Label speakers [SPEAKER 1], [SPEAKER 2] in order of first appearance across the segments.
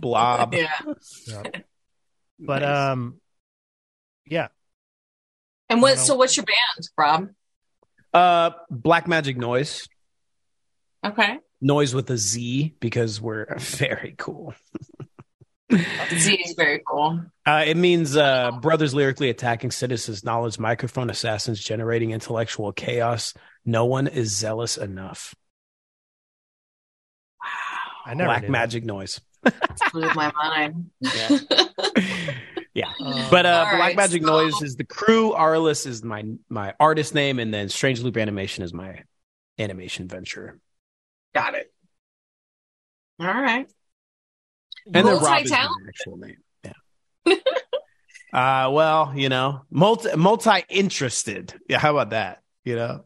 [SPEAKER 1] blob.
[SPEAKER 2] Yeah.
[SPEAKER 3] Yeah. But um, yeah,
[SPEAKER 2] And
[SPEAKER 3] I
[SPEAKER 2] what?
[SPEAKER 3] don't-
[SPEAKER 2] So what's your band, Rob?
[SPEAKER 1] Uh, black magic noise,
[SPEAKER 2] Okay.
[SPEAKER 1] noise with a Z because we're very cool.
[SPEAKER 2] Z is very cool.
[SPEAKER 1] Uh, it means uh, brothers lyrically attacking citizens, knowledge microphone assassins generating intellectual chaos. No one is zealous enough.
[SPEAKER 3] I never
[SPEAKER 1] Black
[SPEAKER 3] knew that.
[SPEAKER 1] magic noise.
[SPEAKER 2] Blew my mind.
[SPEAKER 1] Yeah. yeah. But uh,
[SPEAKER 2] All
[SPEAKER 1] Black
[SPEAKER 2] right,
[SPEAKER 1] Magic
[SPEAKER 2] so-
[SPEAKER 1] Noise is the crew. Arliss is my my artist name, and then Strange Loop Animation is my animation venture.
[SPEAKER 2] Got it. All right.
[SPEAKER 1] And then Rob is my
[SPEAKER 2] Multi-talent?
[SPEAKER 1] actual name. Yeah. uh, well, you know, multi multi interested. Yeah, how about that? You know.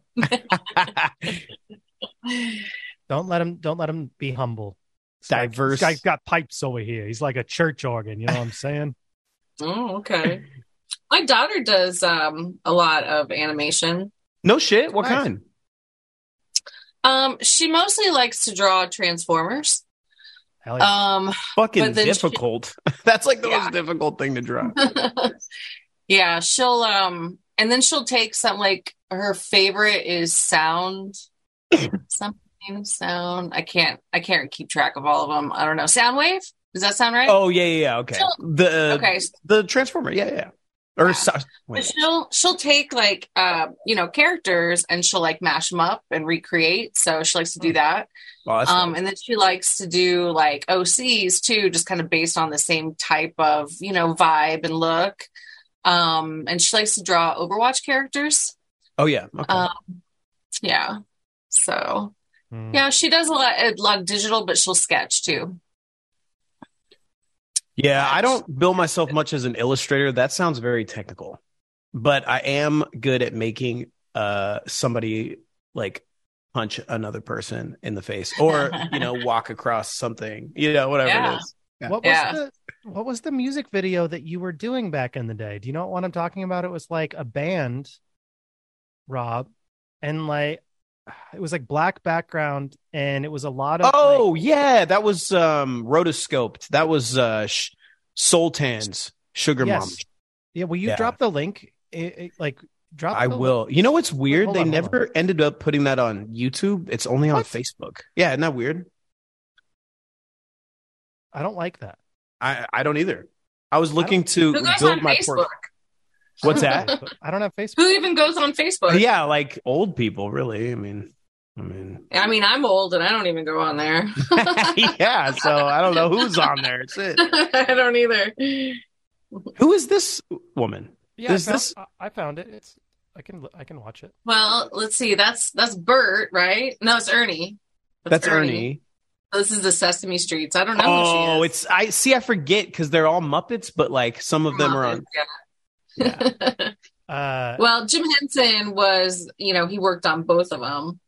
[SPEAKER 3] don't let him don't let him be humble. This guy-
[SPEAKER 1] Diverse.
[SPEAKER 3] This guy's got pipes over here. He's like a church organ. You know what I'm saying?
[SPEAKER 2] Oh, okay. My daughter does um, a lot of animation.
[SPEAKER 1] no shit. What
[SPEAKER 3] Nice.
[SPEAKER 1] kind?
[SPEAKER 2] Um, she mostly likes to draw Transformers.
[SPEAKER 3] Hell yeah.
[SPEAKER 2] Um,
[SPEAKER 1] Fucking
[SPEAKER 2] But then she-
[SPEAKER 1] difficult. That's like the
[SPEAKER 2] Yeah.
[SPEAKER 1] most difficult thing to draw.
[SPEAKER 2] yeah, she'll um, and then she'll take some like her favorite is sound, something sound. I can't, I can't keep track of all of them. I don't know. Soundwave. Does that sound right?
[SPEAKER 1] Oh yeah, yeah, yeah. Okay.
[SPEAKER 2] So-
[SPEAKER 1] The
[SPEAKER 2] okay.
[SPEAKER 1] the Transformer. Yeah, yeah. Or
[SPEAKER 2] Yeah.
[SPEAKER 1] so-
[SPEAKER 2] But
[SPEAKER 1] wait.
[SPEAKER 2] she'll she'll take like uh, you know characters and she'll like mash them up and recreate. So she likes to do that.
[SPEAKER 1] Hmm. Well, that's
[SPEAKER 2] Um, and then she likes to do like OCs too, just kind of based on the same type of you know vibe and look. Um, and she likes to draw Overwatch characters.
[SPEAKER 1] Oh yeah. Okay.
[SPEAKER 2] Um, yeah. So
[SPEAKER 1] Hmm.
[SPEAKER 3] Mm.
[SPEAKER 2] yeah, she does a lot a lot of digital, but she'll sketch too.
[SPEAKER 1] yeah, I don't bill myself much as an illustrator. That sounds very technical, but I am good at making uh somebody like punch another person in the face or you know walk across something you know whatever
[SPEAKER 2] Yeah.
[SPEAKER 1] it is
[SPEAKER 3] What was
[SPEAKER 2] Yeah.
[SPEAKER 3] the what was the music video that you were doing back in the day? Do you know what I'm talking about? It was like a band, Rob, and like it was like black background, and it was a lot of
[SPEAKER 1] oh
[SPEAKER 3] like,
[SPEAKER 1] yeah that was um rotoscoped that was uh sh- sultan's sugar
[SPEAKER 3] yes.
[SPEAKER 1] mom
[SPEAKER 3] yeah. Will you
[SPEAKER 1] Yeah.
[SPEAKER 3] drop the link? It- it- like drop.
[SPEAKER 1] I
[SPEAKER 3] the link.
[SPEAKER 1] will. You know what's weird?
[SPEAKER 3] hold
[SPEAKER 1] they
[SPEAKER 3] on, hold
[SPEAKER 1] never ended up putting that on YouTube. It's only on
[SPEAKER 3] What?
[SPEAKER 1] Facebook. Yeah, isn't that weird?
[SPEAKER 3] I don't like that.
[SPEAKER 1] I I don't either. I was looking to
[SPEAKER 2] Who goes
[SPEAKER 1] build
[SPEAKER 2] on
[SPEAKER 1] my
[SPEAKER 2] Facebook?
[SPEAKER 1] port- What's
[SPEAKER 3] I don't
[SPEAKER 1] that?
[SPEAKER 3] have Facebook. I don't have Facebook.
[SPEAKER 2] Who even goes on Facebook?
[SPEAKER 1] yeah, like old people, really. I mean, I mean,
[SPEAKER 2] I mean, I'm old and I don't even go on there.
[SPEAKER 1] yeah. So I don't know who's on there. Shit.
[SPEAKER 2] I don't either.
[SPEAKER 1] Who is this woman?
[SPEAKER 3] Yeah, I
[SPEAKER 1] Is
[SPEAKER 3] found,
[SPEAKER 1] this-
[SPEAKER 3] I- I found it. It's I can I can watch it.
[SPEAKER 2] Well, let's see. That's that's Bert, right? No, it's Ernie.
[SPEAKER 1] That's Ernie.
[SPEAKER 2] This is the Sesame Streets. I don't know.
[SPEAKER 1] Oh,
[SPEAKER 2] who she is.
[SPEAKER 1] it's I see. I forget because they're all Muppets, but like some of them are on. Yeah.
[SPEAKER 2] Yeah.
[SPEAKER 3] Uh,
[SPEAKER 2] well, Jim Henson was, you know, he worked on both of them,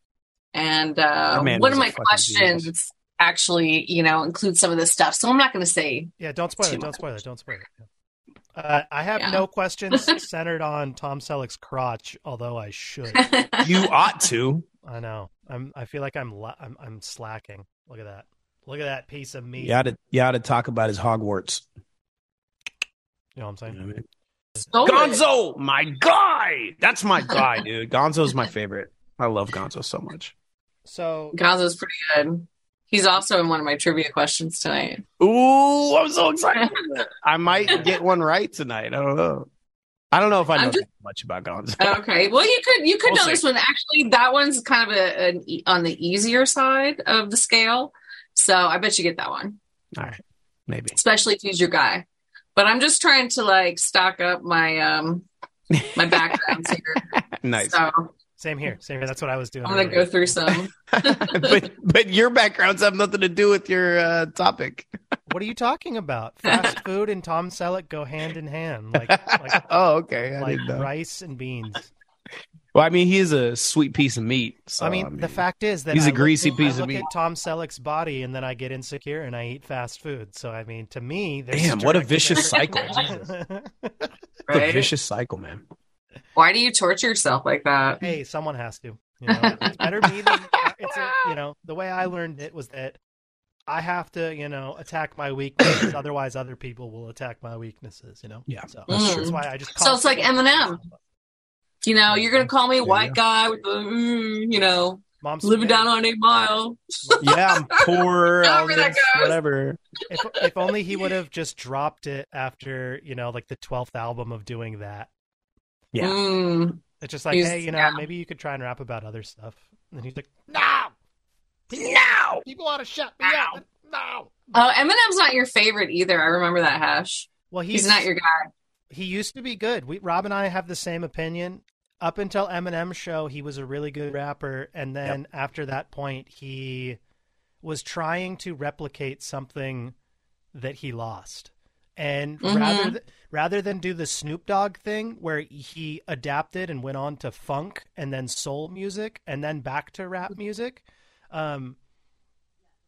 [SPEAKER 2] and uh,
[SPEAKER 1] That man
[SPEAKER 2] one of
[SPEAKER 1] was a
[SPEAKER 2] my
[SPEAKER 1] fucking
[SPEAKER 2] questions
[SPEAKER 1] genius.
[SPEAKER 2] actually, you know, includes some of this stuff. So I'm not going to say.
[SPEAKER 3] Yeah, don't spoil
[SPEAKER 2] Too
[SPEAKER 3] it. Don't
[SPEAKER 2] much.
[SPEAKER 3] spoil it. Don't spoil it. Uh, I have
[SPEAKER 2] Yeah.
[SPEAKER 3] no questions centered on Tom Selleck's crotch, although I should.
[SPEAKER 1] You ought to.
[SPEAKER 3] I know. I'm. I feel like I'm. la- I'm. I'm slacking. Look at that. Look at that piece of meat.
[SPEAKER 1] You ought to. You ought to talk about his Hogwarts.
[SPEAKER 3] You know what I'm
[SPEAKER 1] You know
[SPEAKER 3] saying?
[SPEAKER 1] what I mean?
[SPEAKER 2] Stole it.
[SPEAKER 1] Gonzo,
[SPEAKER 2] Oh.
[SPEAKER 1] my guy. That's my guy, dude. Gonzo's my favorite. I love Gonzo so much.
[SPEAKER 3] So
[SPEAKER 2] Gonzo's pretty good. He's also in one of my trivia questions tonight.
[SPEAKER 1] Ooh, I'm so excited. I might get one right tonight. I don't know. I don't know if I know
[SPEAKER 2] I'm just-
[SPEAKER 1] that much about Gonzo.
[SPEAKER 2] Okay. Well, you could you could
[SPEAKER 1] We'll
[SPEAKER 2] know
[SPEAKER 1] see.
[SPEAKER 2] this one. Actually, that one's kind of a, an e- on the easier side of the scale. So I bet you get that one,
[SPEAKER 1] Maybe.
[SPEAKER 2] especially if he's your guy. But I'm just trying to like stock up my um my backgrounds here.
[SPEAKER 1] Nice.
[SPEAKER 2] So I'm
[SPEAKER 3] same here. Same here. That's what I was doing.
[SPEAKER 2] gonna go
[SPEAKER 3] earlier.
[SPEAKER 2] through some.
[SPEAKER 1] but but your backgrounds have nothing to do with your uh, topic.
[SPEAKER 3] What are you talking about? Fast food and Tom Selleck go hand in hand, like like,
[SPEAKER 1] oh, okay. I
[SPEAKER 3] like
[SPEAKER 1] didn't know.
[SPEAKER 3] rice and beans.
[SPEAKER 1] Well, I mean, he is a sweet piece of meat. So,
[SPEAKER 3] I, mean, the fact is that
[SPEAKER 1] he's
[SPEAKER 3] a
[SPEAKER 1] a greasy piece
[SPEAKER 3] I
[SPEAKER 1] of
[SPEAKER 3] look
[SPEAKER 1] meat.
[SPEAKER 3] At Tom Selleck's body, and then I get insecure and I eat fast food. So I mean, to me, there's
[SPEAKER 1] Damn, what a
[SPEAKER 3] direct
[SPEAKER 1] vicious cycle.
[SPEAKER 3] connection.
[SPEAKER 1] It's a
[SPEAKER 2] Right?
[SPEAKER 1] vicious cycle, man.
[SPEAKER 2] Why do you torture yourself like that?
[SPEAKER 3] hey, someone has to. You know, it's better me than it's a, you know the way I learned it was that I have to, you know, attack my weaknesses. otherwise, other people will attack my weaknesses. You know.
[SPEAKER 1] Yeah,
[SPEAKER 3] So
[SPEAKER 2] that's
[SPEAKER 3] that's,
[SPEAKER 2] true.
[SPEAKER 3] why I just.
[SPEAKER 2] Mm. So it's like Eminem. You know, you're gonna call me a
[SPEAKER 1] There you
[SPEAKER 2] white guy with the, mm, you know,
[SPEAKER 3] Mom's
[SPEAKER 2] living down on eight mile.
[SPEAKER 1] yeah, I'm poor. all
[SPEAKER 2] However that
[SPEAKER 1] this,
[SPEAKER 2] goes.
[SPEAKER 1] whatever.
[SPEAKER 3] if if only he would have just dropped it after you know like the twelfth album of doing that.
[SPEAKER 1] Yeah.
[SPEAKER 2] Mm.
[SPEAKER 3] It's just like,
[SPEAKER 2] He's-
[SPEAKER 3] hey, you know,
[SPEAKER 2] yeah.
[SPEAKER 3] maybe you could try and rap about other stuff. And he's like, no,
[SPEAKER 2] No.
[SPEAKER 3] people want to shut me
[SPEAKER 2] Ow.
[SPEAKER 3] out. No.
[SPEAKER 2] Oh, Eminem's not your favorite either. I remember that hash.
[SPEAKER 3] Well,
[SPEAKER 2] He's, not your guy.
[SPEAKER 3] He used to be good. We Rob and I have the same opinion. Up until Eminem's show, he was a really good rapper, and then after that point, he was trying to replicate something that he lost. And
[SPEAKER 2] Mhm.
[SPEAKER 3] rather th- rather than do the Snoop Dogg thing, where he adapted and went on to funk and then soul music and then back to rap music, um,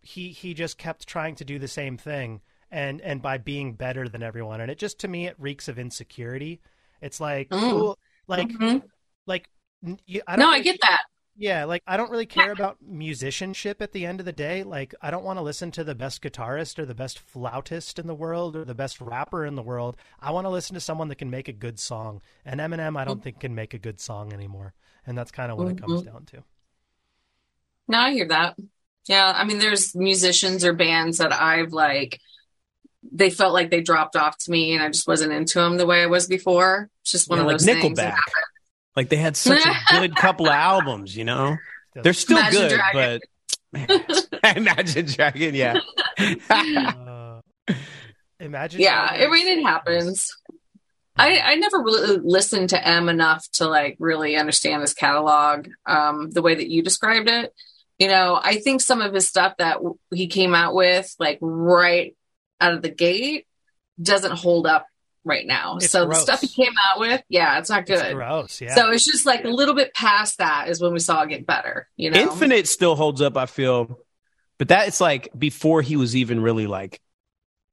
[SPEAKER 3] he he just kept trying to do the same thing and and by being better than everyone and it just to me it reeks of insecurity it's like
[SPEAKER 2] Mm.
[SPEAKER 3] cool, like
[SPEAKER 2] Mhm.
[SPEAKER 3] like n- you, I don't
[SPEAKER 2] no, I
[SPEAKER 3] really-
[SPEAKER 2] get that.
[SPEAKER 3] yeah like I don't really care about musicianship at the end of the day like I don't want to listen to the best guitarist or the best flautist in the world or the best rapper in the world I want to listen to someone that can make a good song and Eminem
[SPEAKER 2] Mm-hmm.
[SPEAKER 3] I don't think can make a good song anymore and that's kind of what it comes down to
[SPEAKER 2] No, I hear that. Yeah, I mean, there's musicians or bands that I've like, they felt like they dropped off to me, and I just wasn't into them the way I was before. It's just one
[SPEAKER 1] Yeah,
[SPEAKER 2] of
[SPEAKER 1] like
[SPEAKER 2] those things. that
[SPEAKER 1] Nickelback. Like they had such a good couple of albums, you know. They're still
[SPEAKER 2] Imagine
[SPEAKER 1] good,
[SPEAKER 2] Dragon.
[SPEAKER 1] but man, Imagine Dragon, yeah.
[SPEAKER 3] uh, imagine
[SPEAKER 2] yeah, I
[SPEAKER 3] Dragons-
[SPEAKER 2] mean, it happens. I, I never really listened to M enough to like really understand his catalog um, the way that you described it. You know, I think some of his stuff that w- he came out with, like right out of the gate, doesn't hold up right now.
[SPEAKER 3] It's
[SPEAKER 2] so
[SPEAKER 3] gross.
[SPEAKER 2] the stuff he came out with, yeah, it's not
[SPEAKER 3] It's
[SPEAKER 2] good.
[SPEAKER 3] gross yeah
[SPEAKER 2] So it's just like a little bit past that is when we saw it get better. You know,
[SPEAKER 1] Infinite still holds up, I feel. But that it's like before he was even really like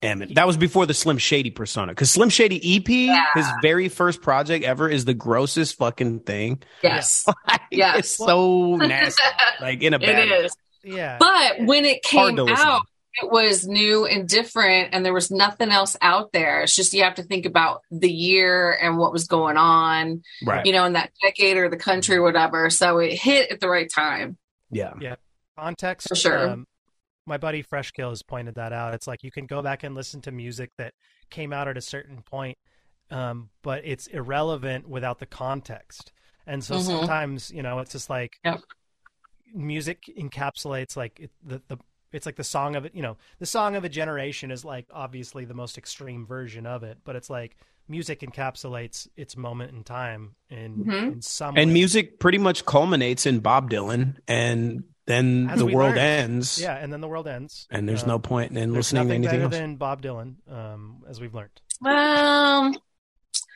[SPEAKER 1] Eminem. That was before the Slim Shady persona. Because Slim Shady EP,
[SPEAKER 2] Yeah.
[SPEAKER 1] his very first project ever, is the grossest fucking thing.
[SPEAKER 2] yes,
[SPEAKER 1] Like,
[SPEAKER 2] Yes.
[SPEAKER 1] It's so nasty. Like in a bad way.
[SPEAKER 2] it is.
[SPEAKER 3] yeah
[SPEAKER 2] But when it
[SPEAKER 1] Hard
[SPEAKER 2] came
[SPEAKER 1] to listen.
[SPEAKER 2] out, it was new and different and there was nothing else out there it's just you have to think about the year and what was going on
[SPEAKER 1] Right.
[SPEAKER 2] you know in that decade or the country or whatever so it hit at the right time
[SPEAKER 1] Yeah.
[SPEAKER 3] context
[SPEAKER 2] For sure.
[SPEAKER 3] Um, my buddy Freshkill has pointed that out. It's like you can go back and listen to music that came out at a certain point, um, but it's irrelevant without the context. And so
[SPEAKER 2] Mhm.
[SPEAKER 3] sometimes, you know, it's just like
[SPEAKER 2] Yep.
[SPEAKER 3] music encapsulates like it, the the it's like the song of it. You know, the song of a generation is like obviously the most extreme version of it, but it's like music encapsulates its moment in time in,
[SPEAKER 2] Mhm.
[SPEAKER 3] in some
[SPEAKER 1] And
[SPEAKER 3] way.
[SPEAKER 1] music pretty much culminates in Bob Dylan and then
[SPEAKER 3] As
[SPEAKER 1] the
[SPEAKER 3] we
[SPEAKER 1] world
[SPEAKER 3] learned.
[SPEAKER 1] ends.
[SPEAKER 3] Yeah, and then the world ends.
[SPEAKER 1] And there's
[SPEAKER 3] Um,
[SPEAKER 1] no point in
[SPEAKER 3] There's
[SPEAKER 1] listening to
[SPEAKER 3] nothing
[SPEAKER 1] anything
[SPEAKER 3] better
[SPEAKER 1] else.
[SPEAKER 3] than Bob Dylan, um, as we've learned.
[SPEAKER 2] um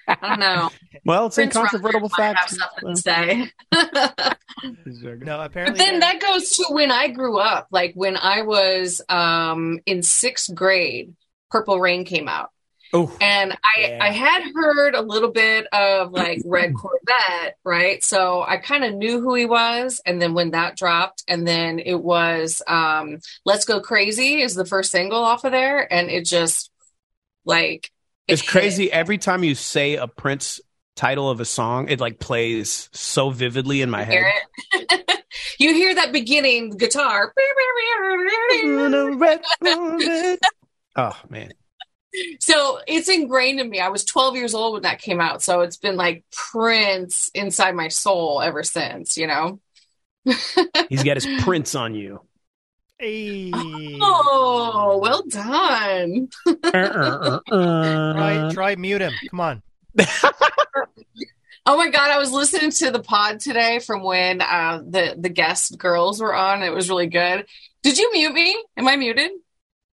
[SPEAKER 2] i don't know
[SPEAKER 1] well, it's
[SPEAKER 2] Prince Roger
[SPEAKER 1] incontrovertible
[SPEAKER 2] might have
[SPEAKER 1] facts.
[SPEAKER 2] something to say but
[SPEAKER 3] No, apparently.
[SPEAKER 2] then
[SPEAKER 3] there-
[SPEAKER 2] that goes to when i grew up like when i was um in sixth grade purple rain came out
[SPEAKER 1] Oh,
[SPEAKER 2] And I
[SPEAKER 1] Yeah.
[SPEAKER 2] I had heard a little bit of like Red Corvette, right? So I kind of knew who he was. And then when that dropped, and then it was um Let's Go Crazy is the first single off of there, and it just like it
[SPEAKER 1] it's
[SPEAKER 2] hit.
[SPEAKER 1] crazy. Every time you say a Prince title of a song, it like plays so vividly in my
[SPEAKER 2] You hear
[SPEAKER 1] head.
[SPEAKER 2] it? you hear that beginning guitar.
[SPEAKER 1] oh man,
[SPEAKER 2] So it's ingrained in me. I was 12 years old when that came out, so it's been like Prince inside my soul ever since, you know?
[SPEAKER 1] he's got his Prince on you.
[SPEAKER 3] Hey.
[SPEAKER 2] Oh, well done.
[SPEAKER 1] Uh-uh.
[SPEAKER 3] Troy, Troy, mute him. Come on.
[SPEAKER 2] Oh my god, I was listening to the pod today from when uh, the the guest girls were on. It was really good. Did you mute me? Am I muted?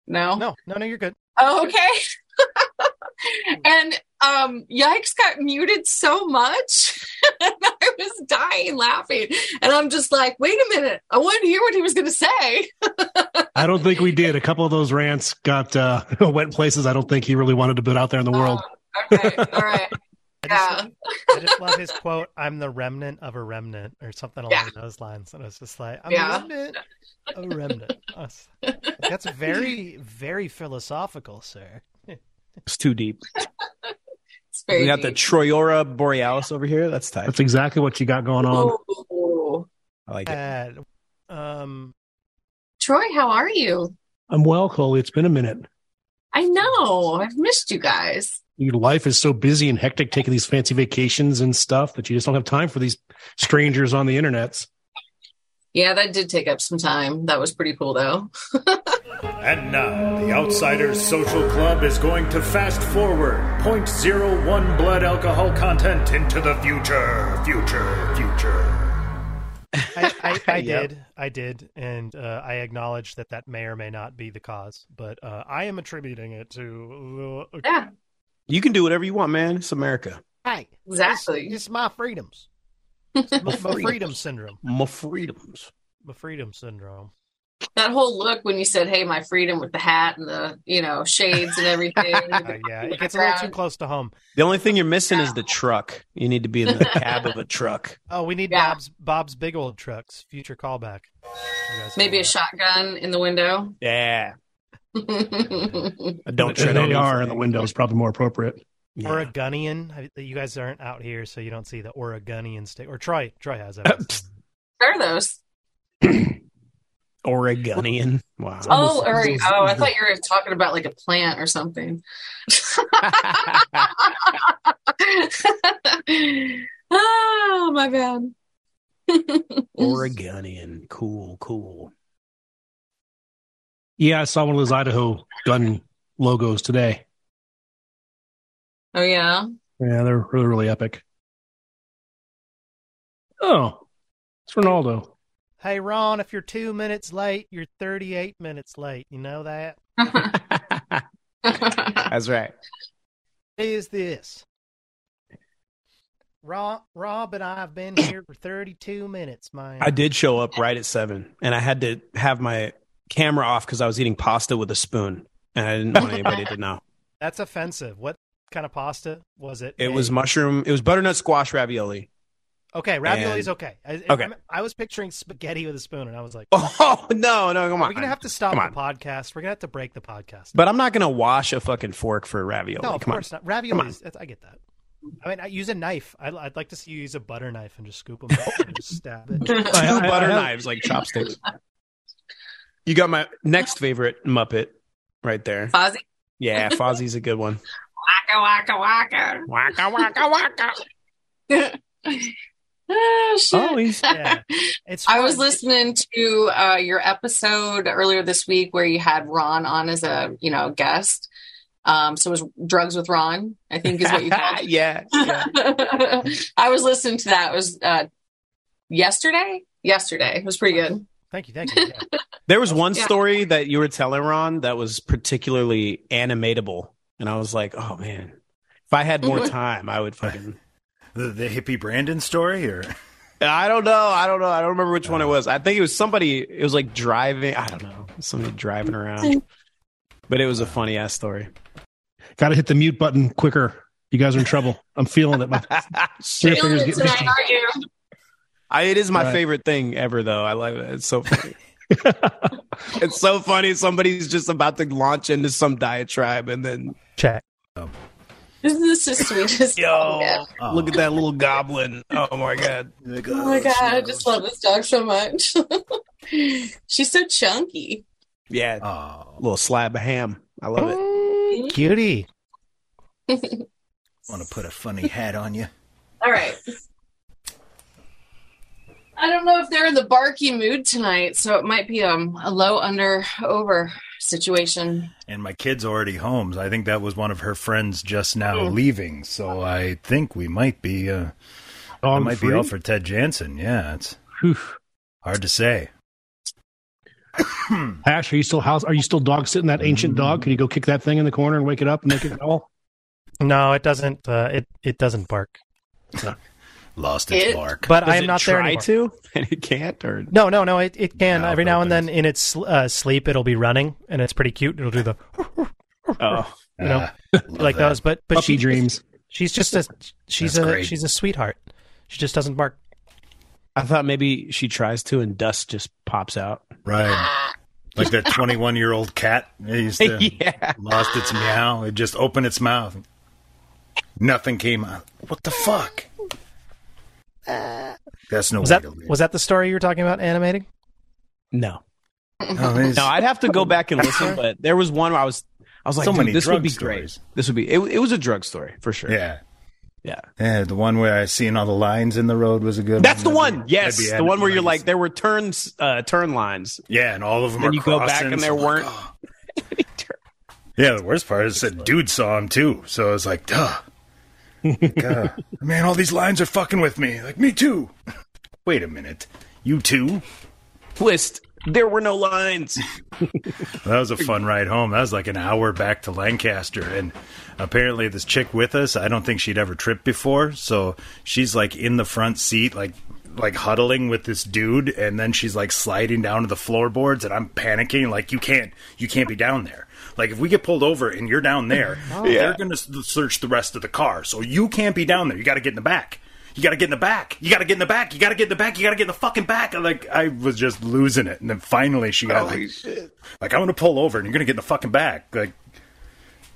[SPEAKER 2] No.
[SPEAKER 3] No, no, no, you're good.
[SPEAKER 2] Oh, okay. and um, yikes got muted so much, and I was dying laughing. And I'm just like, wait a minute, I want to hear what he was going to say.
[SPEAKER 4] I don't think we did. A couple of those rants got uh, went places. I don't think he really wanted to put out there in the world.
[SPEAKER 2] Uh, okay, all right.
[SPEAKER 3] I
[SPEAKER 2] Yeah.
[SPEAKER 3] just, I just love his quote, I'm the remnant of a remnant, or something along
[SPEAKER 2] Yeah.
[SPEAKER 3] those lines. And I was just like, I'm
[SPEAKER 2] Yeah.
[SPEAKER 3] the remnant of a remnant. I was- That's very, very philosophical, sir.
[SPEAKER 1] It's too deep.
[SPEAKER 2] It's very
[SPEAKER 1] We got the
[SPEAKER 2] deep.
[SPEAKER 1] Troyora Borealis over here. That's tight.
[SPEAKER 4] That's exactly what you got going on.
[SPEAKER 2] Ooh.
[SPEAKER 1] I like it.
[SPEAKER 3] Oh. Bad. Um,
[SPEAKER 2] Troy, how are you?
[SPEAKER 4] I'm well, Coley. It's been a minute.
[SPEAKER 2] I know. I've missed you guys.
[SPEAKER 4] Your life is so busy and hectic taking these fancy vacations and stuff that you just don't have time for these strangers on the internets.
[SPEAKER 2] Yeah, that did take up some time. That was pretty cool though.
[SPEAKER 5] And now, the Outsiders Social Club is going to fast forward 0.01 blood alcohol content into the future, future, future.
[SPEAKER 3] I, I, I
[SPEAKER 1] Yep.
[SPEAKER 3] did. I did. And uh, I acknowledge that that may or may not be the cause, but uh, I am attributing it to. uh,
[SPEAKER 2] Yeah,
[SPEAKER 1] You can do whatever you want, man. It's America.
[SPEAKER 3] Hey,
[SPEAKER 2] exactly.
[SPEAKER 3] my freedoms. It's my, my freedom syndrome.
[SPEAKER 1] My freedoms.
[SPEAKER 3] My freedom syndrome.
[SPEAKER 2] That whole look when you said, "Hey, my freedom" with the hat and the you know shades and everything.
[SPEAKER 3] Uh, yeah, it gets a little too close to home.
[SPEAKER 1] The only thing you're missing is the truck. You need to be in the cab of a truck.
[SPEAKER 3] Oh, we need
[SPEAKER 2] Yeah.
[SPEAKER 3] Bob's Bob's big old trucks. Future callback. You guys
[SPEAKER 2] Maybe a
[SPEAKER 3] have
[SPEAKER 2] shotgun in the window.
[SPEAKER 1] Yeah.
[SPEAKER 4] Don't
[SPEAKER 1] Uh, Don't
[SPEAKER 4] they,
[SPEAKER 1] tread on me.
[SPEAKER 4] are in the window is probably more appropriate.
[SPEAKER 3] that.
[SPEAKER 1] Yeah.
[SPEAKER 3] Oregonian. I- You guys aren't out here, so you don't see the Oregonian state. Or Troy. Troy has it.
[SPEAKER 4] Uh, psst.
[SPEAKER 2] What are those?
[SPEAKER 1] Oregonian. Wow.
[SPEAKER 2] Oh,
[SPEAKER 4] Almost-
[SPEAKER 2] or,
[SPEAKER 4] almost-
[SPEAKER 2] oh, I thought you were talking about like a plant or something. oh my god.
[SPEAKER 1] Oregonian. Cool, cool.
[SPEAKER 4] Yeah, I saw one of those Idaho gun logos today.
[SPEAKER 2] Oh yeah.
[SPEAKER 4] Yeah, they're really, really epic. Oh, it's Ronaldo.
[SPEAKER 3] Hey Ron, if you're two minutes late, you're 38 minutes late. You know that?
[SPEAKER 1] That's right.
[SPEAKER 3] Is this? Rob, Rob and I have been here for 32 minutes, man.
[SPEAKER 1] I did show up right at seven and I had to have my camera off because I was eating pasta with a spoon. And I didn't want anybody to know.
[SPEAKER 3] That's offensive. What kind of pasta was it?
[SPEAKER 1] It
[SPEAKER 3] A-
[SPEAKER 1] was mushroom. It was butternut squash ravioli.
[SPEAKER 3] okay. Ravioli's
[SPEAKER 1] and-
[SPEAKER 3] okay. I,
[SPEAKER 1] Okay.
[SPEAKER 3] I'm- I was picturing spaghetti with a spoon, and I was like,
[SPEAKER 1] Oh no, no, come
[SPEAKER 3] "We're
[SPEAKER 1] on.
[SPEAKER 3] gonna have to stop
[SPEAKER 1] Come
[SPEAKER 3] the podcast. We're gonna have to break the podcast."
[SPEAKER 1] but I'm not gonna wash a fucking fork for ravioli.
[SPEAKER 3] no, of
[SPEAKER 1] come on.
[SPEAKER 3] course not. Ravioli's. that's- I get that. I mean, I use a knife. I, I'd like to see you use a butter knife and just scoop them up and just stab it.
[SPEAKER 1] Two
[SPEAKER 4] I- I- I
[SPEAKER 1] butter
[SPEAKER 4] have-
[SPEAKER 1] knives like chopsticks. You got my next favorite Muppet right there.
[SPEAKER 2] Fozzie
[SPEAKER 1] Yeah, Fozzie's a good one.
[SPEAKER 2] waka waka waka.
[SPEAKER 1] Waka waka waka.
[SPEAKER 2] oh shit.
[SPEAKER 1] Oh, he's-
[SPEAKER 3] Yeah. It's.
[SPEAKER 2] I was
[SPEAKER 3] fun.
[SPEAKER 2] listening to uh, your episode earlier this week where you had Ron on as a you know guest. Um, so it was drugs with Ron, I think is what you called it.
[SPEAKER 1] yeah, yeah.
[SPEAKER 2] I was listening to that. It was uh, yesterday. Yesterday it was pretty good.
[SPEAKER 3] Thank you. Thank you. yeah.
[SPEAKER 1] There was one
[SPEAKER 2] Yeah.
[SPEAKER 1] story that you were telling Ron that was particularly animatable, and I was like, oh man, if I had more time, I would fucking.
[SPEAKER 5] The, the hippie Brandon story, or Uh.
[SPEAKER 1] I don't know. I don't know. I don't remember which one it was. I think it was somebody. It was like driving. I don't know. Somebody driving around. But it was a funny ass story.
[SPEAKER 4] Got to hit the mute button quicker. You guys are in trouble. I'm feeling it. My
[SPEAKER 1] Shit.
[SPEAKER 4] Feeling it tonight,
[SPEAKER 2] are you?
[SPEAKER 1] I, it is my
[SPEAKER 4] Right.
[SPEAKER 1] favorite thing ever, though. I love it. It's so funny. it's so funny. Somebody's just about to launch into some diatribe, and then
[SPEAKER 3] Check.
[SPEAKER 2] Isn't this the sweetest?
[SPEAKER 1] yo,
[SPEAKER 2] Yeah.
[SPEAKER 5] Oh.
[SPEAKER 1] look at that little goblin. Oh my god.
[SPEAKER 2] Oh my god, I just love this dog so much. She's so chunky.
[SPEAKER 1] Yeah,
[SPEAKER 5] Oh,
[SPEAKER 1] little slab of ham. I love it.
[SPEAKER 3] Cutie.
[SPEAKER 5] want to put a funny hat on you.
[SPEAKER 2] All right. I don't know if they're in the barky mood tonight, so it might be um, a low under over situation.
[SPEAKER 5] And my kid's already home. so I think that was one of her friends just now leaving. So I think we might be. Uh, I
[SPEAKER 4] on
[SPEAKER 5] might be all for Ted Jansen. Yeah, it's hard to say.
[SPEAKER 4] Ash, are you still house? Are you still dog sitting that ancient dog? Can you go kick that thing in the corner and wake it up and make it howl?
[SPEAKER 3] No, it doesn't. Uh, it it doesn't bark.
[SPEAKER 5] Lost its
[SPEAKER 2] It-
[SPEAKER 5] bark.
[SPEAKER 3] But I
[SPEAKER 1] Does
[SPEAKER 3] am
[SPEAKER 1] it
[SPEAKER 3] not there
[SPEAKER 1] try
[SPEAKER 3] anymore.
[SPEAKER 1] to, and it can't. Or
[SPEAKER 3] No, no, no. It it can
[SPEAKER 5] No,
[SPEAKER 3] every now and
[SPEAKER 5] but
[SPEAKER 3] then in its sl- uh, sleep it'll be running and it's pretty cute. It'll do the
[SPEAKER 1] oh,
[SPEAKER 3] you know
[SPEAKER 5] Ah, love
[SPEAKER 3] like
[SPEAKER 5] that.
[SPEAKER 3] those. But but
[SPEAKER 4] Puppy
[SPEAKER 3] she
[SPEAKER 4] dreams.
[SPEAKER 3] She's just a she's
[SPEAKER 4] That's
[SPEAKER 3] a
[SPEAKER 4] great.
[SPEAKER 3] she's a sweetheart. She just doesn't bark.
[SPEAKER 1] I thought maybe she tries to, and dust just pops out.
[SPEAKER 5] Right. Like that 21 year old cat. It used to
[SPEAKER 1] yeah,
[SPEAKER 5] lost its meow. It just opened its mouth. Nothing came out. What the fuck? That's no
[SPEAKER 3] Was
[SPEAKER 5] way
[SPEAKER 3] that
[SPEAKER 5] to live.
[SPEAKER 3] was that the story you were talking about animating?
[SPEAKER 1] no,
[SPEAKER 5] Oh, it's-
[SPEAKER 1] no. I'd have to go back and listen, but there was one where I was, I was like,
[SPEAKER 5] So
[SPEAKER 1] dude,
[SPEAKER 5] many
[SPEAKER 1] this
[SPEAKER 5] drug
[SPEAKER 1] would be
[SPEAKER 5] stories.
[SPEAKER 1] great. This would be. It, it was a drug story for sure.
[SPEAKER 5] yeah.
[SPEAKER 1] yeah.
[SPEAKER 5] Yeah, the one where I seen all the lines in the road was a good
[SPEAKER 1] That's the
[SPEAKER 5] one. That'd
[SPEAKER 1] one.
[SPEAKER 5] be-
[SPEAKER 1] Yes,
[SPEAKER 5] that'd be
[SPEAKER 1] the one where you're
[SPEAKER 5] animated.
[SPEAKER 1] like there were turns, uh, turn lines.
[SPEAKER 5] Yeah, and all of them
[SPEAKER 1] Then
[SPEAKER 5] are
[SPEAKER 1] you go back
[SPEAKER 5] crossing,
[SPEAKER 1] and
[SPEAKER 5] so
[SPEAKER 1] there
[SPEAKER 5] I'm like,
[SPEAKER 1] weren't
[SPEAKER 5] "Oh." Yeah, the worst part is that dude saw him too. So I was like, duh. Like, uh, man, all these lines are fucking with me. Like, me too. Wait a minute. You too?
[SPEAKER 1] Twist. There were no lines.
[SPEAKER 5] That was a fun ride home. That was like an hour back to Lancaster. And apparently, this chick with us, I don't think she'd ever tripped before. So she's like in the front seat, like like huddling with this dude and then she's like sliding down to the floorboards and I'm panicking like you can't you can't be down there. Like if we get pulled over and you're down there, they're going to search the rest of the car. So you can't be down there. You got to get in the back. You gotta get in the back. You gotta get in the back. You gotta get in the back. You gotta get in the fucking back. And, Like I was just losing it, and then finally she got like, like I'm gonna pull over, and you're gonna get in the fucking back. Like,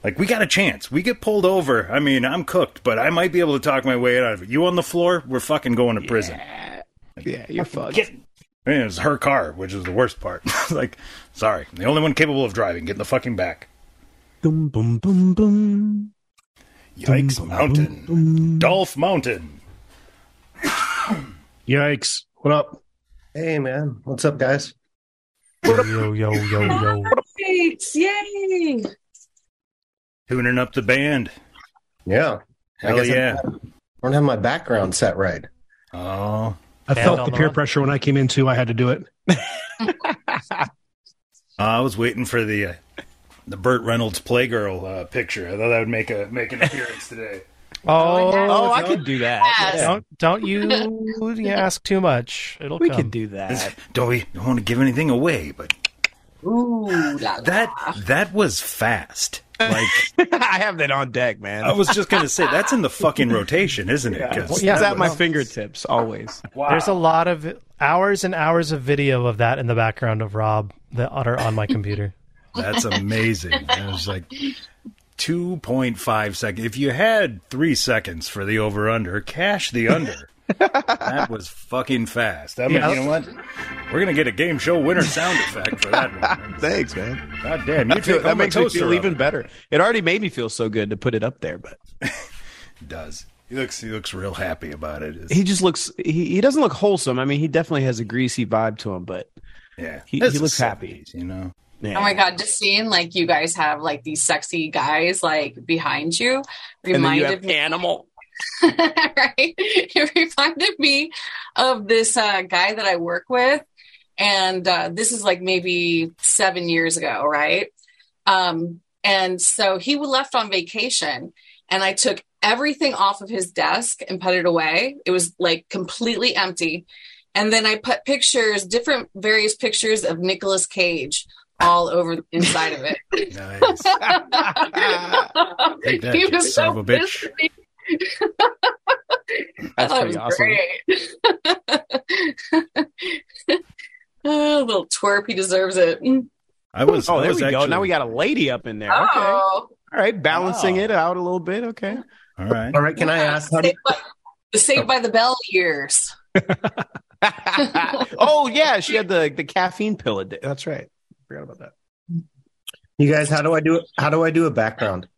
[SPEAKER 5] like we got a chance. We get pulled over. I mean, I'm cooked, but I might be able to talk my way out of it. You on the floor? We're fucking going to prison.
[SPEAKER 1] Yeah, you're fucked.
[SPEAKER 5] Get. I mean, it was her car, which is the worst part. like, sorry, I'm the only one capable of driving. Get in the fucking back.
[SPEAKER 1] Boom, boom, boom, boom.
[SPEAKER 5] Yikes, mountain, Dolph Mountain.
[SPEAKER 4] Yikes! What up?
[SPEAKER 6] Hey man, what's up, guys?
[SPEAKER 3] Yo yo
[SPEAKER 5] Oh,
[SPEAKER 3] yo yo.
[SPEAKER 2] Great. Yay.
[SPEAKER 5] Tuning up the band.
[SPEAKER 6] Yeah, I
[SPEAKER 5] Hell
[SPEAKER 6] guess I'm-
[SPEAKER 5] yeah.
[SPEAKER 6] I don't have my background set right.
[SPEAKER 5] Oh.
[SPEAKER 4] I
[SPEAKER 3] Band
[SPEAKER 4] felt
[SPEAKER 3] on
[SPEAKER 4] the
[SPEAKER 3] the
[SPEAKER 4] peer
[SPEAKER 3] run.
[SPEAKER 4] pressure when I came in too. I had to do it.
[SPEAKER 5] Uh, I was waiting for the uh, the Burt Reynolds Playgirl uh, picture. I thought that would make a make an appearance today.
[SPEAKER 3] Oh,
[SPEAKER 1] Oh, I could do that.
[SPEAKER 2] Yes.
[SPEAKER 3] don't don't you, you ask too much. It'll
[SPEAKER 1] We
[SPEAKER 3] come.
[SPEAKER 1] could do that.
[SPEAKER 5] Don't we don't want to give anything away, but
[SPEAKER 2] Ooh, la, la.
[SPEAKER 5] that that was fast. Like
[SPEAKER 1] I have that on deck, man.
[SPEAKER 5] I was just gonna say, that's in the fucking rotation, isn't it? 'Cause
[SPEAKER 3] Well, yeah.
[SPEAKER 1] it's at my fingertips always.
[SPEAKER 5] wow.
[SPEAKER 3] There's a lot of hours and hours of video of that in the background of Rob that are on my computer.
[SPEAKER 5] That's amazing. That was like 2.5 seconds. If you had three seconds for the over under, cash the under. that was fucking fast. I mean,
[SPEAKER 3] Yeah.
[SPEAKER 5] you know what? We're going to get a game show winner sound effect for that one.
[SPEAKER 1] Thanks, man.
[SPEAKER 5] God damn, you took
[SPEAKER 1] that makes me feel even
[SPEAKER 5] even
[SPEAKER 1] better. It already made me feel so good to put it up there, but
[SPEAKER 5] does. He looks he looks real happy about it. It's-
[SPEAKER 1] he just looks. He, he doesn't look wholesome. I mean, he definitely has a greasy vibe to him, but
[SPEAKER 5] yeah.
[SPEAKER 1] he-
[SPEAKER 5] That's
[SPEAKER 1] he
[SPEAKER 5] the
[SPEAKER 1] looks happy.
[SPEAKER 5] 70s, you know.
[SPEAKER 1] yeah.
[SPEAKER 2] Oh my god, just seeing like you guys have like these sexy guys like behind you
[SPEAKER 1] And then you
[SPEAKER 2] reminded
[SPEAKER 1] have
[SPEAKER 2] me
[SPEAKER 1] animal.
[SPEAKER 2] right? It reminded me of this uh, guy that I work with, and uh, this is like maybe seven years ago, right? Um, and so he left on vacation, and I took everything off of his desk and put it away. It was like completely empty, and then I put pictures, different various pictures of Nicolas Cage. All over the inside of it.
[SPEAKER 5] Nice. Take that, you son of a bitch.
[SPEAKER 2] pissed at me. That
[SPEAKER 1] That's
[SPEAKER 2] Oh,
[SPEAKER 1] pretty awesome.
[SPEAKER 2] great. oh, little twerp, he deserves it. Mm.
[SPEAKER 5] I was
[SPEAKER 1] Oh,
[SPEAKER 5] I
[SPEAKER 1] there
[SPEAKER 5] was
[SPEAKER 1] we go.
[SPEAKER 5] actually-
[SPEAKER 1] Now we got a lady up in there. Okay. All
[SPEAKER 2] Oh,
[SPEAKER 1] right. Balancing
[SPEAKER 5] Wow.
[SPEAKER 1] it out a little bit. Okay.
[SPEAKER 5] All right.
[SPEAKER 6] All right, can I ask how do
[SPEAKER 2] saved by, the Saved by the Bell years.
[SPEAKER 1] oh, yeah. She had the, the caffeine pill. ad- That's right. Forgot about that.
[SPEAKER 6] you guys how do I do how do I do a background?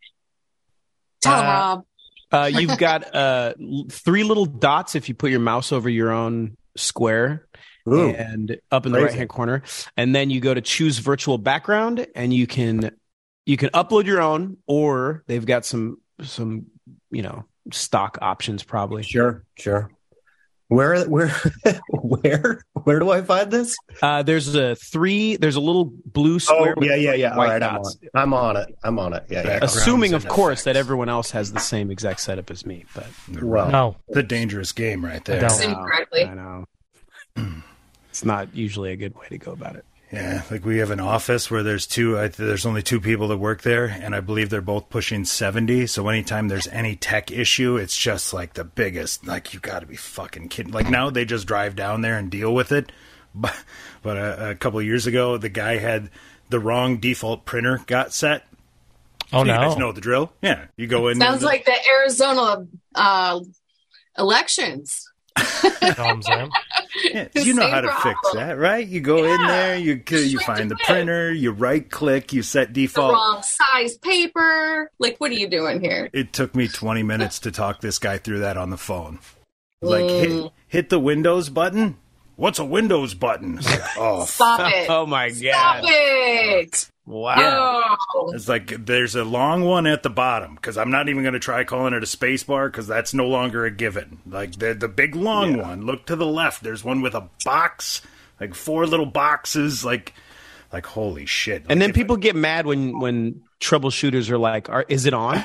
[SPEAKER 2] Tell him,
[SPEAKER 1] Uh,
[SPEAKER 2] Rob.
[SPEAKER 1] Uh, you've got uh, l- three little dots if you put your mouse over your own square
[SPEAKER 6] Ooh,
[SPEAKER 1] and up in the
[SPEAKER 6] Crazy.
[SPEAKER 1] right hand corner, and then you go to choose virtual background, and you can you can upload your own, or they've got some some you know stock options probably.
[SPEAKER 6] sure, sure. Where where where where do I find this? Oh,
[SPEAKER 1] Uh, there's a three. There's a little blue square. with
[SPEAKER 6] yeah, yeah, yeah. All
[SPEAKER 1] white
[SPEAKER 6] right, I'm on,
[SPEAKER 1] dots.
[SPEAKER 6] it. I'm on it. I'm on it. Yeah, yeah.
[SPEAKER 5] Background.
[SPEAKER 1] Assuming,
[SPEAKER 5] Grounds
[SPEAKER 1] of
[SPEAKER 5] and
[SPEAKER 1] course, that
[SPEAKER 5] effects.
[SPEAKER 1] everyone else has the same exact setup as me, but
[SPEAKER 6] Well,
[SPEAKER 3] No,
[SPEAKER 5] The dangerous game right there.
[SPEAKER 3] I don't.
[SPEAKER 1] I know,
[SPEAKER 2] Incorrectly.
[SPEAKER 1] I know. it's not usually a good way to go about it.
[SPEAKER 5] Yeah, like we have an office where there's two. I, there's only two people that work there, and I believe they're both pushing seventy. So anytime there's any tech issue, it's just like the biggest. Like you got to be fucking kidding. Like now they just drive down there and deal with it. But, but uh, a, a couple of years ago, the guy had the wrong default printer got set.
[SPEAKER 3] Oh
[SPEAKER 5] you guys
[SPEAKER 3] no!
[SPEAKER 5] know the drill. Yeah, you go in.
[SPEAKER 2] Sounds like the Arizona uh, elections.
[SPEAKER 3] Comes in.
[SPEAKER 5] Yeah,
[SPEAKER 2] The
[SPEAKER 5] you know
[SPEAKER 2] same
[SPEAKER 5] how to fix
[SPEAKER 2] problem.
[SPEAKER 5] that, right? You go in
[SPEAKER 2] Yeah.
[SPEAKER 5] there, you you
[SPEAKER 2] Just
[SPEAKER 5] find the
[SPEAKER 2] like the
[SPEAKER 5] printer, you right click, you set
[SPEAKER 2] The
[SPEAKER 5] default.
[SPEAKER 2] wrong size paper. Like, what are you doing here?
[SPEAKER 5] It took me 20 minutes to talk this guy through that on the phone. Like hit
[SPEAKER 2] Mm.
[SPEAKER 5] hit the Windows button. What's a Windows button? It's like, oh, f-
[SPEAKER 2] Stop it!
[SPEAKER 1] Oh my
[SPEAKER 2] Stop
[SPEAKER 1] god!
[SPEAKER 2] it!
[SPEAKER 1] Wow.
[SPEAKER 2] Oh,
[SPEAKER 5] it's like there's a long one at the bottom because I'm not even going to try calling it a space bar because that's no longer a given. Like the the big long one. Look to the left. There's one with a box, like four little boxes. Like like holy shit.
[SPEAKER 1] And then
[SPEAKER 5] Like, if I-
[SPEAKER 1] people get mad when when troubleshooters are like, are, "Is it on?"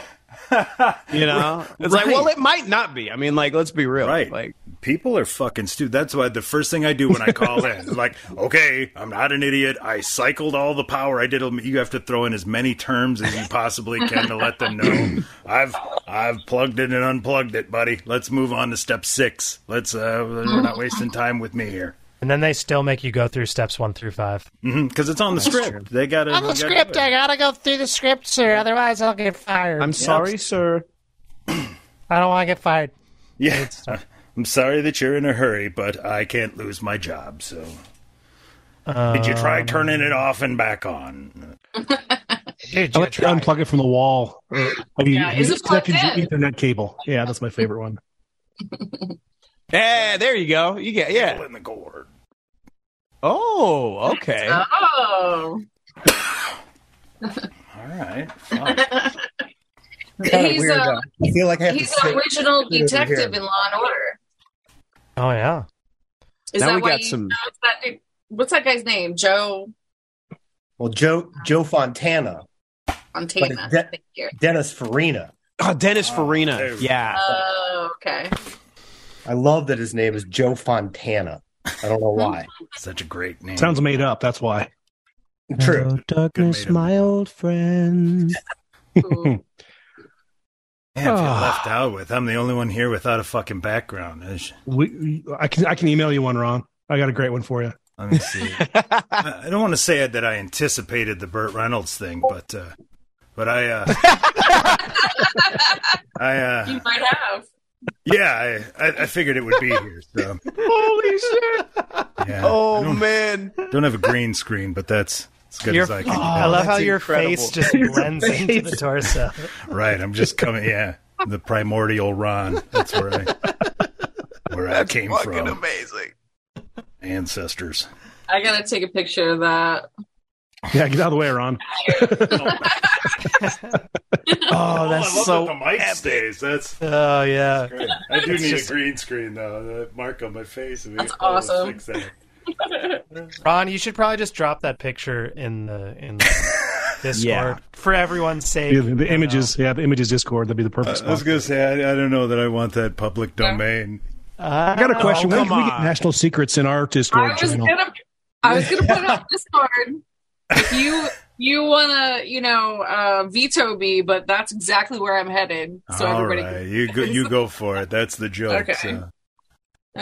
[SPEAKER 1] you know, it's like,
[SPEAKER 5] Right.
[SPEAKER 1] well, it might not be. I mean, like, let's be real.
[SPEAKER 5] Right.
[SPEAKER 1] Like,
[SPEAKER 5] People are fucking stupid. That's why the first thing I do when I call in, like, okay, I'm not an idiot. I cycled all the power. I did. You have to throw in as many terms as you possibly can to let them know I've I've plugged it and unplugged it, buddy. Let's move on to step six. Let's. Uh, we're not wasting time with me here
[SPEAKER 3] And then they still make you go through steps one through five.
[SPEAKER 5] because it's on the script. They got to.
[SPEAKER 7] on the script. I gotta go through the script, sir. Otherwise, I'll get fired.
[SPEAKER 1] I'm sorry, sir.
[SPEAKER 7] I don't want to get fired.
[SPEAKER 5] Yeah. I'm sorry that you're in a hurry, but I can't lose my job. So. Did you
[SPEAKER 1] Um,
[SPEAKER 5] try turning it off and back on?
[SPEAKER 7] Dude,
[SPEAKER 4] I
[SPEAKER 7] you
[SPEAKER 4] like to unplug it from the wall. Or have you,
[SPEAKER 2] Yeah,
[SPEAKER 4] have
[SPEAKER 2] is
[SPEAKER 4] you
[SPEAKER 2] it plugged
[SPEAKER 4] connected your
[SPEAKER 2] in?
[SPEAKER 4] Ethernet cable? Yeah, that's my favorite one.
[SPEAKER 1] Yeah, there you go. You get yeah.
[SPEAKER 5] In the gourd.
[SPEAKER 1] Oh, okay.
[SPEAKER 2] oh.
[SPEAKER 5] All right. Fine.
[SPEAKER 6] Kinda
[SPEAKER 2] He's uh,
[SPEAKER 6] weird,
[SPEAKER 2] a
[SPEAKER 6] though. I feel like I have to
[SPEAKER 2] he's
[SPEAKER 6] sit-
[SPEAKER 2] an original
[SPEAKER 6] here.
[SPEAKER 2] detective in Law and Order.
[SPEAKER 3] Oh yeah.
[SPEAKER 2] Is
[SPEAKER 1] Now
[SPEAKER 2] that
[SPEAKER 1] we
[SPEAKER 2] why
[SPEAKER 1] got
[SPEAKER 2] you
[SPEAKER 1] some-
[SPEAKER 2] know it's that dude- what's that guy's name? Joe
[SPEAKER 6] Well, Joe Joe Fontana,
[SPEAKER 2] Montana.
[SPEAKER 6] that-
[SPEAKER 2] Thank you.
[SPEAKER 6] Dennis Farina.
[SPEAKER 1] Oh, Dennis
[SPEAKER 5] there
[SPEAKER 1] Farina.
[SPEAKER 5] we go.
[SPEAKER 6] Ah.
[SPEAKER 1] Yeah.
[SPEAKER 2] Oh, okay.
[SPEAKER 6] I love that his name is Joe Fontana. I don't know
[SPEAKER 2] Hmm.
[SPEAKER 6] why.
[SPEAKER 5] Such a great name.
[SPEAKER 4] Sounds made up. That's why.
[SPEAKER 6] True.
[SPEAKER 5] darkness, my
[SPEAKER 1] old friend.
[SPEAKER 2] Cool.
[SPEAKER 5] Yeah, if you're left out with, I'm the only one here without a fucking background. I sh-
[SPEAKER 4] We, I can I can email you one, Ron. I got a great one for you.
[SPEAKER 5] Let me see. I I don't want to say that I anticipated the Burt Reynolds thing, but uh, but I uh, I uh,
[SPEAKER 2] you might have.
[SPEAKER 5] yeah, I, I I figured it would be here. So
[SPEAKER 1] Holy shit!
[SPEAKER 5] yeah. I
[SPEAKER 1] Oh
[SPEAKER 5] don't,
[SPEAKER 1] man,
[SPEAKER 5] don't have a green screen, but that's as good
[SPEAKER 3] Your-
[SPEAKER 5] as I can.
[SPEAKER 3] I love how
[SPEAKER 1] that's
[SPEAKER 3] your
[SPEAKER 1] incredible.
[SPEAKER 3] face just blends into the torso.
[SPEAKER 5] Right, I'm just coming. Yeah, the primordial Ron. That's where I where I came from.
[SPEAKER 1] amazing.
[SPEAKER 5] Ancestors.
[SPEAKER 2] I gotta take a picture of that.
[SPEAKER 4] Yeah, get out of the way, Ron.
[SPEAKER 3] Oh,
[SPEAKER 5] I
[SPEAKER 3] that's
[SPEAKER 5] love
[SPEAKER 3] so.
[SPEAKER 5] that the mic stays. That's
[SPEAKER 3] Oh yeah.
[SPEAKER 5] great. I do
[SPEAKER 3] It's
[SPEAKER 5] need
[SPEAKER 3] just-
[SPEAKER 5] a green screen though. The mark on my face. would be
[SPEAKER 2] That's
[SPEAKER 5] cool to
[SPEAKER 2] awesome.
[SPEAKER 5] fix that.
[SPEAKER 3] Ron, you should probably just drop that picture in the in the Discord
[SPEAKER 1] Yeah.
[SPEAKER 3] for everyone's sake.
[SPEAKER 4] The, the
[SPEAKER 3] you know.
[SPEAKER 4] images, yeah, the images Discord. That'd be the perfect
[SPEAKER 5] I was
[SPEAKER 4] spot.
[SPEAKER 5] gonna say I, I don't know that I want that public domain.
[SPEAKER 3] Uh,
[SPEAKER 4] I got a question.
[SPEAKER 1] Oh, come
[SPEAKER 4] when can we get
[SPEAKER 1] on.
[SPEAKER 4] national secrets in our
[SPEAKER 2] I
[SPEAKER 4] Discord
[SPEAKER 2] was
[SPEAKER 4] channel?
[SPEAKER 2] gonna I was gonna put it on Discord. If you you wanna, you know, uh veto me, but that's exactly where I'm headed. So
[SPEAKER 5] All
[SPEAKER 2] everybody
[SPEAKER 5] right, you go, you go for it. That's the joke.
[SPEAKER 2] Okay.
[SPEAKER 5] so.
[SPEAKER 2] can,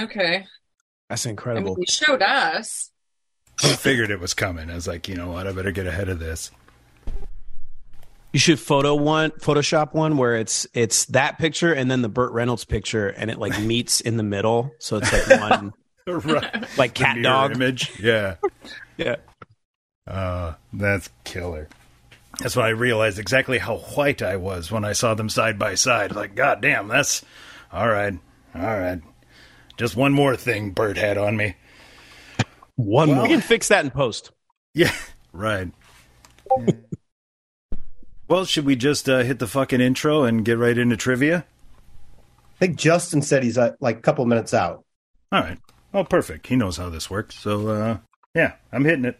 [SPEAKER 2] Okay.
[SPEAKER 1] That's
[SPEAKER 2] I mean
[SPEAKER 1] incredible.
[SPEAKER 2] you showed us.
[SPEAKER 5] I figured it was coming. I was like, you know what? I better get ahead of this.
[SPEAKER 1] You should photo one, Photoshop one where it's it's that picture and then the Burt Reynolds picture, and it like meets in the middle, so it's like one
[SPEAKER 5] right.
[SPEAKER 1] like
[SPEAKER 5] The
[SPEAKER 1] cat
[SPEAKER 5] mirror
[SPEAKER 1] dog.
[SPEAKER 5] image. Yeah.
[SPEAKER 1] Yeah.
[SPEAKER 5] Uh, that's killer. That's when I realized exactly how white I was when I saw them side by side. Like, God damn, that's all right. All right. Just one more thing Bert had on me.
[SPEAKER 4] One
[SPEAKER 1] We
[SPEAKER 4] more.
[SPEAKER 1] can fix that in post.
[SPEAKER 5] Yeah. Right. well, should we just uh, hit the fucking intro and get right into trivia?
[SPEAKER 6] I think Justin said he's uh, like a couple minutes out.
[SPEAKER 5] All right. Oh, perfect. He knows how this works. So, uh, yeah, I'm hitting it.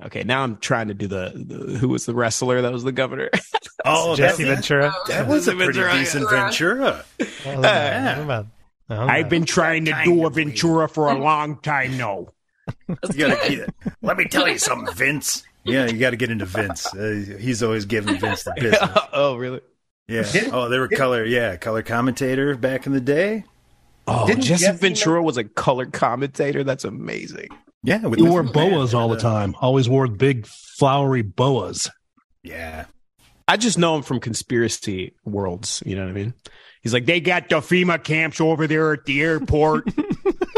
[SPEAKER 1] Okay, now I'm trying to do the, the who was the wrestler that was the governor.
[SPEAKER 5] Oh,
[SPEAKER 3] Jesse
[SPEAKER 5] that,
[SPEAKER 3] Ventura.
[SPEAKER 5] that was a pretty
[SPEAKER 1] Ventura.
[SPEAKER 5] decent Ventura.
[SPEAKER 3] Well, then, uh, well, well,
[SPEAKER 1] I've been trying to do a
[SPEAKER 5] Kind of
[SPEAKER 1] Ventura for a long time now.
[SPEAKER 5] You gotta keep it. Let me tell you something, Vince. Yeah, you got to get into Vince. Uh, he's always giving Vince the business.
[SPEAKER 1] oh, really?
[SPEAKER 5] Yeah.
[SPEAKER 6] Didn't-
[SPEAKER 5] oh, they were color. Yeah, color commentator back in the day.
[SPEAKER 1] Oh,
[SPEAKER 6] Didn't
[SPEAKER 1] Jesse
[SPEAKER 6] Jesse
[SPEAKER 1] Ventura was a color commentator. That's amazing.
[SPEAKER 5] Yeah, with
[SPEAKER 4] He
[SPEAKER 5] the-
[SPEAKER 4] wore boas all the
[SPEAKER 5] Uh,
[SPEAKER 4] time. Always wore big flowery boas.
[SPEAKER 5] Yeah.
[SPEAKER 1] I just know him from conspiracy worlds. You know what I mean? He's like, they got the FEMA camps over there at the airport.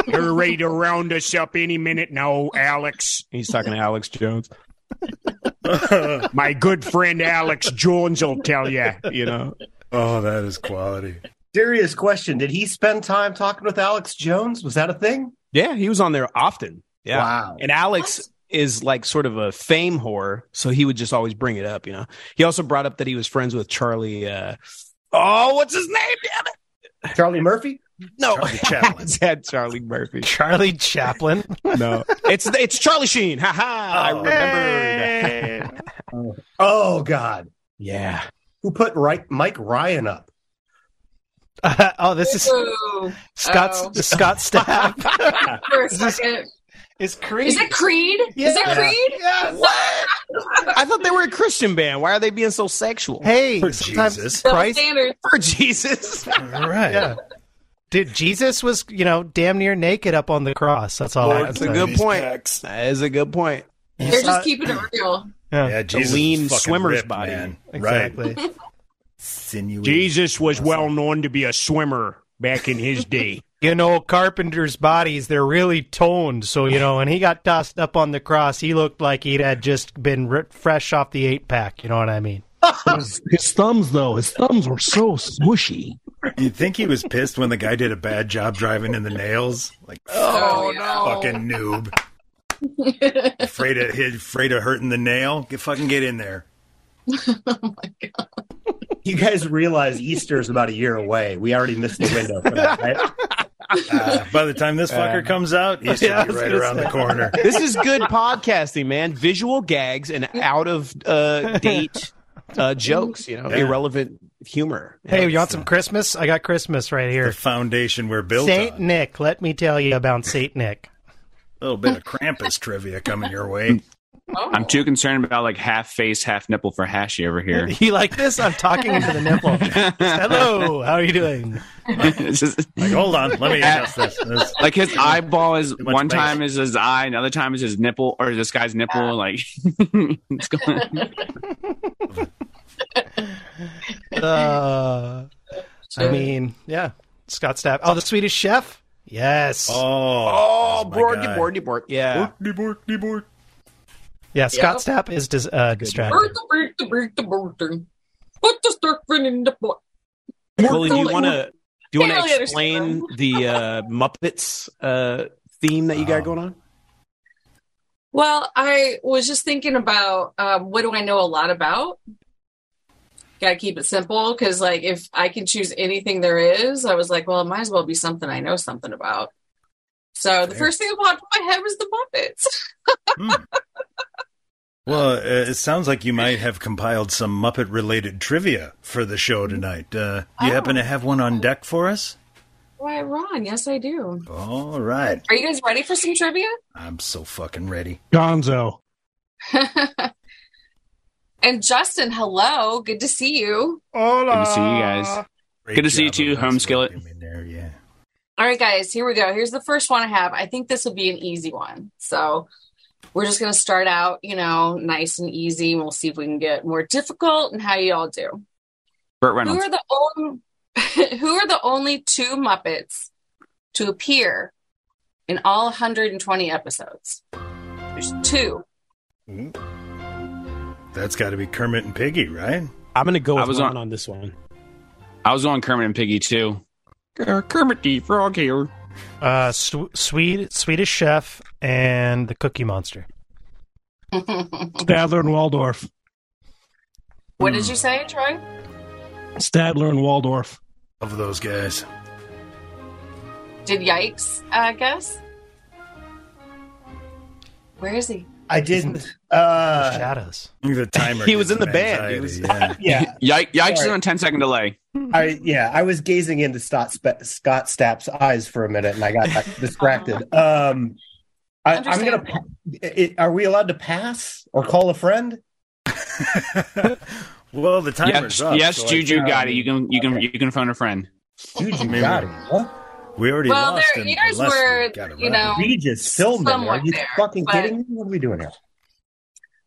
[SPEAKER 1] They're ready to round us up any minute now, Alex. He's talking to Alex Jones.
[SPEAKER 5] oh,
[SPEAKER 1] My good friend Alex Jones will tell you. You know,
[SPEAKER 5] Oh, that is quality.
[SPEAKER 6] Serious question. Did he spend time talking with Alex Jones? Was that a thing?
[SPEAKER 1] yeah, he was on there often. Yeah,
[SPEAKER 6] Wow.
[SPEAKER 1] and Alex is like sort of a fame whore, so he would just always bring it up. You know, he also brought up that he was friends with Charlie. Uh, oh, what's his name? Damn it!
[SPEAKER 6] Charlie Murphy?
[SPEAKER 1] No,
[SPEAKER 5] Charlie Chaplin.
[SPEAKER 1] It's had Charlie Murphy.
[SPEAKER 3] Charlie Chaplin.
[SPEAKER 1] No, it's it's Charlie Sheen. Ha ha! I
[SPEAKER 5] Oh.
[SPEAKER 1] remembered.
[SPEAKER 6] Oh, God.
[SPEAKER 1] Yeah,
[SPEAKER 6] Who put right, Mike Ryan up?
[SPEAKER 3] oh, this is
[SPEAKER 2] Ooh.
[SPEAKER 3] Scott's
[SPEAKER 2] Oh.
[SPEAKER 3] Scott Stapp.
[SPEAKER 2] For a
[SPEAKER 3] Is this-
[SPEAKER 2] second.
[SPEAKER 3] is Creed.
[SPEAKER 2] Is it Creed? Is it
[SPEAKER 3] Yeah.
[SPEAKER 2] Creed? What?
[SPEAKER 1] I thought they were a Christian band. Why are they being so sexual?
[SPEAKER 3] Hey,
[SPEAKER 5] For
[SPEAKER 3] sometimes
[SPEAKER 5] Jesus.
[SPEAKER 2] Double
[SPEAKER 3] Christ.
[SPEAKER 2] standard.
[SPEAKER 1] For Jesus,
[SPEAKER 5] All right.
[SPEAKER 3] Yeah. Dude, Jesus was, you know, damn near naked up on the cross. That's all. I
[SPEAKER 1] that's
[SPEAKER 3] can
[SPEAKER 1] a
[SPEAKER 3] tell you.
[SPEAKER 1] good point. That is a good point.
[SPEAKER 2] They're
[SPEAKER 3] saw-
[SPEAKER 2] just keeping it real.
[SPEAKER 5] Yeah, Jesus
[SPEAKER 1] lean
[SPEAKER 5] was fucking
[SPEAKER 1] swimmer's
[SPEAKER 5] ripped,
[SPEAKER 1] body.
[SPEAKER 5] man. Right.
[SPEAKER 3] Exactly.
[SPEAKER 5] Sinewy.
[SPEAKER 1] Jesus was well known to be a swimmer back in his day.
[SPEAKER 3] you know, carpenters' bodies, they're really toned. So, you know, when he got tossed up on the cross, he looked like he'd had just been ri fresh off the eight pack. You know what I mean?
[SPEAKER 4] His, his thumbs, though, his thumbs were so smooshy.
[SPEAKER 5] You think he was pissed when the guy did a bad job driving in the nails? Like,
[SPEAKER 2] Oh,
[SPEAKER 5] fucking noob. afraid of hit- afraid of hurting the nail? Get fucking get in there.
[SPEAKER 6] You guys realize Easter's about a year away. We already missed the window for that, right? Um,
[SPEAKER 5] Uh, by the time this fucker comes out, he's
[SPEAKER 3] Yeah, I
[SPEAKER 5] should be
[SPEAKER 3] was
[SPEAKER 5] right
[SPEAKER 3] gonna
[SPEAKER 5] around the corner.
[SPEAKER 1] this is good podcasting, man. Visual gags and out of uh, date uh, jokes. You know,
[SPEAKER 5] Yeah.
[SPEAKER 1] irrelevant humor.
[SPEAKER 3] Hey, you want some Christmas? I got Christmas right
[SPEAKER 5] The
[SPEAKER 3] here.
[SPEAKER 5] foundation we're built
[SPEAKER 3] Saint
[SPEAKER 5] on.
[SPEAKER 3] Nick. Let me tell you about Saint Nick.
[SPEAKER 5] A little bit of Krampus trivia coming your way.
[SPEAKER 2] Oh.
[SPEAKER 8] I'm too concerned about like half face, half nipple for Hashi over here.
[SPEAKER 3] You like this? I'm talking into the nipple. Hello, how are you doing?
[SPEAKER 8] It's just-
[SPEAKER 5] Like, hold on, let me adjust this. This-
[SPEAKER 8] like his eyeball is
[SPEAKER 5] much
[SPEAKER 8] one
[SPEAKER 5] bang.
[SPEAKER 8] time is his eye, another time is his nipple or this guy's nipple. Like it's going.
[SPEAKER 3] Uh, I mean, yeah, Scott Stapp. Oh, the Swedish Chef. Yes.
[SPEAKER 5] Oh,
[SPEAKER 1] Oh, board, board, board. Yeah.
[SPEAKER 3] yeah, Scott Stapp is dis- uh, distracted.
[SPEAKER 2] Put the stuffing in the pot.
[SPEAKER 1] Willie, do you want to do you want
[SPEAKER 2] Barely
[SPEAKER 1] to explain the uh, Muppets uh, theme that you got
[SPEAKER 5] Oh.
[SPEAKER 1] going on?
[SPEAKER 2] Well, I was just thinking about um, what do I know a lot about? Gotta keep it simple because, like, if I can choose anything there is, I was like, well, it might as well be something I know something about. So the
[SPEAKER 5] Fair.
[SPEAKER 2] first thing that popped in my head was the Muppets.
[SPEAKER 5] Well, uh, it sounds like you might have compiled some Muppet related trivia for the show tonight. Uh, you happen to have one on deck for us?
[SPEAKER 2] Why, Ron? Yes, I do.
[SPEAKER 5] All right.
[SPEAKER 2] Are you guys ready for some trivia?
[SPEAKER 5] I'm so fucking ready.
[SPEAKER 4] Gonzo.
[SPEAKER 2] and Justin, hello. Good to see you.
[SPEAKER 8] Good to see you guys.
[SPEAKER 5] Great
[SPEAKER 8] Good to see you
[SPEAKER 5] job
[SPEAKER 8] too,
[SPEAKER 5] of
[SPEAKER 8] Home
[SPEAKER 5] us
[SPEAKER 8] Skillet.
[SPEAKER 5] working in there, yeah.
[SPEAKER 2] All right, guys, here we go. Here's the first one I have. I think this will be an easy one. So we're just going to start out, you know, nice and easy. And we'll see if we can get more difficult and how you all do.
[SPEAKER 8] Burt
[SPEAKER 2] Who
[SPEAKER 8] Reynolds.
[SPEAKER 2] are the only, who are the only two Muppets to appear in all 120 episodes? There's two.
[SPEAKER 5] That's got to be Kermit and Piggy, right?
[SPEAKER 1] I'm gonna go
[SPEAKER 8] I
[SPEAKER 1] with
[SPEAKER 8] was
[SPEAKER 1] Ron
[SPEAKER 8] on-
[SPEAKER 1] on... this one.
[SPEAKER 8] I was on Kermit and Piggy too. Uh, Kermit the Frog here.
[SPEAKER 3] Uh, sw- Swede, Swedish Chef, and the Cookie Monster.
[SPEAKER 4] Stadler and Waldorf.
[SPEAKER 2] what did you say, Troy?
[SPEAKER 4] Stadler and Waldorf.
[SPEAKER 5] Of those guys.
[SPEAKER 2] Did Yikes uh, guess? Where is he?
[SPEAKER 6] I didn't. Uh,
[SPEAKER 3] Shadows.
[SPEAKER 5] I think The timer.
[SPEAKER 1] He was
[SPEAKER 5] gives
[SPEAKER 1] in the
[SPEAKER 5] them
[SPEAKER 1] band.
[SPEAKER 5] anxiety,
[SPEAKER 1] He was-
[SPEAKER 5] yeah.
[SPEAKER 6] yeah,
[SPEAKER 8] Yike, yikes is
[SPEAKER 6] Sorry.
[SPEAKER 8] on a 10 second delay.
[SPEAKER 6] I yeah, I was gazing into Scott Spe- Scott Stapp's eyes for a minute, and I got distracted. Um, I, I'm gonna.
[SPEAKER 2] Understandable.
[SPEAKER 6] pa- It, are we allowed to pass or call a friend?
[SPEAKER 5] well, the timer's
[SPEAKER 8] Yes,
[SPEAKER 5] up.
[SPEAKER 8] yes,
[SPEAKER 5] so I
[SPEAKER 8] Juju
[SPEAKER 5] think-
[SPEAKER 8] got it. You can you can you can phone a friend.
[SPEAKER 6] Dude, you
[SPEAKER 5] Maybe.
[SPEAKER 6] Oh, got it. Huh?
[SPEAKER 5] We already
[SPEAKER 2] Well,
[SPEAKER 5] lost.
[SPEAKER 2] there-
[SPEAKER 5] in-
[SPEAKER 2] yours
[SPEAKER 5] unless we
[SPEAKER 2] were,
[SPEAKER 5] got it
[SPEAKER 2] you
[SPEAKER 5] right.
[SPEAKER 2] know,
[SPEAKER 6] Regis Philbin, are
[SPEAKER 2] Somewhat
[SPEAKER 6] you
[SPEAKER 2] there,
[SPEAKER 6] fucking
[SPEAKER 2] but-
[SPEAKER 6] kidding me? What are we doing here?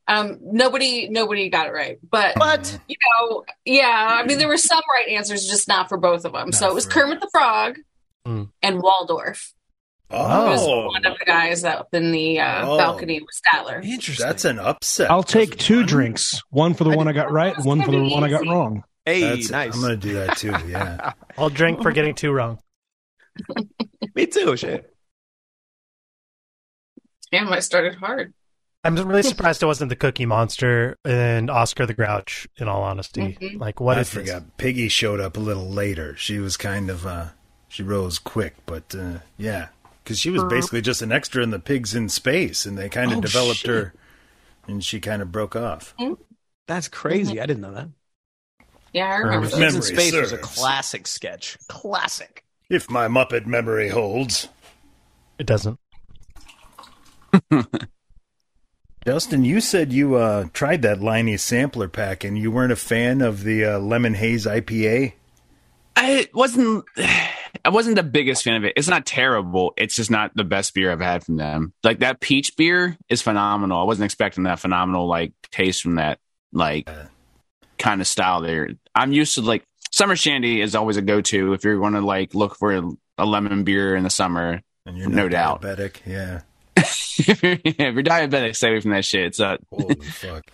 [SPEAKER 2] Um, nobody, nobody got it right, but
[SPEAKER 6] But
[SPEAKER 2] you know, yeah. I mean, there were some right answers, just not for both of them. so
[SPEAKER 5] Not
[SPEAKER 2] it was
[SPEAKER 5] for-
[SPEAKER 2] Kermit the Frog
[SPEAKER 3] Mm.
[SPEAKER 2] and Waldorf. Was
[SPEAKER 5] Oh,
[SPEAKER 2] one of the guys up in the uh,
[SPEAKER 5] Oh.
[SPEAKER 2] balcony with Statler.
[SPEAKER 1] Interesting.
[SPEAKER 5] that's an upset.
[SPEAKER 4] I'll take
[SPEAKER 5] Just
[SPEAKER 4] two
[SPEAKER 5] one?
[SPEAKER 4] drinks. One for the
[SPEAKER 1] I
[SPEAKER 4] one I
[SPEAKER 2] didn't
[SPEAKER 4] got
[SPEAKER 2] know
[SPEAKER 4] right,
[SPEAKER 2] it was
[SPEAKER 4] one for the
[SPEAKER 2] gonna be
[SPEAKER 4] one I got
[SPEAKER 2] easy.
[SPEAKER 4] wrong.
[SPEAKER 1] Hey,
[SPEAKER 5] That's-
[SPEAKER 1] nice.
[SPEAKER 5] I'm gonna do that too. Yeah.
[SPEAKER 3] I'll drink for getting two wrong.
[SPEAKER 1] Me too. Shit.
[SPEAKER 2] Damn, I started hard.
[SPEAKER 3] I'm really surprised it wasn't the Cookie Monster and Oscar the Grouch. In all honesty,
[SPEAKER 2] Mhm.
[SPEAKER 3] like what
[SPEAKER 5] I
[SPEAKER 3] is
[SPEAKER 5] forgot. Piggy showed up a little later. She was kind of uh, she rose quick, but uh, yeah, because she was basically just an extra in the pigs in space, and they kind of
[SPEAKER 1] Oh,
[SPEAKER 5] developed
[SPEAKER 1] shit.
[SPEAKER 5] her, and she kind of broke off.
[SPEAKER 1] That's crazy. I didn't know that.
[SPEAKER 2] Yeah, I remember.
[SPEAKER 5] If
[SPEAKER 1] Pigs in
[SPEAKER 5] memory
[SPEAKER 1] Space was a
[SPEAKER 5] serves.
[SPEAKER 1] classic sketch. Classic.
[SPEAKER 5] If my Muppet memory holds,
[SPEAKER 3] this? It doesn't.
[SPEAKER 5] Dustin, you said you uh, tried that Liney sampler pack, and you weren't a fan of the uh, Lemon Haze IPA.
[SPEAKER 8] I wasn't I wasn't the biggest fan of it. It's not terrible. It's just not the best beer I've had from them. Like that peach beer is phenomenal. I wasn't expecting that phenomenal like taste from that like kind of style there. I'm used to like summer shandy is always a go to if you want to like look for a lemon beer in the summer.
[SPEAKER 5] And you're
[SPEAKER 8] No
[SPEAKER 5] not
[SPEAKER 8] doubt.
[SPEAKER 5] diabetic. Yeah.
[SPEAKER 8] if you're diabetic, stay away from that shit. It's uh,
[SPEAKER 5] Holy fuck.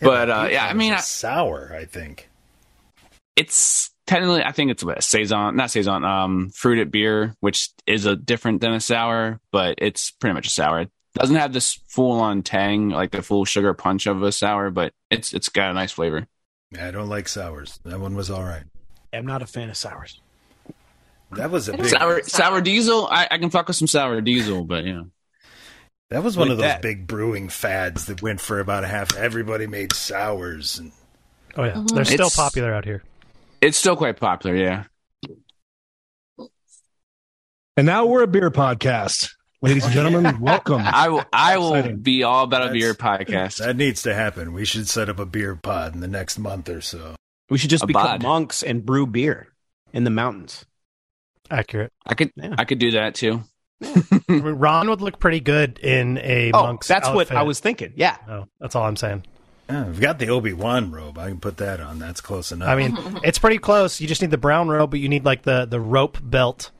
[SPEAKER 8] But,
[SPEAKER 5] my
[SPEAKER 8] uh,
[SPEAKER 5] beef
[SPEAKER 8] yeah, I
[SPEAKER 5] was
[SPEAKER 8] mean,
[SPEAKER 5] a
[SPEAKER 8] I-
[SPEAKER 5] sour. I think.
[SPEAKER 8] it's technically I think it's a saison, not saison, um, fruited beer, which is a different than a sour, but it's pretty much a sour. It doesn't have this full on tang, like the full sugar punch of a sour, but it's it's got a nice flavor.
[SPEAKER 5] I don't like sours. That one was all right.
[SPEAKER 1] I'm not a fan of sours.
[SPEAKER 5] That was a big.
[SPEAKER 8] Sour sour diesel, I, I can fuck with some sour diesel, but you know.
[SPEAKER 5] That was one
[SPEAKER 1] Like
[SPEAKER 5] of those
[SPEAKER 1] that.
[SPEAKER 5] big brewing fads that went for about a half. Everybody made sours, and
[SPEAKER 3] Oh yeah, they're still
[SPEAKER 8] It's-
[SPEAKER 3] popular out here.
[SPEAKER 8] It's still quite popular, yeah.
[SPEAKER 4] And now we're a beer podcast. Ladies and gentlemen, welcome.
[SPEAKER 8] I will I will
[SPEAKER 4] Exciting.
[SPEAKER 8] be all about a
[SPEAKER 5] That's-
[SPEAKER 8] beer podcast.
[SPEAKER 5] that needs to happen. We should set up a beer pod in the next month or so.
[SPEAKER 1] We should just
[SPEAKER 8] A
[SPEAKER 1] become
[SPEAKER 8] bod.
[SPEAKER 1] monks and brew beer in the mountains.
[SPEAKER 3] Accurate.
[SPEAKER 8] I could
[SPEAKER 1] Yeah.
[SPEAKER 8] I could do that too.
[SPEAKER 3] I mean, Ron would look pretty good in a
[SPEAKER 1] Oh,
[SPEAKER 3] monk's.
[SPEAKER 1] that's what
[SPEAKER 3] outfit.
[SPEAKER 1] I was thinking. Yeah.
[SPEAKER 3] No, that's all I'm saying.
[SPEAKER 5] Yeah, I've got the Obi Wan robe. I can put that on. That's close enough.
[SPEAKER 3] I mean, it's pretty close. You just need the brown robe, but you need like the the rope belt.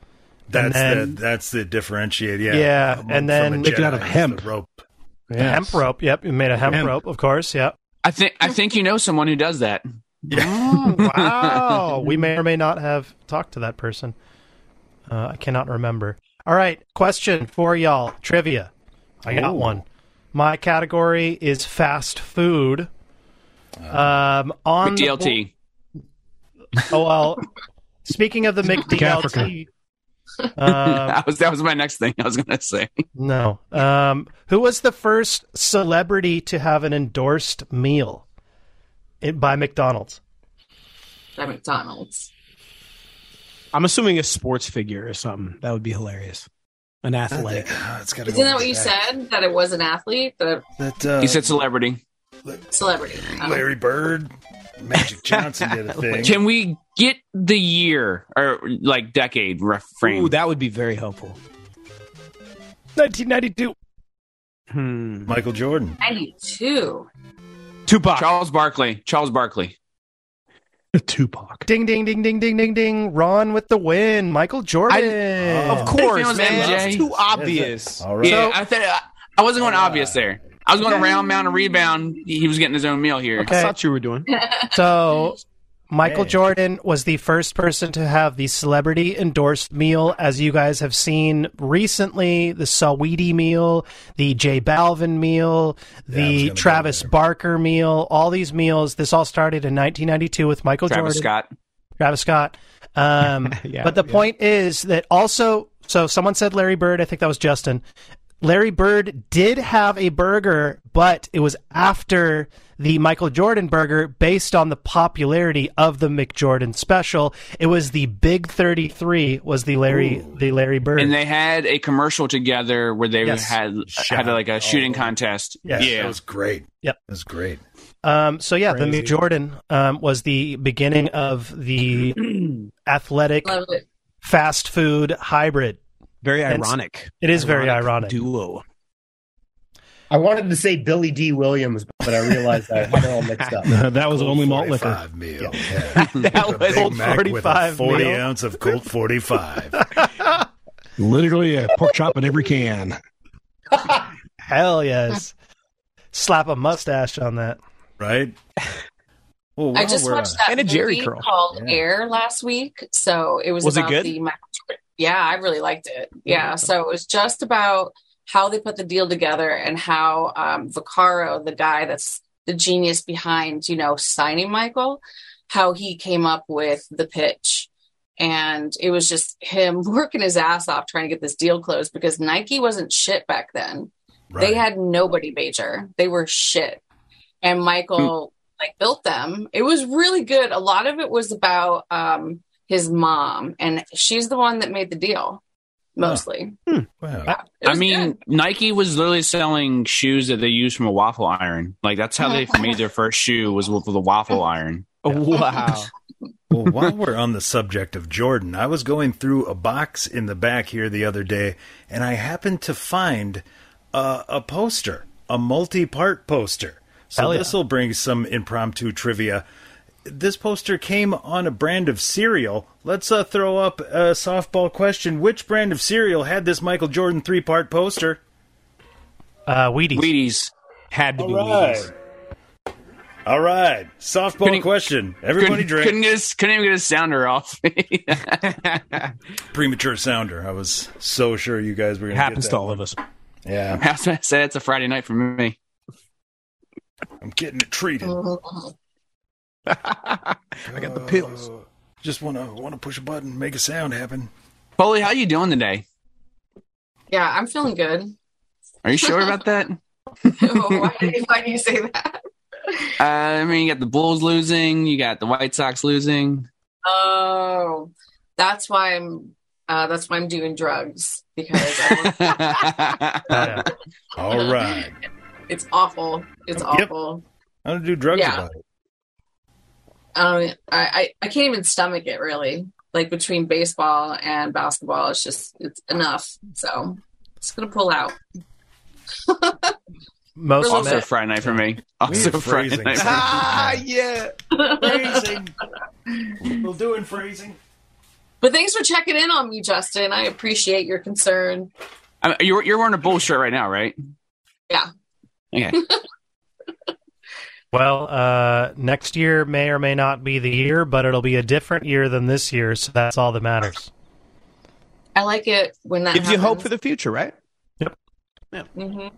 [SPEAKER 5] that's
[SPEAKER 3] and then-
[SPEAKER 5] the that's the differentiate. Yeah,
[SPEAKER 3] Yeah,
[SPEAKER 5] I'm
[SPEAKER 3] and
[SPEAKER 5] from a
[SPEAKER 3] then-
[SPEAKER 4] Make it out of
[SPEAKER 5] Jedi, it's
[SPEAKER 4] hemp.
[SPEAKER 5] the rope.
[SPEAKER 3] The Hemp rope. Yep, you made a hemp,
[SPEAKER 4] Hemp.
[SPEAKER 3] rope, of course. Yep.
[SPEAKER 8] I think I think you know someone who does that.
[SPEAKER 3] wow. we may or may not have talked to that person. Uh, I cannot remember. All right. Question for y'all trivia. I got one. My category is fast food. Um, on the
[SPEAKER 8] DLT.
[SPEAKER 3] bo- oh, well, speaking of the McDLT. Um,
[SPEAKER 8] that was that was my next thing I was gonna say.
[SPEAKER 3] no. Um, who was the first celebrity to have an endorsed meal in, by McDonald's?
[SPEAKER 2] At McDonald's.
[SPEAKER 1] I'm assuming a sports figure or something. That would be hilarious. an athletic.
[SPEAKER 5] It's gotta
[SPEAKER 2] Isn't
[SPEAKER 5] go
[SPEAKER 2] that
[SPEAKER 5] with
[SPEAKER 2] what you
[SPEAKER 5] the
[SPEAKER 2] said? That it was an athlete, the
[SPEAKER 5] act. That, uh,
[SPEAKER 8] He said celebrity.
[SPEAKER 2] celebrity. Oh.
[SPEAKER 5] Larry Bird, Magic Johnson did a thing.
[SPEAKER 8] Can we get the year or like decade ref- frame?
[SPEAKER 1] Ooh, that would be very helpful.
[SPEAKER 3] 1992.
[SPEAKER 1] Hmm.
[SPEAKER 5] Michael Jordan.
[SPEAKER 2] 92.
[SPEAKER 1] Tupac.
[SPEAKER 8] Charles Barkley. Charles Barkley.
[SPEAKER 4] Tupac.
[SPEAKER 3] Ding, ding, ding, ding, ding, ding, ding. Ron with the win. Michael Jordan.
[SPEAKER 1] Of course,
[SPEAKER 8] Fans,
[SPEAKER 1] man.
[SPEAKER 8] MJ.
[SPEAKER 1] It's too obvious.
[SPEAKER 5] All right.
[SPEAKER 8] yeah, I thought I, I wasn't going obvious there. I was going
[SPEAKER 3] Okay.
[SPEAKER 8] round, mound, and rebound. He he was getting his own meal here.
[SPEAKER 1] I
[SPEAKER 3] Okay.
[SPEAKER 1] thought you were doing.
[SPEAKER 3] So Michael
[SPEAKER 5] Hey.
[SPEAKER 3] Jordan was the first person to have the celebrity endorsed meal, as you guys have seen recently the Saweetie meal, the J Balvin
[SPEAKER 5] Yeah, I
[SPEAKER 3] meal,
[SPEAKER 5] was
[SPEAKER 3] the
[SPEAKER 5] gonna go
[SPEAKER 3] Travis
[SPEAKER 5] there.
[SPEAKER 3] Barker meal, all these meals. This all started in 1992 with Michael
[SPEAKER 8] Travis
[SPEAKER 3] Jordan.
[SPEAKER 8] Scott.
[SPEAKER 3] Travis Scott. Um,
[SPEAKER 1] Yeah,
[SPEAKER 3] but the
[SPEAKER 1] yeah.
[SPEAKER 3] point is that also, so someone said Larry Bird. I think that was Justin. Larry Bird did have a burger, but it was after the Michael Jordan burger based on the popularity of the McJordan special. It was the Big 33 was the Larry the Larry Bird.
[SPEAKER 8] And they had a commercial together where they
[SPEAKER 3] Yes.
[SPEAKER 8] had
[SPEAKER 5] Shot.
[SPEAKER 8] had like a shooting
[SPEAKER 5] Oh.
[SPEAKER 8] contest.
[SPEAKER 3] Yes.
[SPEAKER 8] Yeah.
[SPEAKER 5] That was great.
[SPEAKER 3] Yep.
[SPEAKER 5] That was great.
[SPEAKER 3] Um, so yeah,
[SPEAKER 6] Crazy.
[SPEAKER 3] the McJordan um, was the beginning of the athletic
[SPEAKER 2] Love it.
[SPEAKER 3] fast food hybrid.
[SPEAKER 1] Very
[SPEAKER 3] It's-
[SPEAKER 1] ironic.
[SPEAKER 3] It is very ironic.
[SPEAKER 1] Duo.
[SPEAKER 6] I wanted to say Billy D. Williams, but I realized I had it all mixed up.
[SPEAKER 4] that was only malt liquor.
[SPEAKER 5] 45 meal. Yeah.
[SPEAKER 3] that
[SPEAKER 5] Big
[SPEAKER 3] was
[SPEAKER 5] Mac with a
[SPEAKER 3] 45
[SPEAKER 5] 40
[SPEAKER 3] meal.
[SPEAKER 5] ounce of Colt 45.
[SPEAKER 4] Literally a pork chop in every can.
[SPEAKER 3] Hell yes. Slap a mustache on that.
[SPEAKER 5] right? Well,
[SPEAKER 2] I
[SPEAKER 5] wow,
[SPEAKER 2] just
[SPEAKER 1] uh,
[SPEAKER 5] we're
[SPEAKER 2] watched
[SPEAKER 5] on-
[SPEAKER 2] that
[SPEAKER 1] And a Jerry
[SPEAKER 2] movie
[SPEAKER 1] curl.
[SPEAKER 2] called
[SPEAKER 5] Yeah.
[SPEAKER 2] Air last week. So it was,
[SPEAKER 1] Was it
[SPEAKER 2] about
[SPEAKER 1] good?
[SPEAKER 2] the Michael Jordan. Yeah, I really liked it. Yeah. So it was just about how they put the deal together and how um, Vaccaro, the guy that's the genius behind, you know, signing Michael, how he came up with the pitch. And it was just him working his ass off trying to get this deal closed because Nike wasn't shit back then. They
[SPEAKER 5] right.
[SPEAKER 2] had nobody major. They were shit. And
[SPEAKER 8] Mm.
[SPEAKER 2] Michael like built them. It was really good. A lot of it was about um his mom and she's the one that made the deal mostly.
[SPEAKER 5] Wow.
[SPEAKER 2] It
[SPEAKER 8] I
[SPEAKER 2] was
[SPEAKER 8] mean,
[SPEAKER 2] good.
[SPEAKER 8] Nike was literally selling shoes that they used from a waffle iron. Like that's how they made their first shoe was with a waffle iron.
[SPEAKER 1] Wow.
[SPEAKER 5] well, while we're on the subject of Jordan, I was going through a box in the back here the other day, and I happened to find uh, a poster, a multi-part poster. So
[SPEAKER 3] Hell yeah.
[SPEAKER 5] this will bring some impromptu trivia. This poster came on a brand of cereal. Let's uh, throw up a softball question: Which brand of cereal had this Michael Jordan three-part poster?
[SPEAKER 3] Uh, Wheaties.
[SPEAKER 8] Wheaties.
[SPEAKER 1] Had to be. Wheaties.
[SPEAKER 5] All right, softball
[SPEAKER 8] Couldn't-
[SPEAKER 5] question. Everybody
[SPEAKER 8] Couldn't,
[SPEAKER 5] drink.
[SPEAKER 8] couldn't, get his, couldn't even get his sounder off.
[SPEAKER 5] premature sounder. I was so sure you guys were going
[SPEAKER 1] It
[SPEAKER 5] to
[SPEAKER 1] happens
[SPEAKER 5] get
[SPEAKER 1] to
[SPEAKER 5] that.
[SPEAKER 1] all of us.
[SPEAKER 5] Yeah,
[SPEAKER 8] That's why I said it's a Friday night for me.
[SPEAKER 5] I'm getting it treated.
[SPEAKER 1] I got the pills.
[SPEAKER 5] Uh, Just want to want to push a button, make a sound happen.
[SPEAKER 8] Foley, how you doing today?
[SPEAKER 2] Yeah, I'm feeling good.
[SPEAKER 8] Are you sure about that?
[SPEAKER 2] why, did you, why do you say that?
[SPEAKER 8] Uh, I mean, you got the Bulls losing, you got the White Sox losing.
[SPEAKER 2] Oh, that's why I'm uh, that's why I'm doing drugs because I want-
[SPEAKER 8] That's
[SPEAKER 3] Yeah.
[SPEAKER 5] All right,
[SPEAKER 2] it's awful. It's
[SPEAKER 5] Yep.
[SPEAKER 2] awful.
[SPEAKER 5] I'm gonna do drugs
[SPEAKER 2] Yeah.
[SPEAKER 5] about it.
[SPEAKER 2] um, I, I I can't even stomach it really. Like between baseball and basketball, it's just it's enough. So just gonna pull out.
[SPEAKER 3] Most
[SPEAKER 2] Also-
[SPEAKER 8] also Friday night for me. Also
[SPEAKER 5] Weird
[SPEAKER 8] Friday
[SPEAKER 5] phrasing.
[SPEAKER 8] night. For me.
[SPEAKER 1] yeah.
[SPEAKER 5] Phrasing. We'll do in phrasing.
[SPEAKER 2] But thanks for checking in on me, Justin. I appreciate your concern.
[SPEAKER 8] I mean, you're you're wearing a Bulls shirt right now, right?
[SPEAKER 2] Yeah.
[SPEAKER 8] Okay.
[SPEAKER 3] well, uh, next year may or may not be the year, but it'll be a different year than this year, so that's all that matters.
[SPEAKER 2] I like it when that
[SPEAKER 1] Gives you hope for
[SPEAKER 2] happens.
[SPEAKER 1] the future, right?
[SPEAKER 2] Mhm.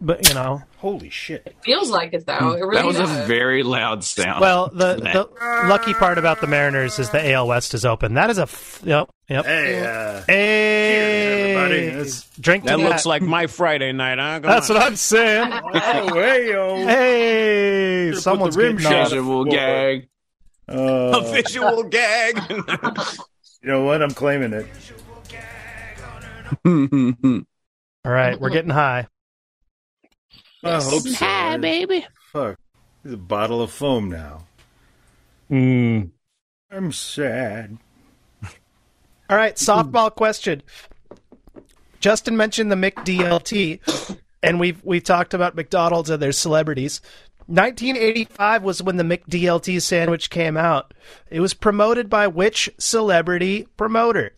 [SPEAKER 3] But you know,
[SPEAKER 5] Holy shit!
[SPEAKER 2] Feels like it though. It really
[SPEAKER 8] Mm. that was a
[SPEAKER 2] does.
[SPEAKER 8] very loud sound.
[SPEAKER 3] well, the, the lucky part about the Mariners is the AL West is open. That is a f- yep, yep.
[SPEAKER 5] Hey, uh,
[SPEAKER 3] Hey,
[SPEAKER 5] everybody. That's-
[SPEAKER 3] drink to
[SPEAKER 1] That looks like my Friday night, huh? Come
[SPEAKER 3] That's
[SPEAKER 1] on.
[SPEAKER 3] what I'm saying.
[SPEAKER 5] out of the way, yo.
[SPEAKER 3] hey,
[SPEAKER 5] the
[SPEAKER 3] someone's
[SPEAKER 5] rim
[SPEAKER 3] getting
[SPEAKER 5] shot.
[SPEAKER 3] on. it.
[SPEAKER 8] Visual gag.
[SPEAKER 5] Uh,
[SPEAKER 1] a visual gag.
[SPEAKER 5] you know what? I'm claiming it.
[SPEAKER 8] Fuck
[SPEAKER 3] All right, we're getting high.
[SPEAKER 5] I hope so.
[SPEAKER 7] Hi, baby.
[SPEAKER 5] Fuck. There's a bottle of foam now.
[SPEAKER 4] Mm.
[SPEAKER 5] I'm sad.
[SPEAKER 3] All right, softball question. Justin mentioned the McDLT, and we've we've talked about McDonald's and their celebrities. 1985 was when the McDLT sandwich came out. It was promoted by which celebrity promoter?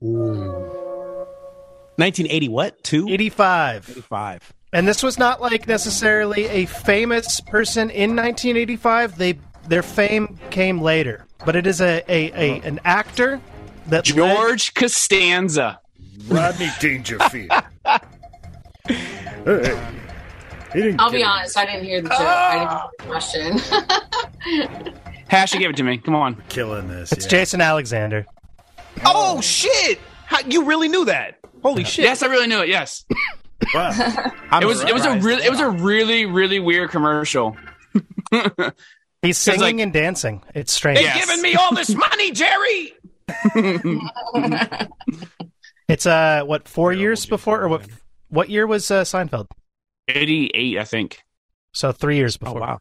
[SPEAKER 1] 1980, what? Two?
[SPEAKER 3] 85.
[SPEAKER 1] 85.
[SPEAKER 3] And this was not like necessarily a famous person in 1985. They their fame came later, but it is a, a, a an actor that led-
[SPEAKER 8] George Costanza.
[SPEAKER 5] Rodney Dangerfield. hey. He didn't
[SPEAKER 2] I'll be
[SPEAKER 5] get it.
[SPEAKER 2] honest, I didn't hear the joke. I didn't hear the question.
[SPEAKER 8] Hash, you gave it to me. Come on.
[SPEAKER 5] Killing this.
[SPEAKER 3] It's
[SPEAKER 5] yeah.
[SPEAKER 3] Jason Alexander.
[SPEAKER 1] Oh, shit! How, you really knew that? Holy shit!
[SPEAKER 8] Yes, I really knew it. Yes,
[SPEAKER 5] Wow.
[SPEAKER 1] I'm
[SPEAKER 8] it was. It was a
[SPEAKER 1] surprised.
[SPEAKER 8] really. It was a really, really weird commercial.
[SPEAKER 3] He's singing
[SPEAKER 8] like-
[SPEAKER 3] and dancing. It's strange.
[SPEAKER 8] They've given me all this money, Jerry.
[SPEAKER 3] It's uh what four
[SPEAKER 5] Terrible
[SPEAKER 3] years
[SPEAKER 5] Jason
[SPEAKER 3] before or what what year was uh, Seinfeld?
[SPEAKER 8] Eighty-eight, I think.
[SPEAKER 3] So three years
[SPEAKER 1] Oh
[SPEAKER 3] before.
[SPEAKER 1] wow!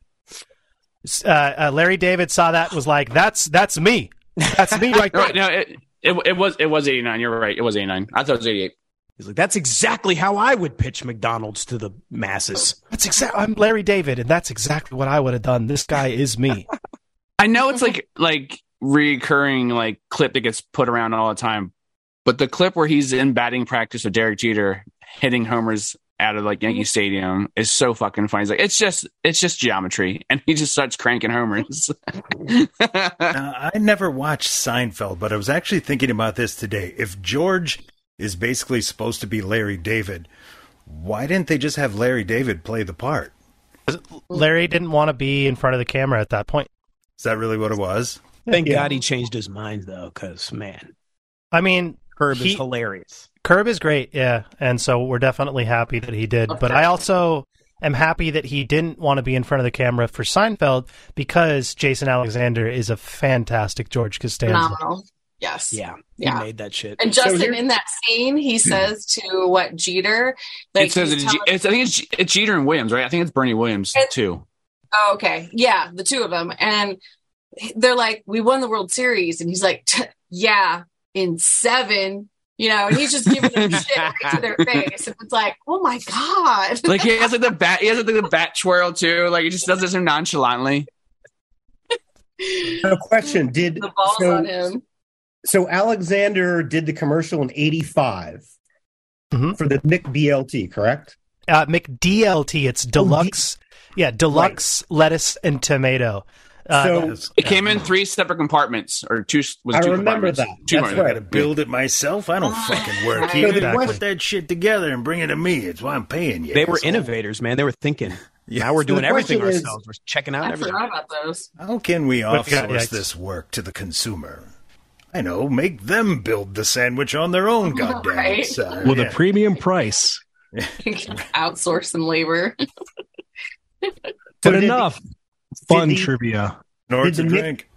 [SPEAKER 3] S- Uh, uh, Larry David saw that was like that's that's me, that's me right there.
[SPEAKER 8] Right, no, it, it it was it was eighty-nine. You're right. It was eighty-nine. I thought it was eighty-eight.
[SPEAKER 1] He's like, that's exactly how I would pitch McDonald's to the masses.
[SPEAKER 3] That's exactly I'm Larry David, and that's exactly what I would have done. This guy is me.
[SPEAKER 8] I know it's like like recurring like clip that gets put around all the time, but the clip where he's in batting practice with Derek Jeter hitting homers out of like
[SPEAKER 1] Mm-hmm.
[SPEAKER 8] Yankee Stadium is so fucking funny. He's like, it's just it's just geometry, and he just starts cranking homers.
[SPEAKER 5] Now, I never watched Seinfeld, but I was actually thinking about this today. If George is basically supposed to be Larry David, why didn't they just have Larry David play the part?
[SPEAKER 3] Larry didn't want to be in front of the camera at that point.
[SPEAKER 5] Is that really what it was?
[SPEAKER 1] Thank God he changed his mind though, because man,
[SPEAKER 3] I mean,
[SPEAKER 1] Curb
[SPEAKER 3] He-
[SPEAKER 1] is hilarious.
[SPEAKER 3] Curb is great, yeah, and so we're definitely happy that he did. But I also am happy that he didn't want to be in front of the camera for Seinfeld because Jason Alexander is a fantastic George Costanza.
[SPEAKER 2] Phenomenal. Yes.
[SPEAKER 1] Yeah,
[SPEAKER 2] Yeah.
[SPEAKER 1] he made that shit.
[SPEAKER 2] And Justin, in that scene, he says to what Jeter, like,
[SPEAKER 8] it says
[SPEAKER 2] he's
[SPEAKER 8] it's,
[SPEAKER 2] telling-
[SPEAKER 8] it's I think it's, it's Jeter and Williams, right? I think it's Bernie Williams
[SPEAKER 2] It's-
[SPEAKER 8] too.
[SPEAKER 2] oh, okay, yeah, the two of them, and they're like, we won the World Series, and he's like, "T- yeah, in seven, you know, and he's just giving them shit right to their face, and it's like, oh my god,
[SPEAKER 8] Like he has like the bat, he has like the bat twirl too. Like he just does this so nonchalantly.
[SPEAKER 6] No question. Did
[SPEAKER 2] the balls
[SPEAKER 6] so,
[SPEAKER 2] on him.
[SPEAKER 6] so Alexander did the commercial in '85
[SPEAKER 3] Mhm.
[SPEAKER 6] for the Nick BLT, correct?
[SPEAKER 3] Uh, McDLT,
[SPEAKER 5] Oh,
[SPEAKER 3] it's deluxe. Yeah, deluxe lettuce and tomato. Uh,
[SPEAKER 6] so
[SPEAKER 5] Yes.
[SPEAKER 8] It came in three separate compartments or two. Was
[SPEAKER 6] I
[SPEAKER 8] two
[SPEAKER 6] remember
[SPEAKER 8] compartments.
[SPEAKER 6] that.
[SPEAKER 8] Two
[SPEAKER 6] That's
[SPEAKER 8] compartments.
[SPEAKER 5] I
[SPEAKER 6] right.
[SPEAKER 5] gotta build it myself. I don't fucking work here.
[SPEAKER 6] So the
[SPEAKER 5] You Put
[SPEAKER 6] question-
[SPEAKER 5] that shit together and bring it to me. It's why I'm paying you.
[SPEAKER 1] They were
[SPEAKER 5] asshole.
[SPEAKER 1] innovators, man. They were thinking.
[SPEAKER 5] Yeah.
[SPEAKER 1] Now we're
[SPEAKER 6] So the
[SPEAKER 1] doing everything
[SPEAKER 6] question is-
[SPEAKER 1] ourselves. We're checking out
[SPEAKER 2] I
[SPEAKER 1] everything.
[SPEAKER 2] forgot about those.
[SPEAKER 5] How can we
[SPEAKER 3] But yeah,
[SPEAKER 5] offsource
[SPEAKER 3] yikes.
[SPEAKER 5] this work to the consumer? I know, make them build the sandwich on their own, goddamn
[SPEAKER 2] Right.
[SPEAKER 5] it. Uh,
[SPEAKER 4] With
[SPEAKER 5] yeah.
[SPEAKER 4] a premium price.
[SPEAKER 2] Outsource some labor.
[SPEAKER 6] So
[SPEAKER 4] But
[SPEAKER 6] did the-
[SPEAKER 4] enough fun
[SPEAKER 6] the-
[SPEAKER 4] trivia.
[SPEAKER 5] Nor
[SPEAKER 6] Did
[SPEAKER 5] to
[SPEAKER 6] the Nick-
[SPEAKER 5] drink.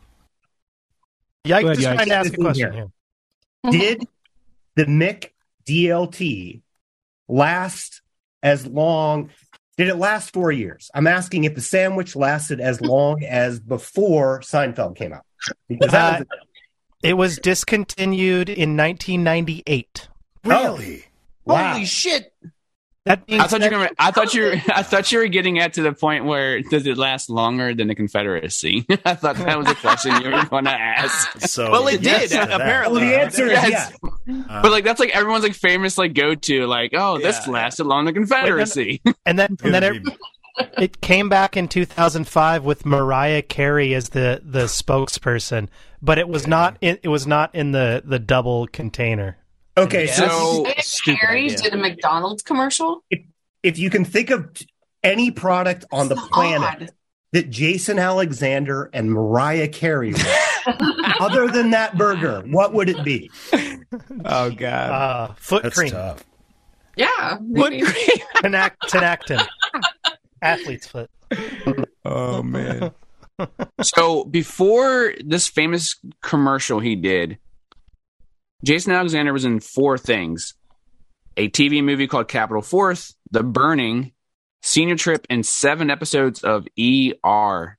[SPEAKER 3] yikes,
[SPEAKER 4] Go ahead,
[SPEAKER 3] just
[SPEAKER 4] yikes.
[SPEAKER 3] trying to ask a question
[SPEAKER 6] Yeah.
[SPEAKER 3] here.
[SPEAKER 6] did the Mick DLT last as long? Did it last four years? I'm asking if the sandwich lasted as long as before Seinfeld came out. Because
[SPEAKER 3] Uh,
[SPEAKER 6] that was
[SPEAKER 3] It was discontinued in Oh. 1998.
[SPEAKER 5] Really?
[SPEAKER 6] wow.
[SPEAKER 8] shit!
[SPEAKER 3] That being
[SPEAKER 8] I thought you
[SPEAKER 3] said,
[SPEAKER 8] were. gonna- I thought you. were- I thought you were getting at to the point where does it last longer than the Confederacy? I thought that was a question you were going to ask.
[SPEAKER 5] So
[SPEAKER 1] Well, it
[SPEAKER 5] Oh, yes
[SPEAKER 1] did,
[SPEAKER 5] to that.
[SPEAKER 1] apparently.
[SPEAKER 6] Well, the answer is
[SPEAKER 8] Yes.
[SPEAKER 6] yes.
[SPEAKER 5] Uh,
[SPEAKER 8] But like that's like everyone's like famous like go to like oh this
[SPEAKER 5] Yeah.
[SPEAKER 8] lasted long the Confederacy.
[SPEAKER 3] and then and then
[SPEAKER 5] it'd
[SPEAKER 3] it,
[SPEAKER 5] be-
[SPEAKER 3] it came back in 2005 with Mariah Carey as the the spokesperson, but it was not in, it was not in the the double container.
[SPEAKER 6] Okay, so
[SPEAKER 8] so
[SPEAKER 2] Nick
[SPEAKER 1] stupid
[SPEAKER 2] Carey
[SPEAKER 1] idea.
[SPEAKER 2] did a McDonald's commercial.
[SPEAKER 6] if you can think of any product on the
[SPEAKER 2] So
[SPEAKER 6] planet
[SPEAKER 2] odd.
[SPEAKER 6] that Jason Alexander and Mariah Carey were, other than that burger, what would it be?
[SPEAKER 1] Oh god.
[SPEAKER 3] Uh, foot
[SPEAKER 5] that's
[SPEAKER 3] cream,
[SPEAKER 5] tough.
[SPEAKER 2] Yeah,
[SPEAKER 8] What
[SPEAKER 2] maybe.
[SPEAKER 3] Tenac- tenactin, athlete's foot.
[SPEAKER 1] oh man.
[SPEAKER 8] so before this famous commercial he did, Jason Alexander was in four things: a TV movie called Capital Fourth, The Burning, Senior Trip, and seven episodes of ER.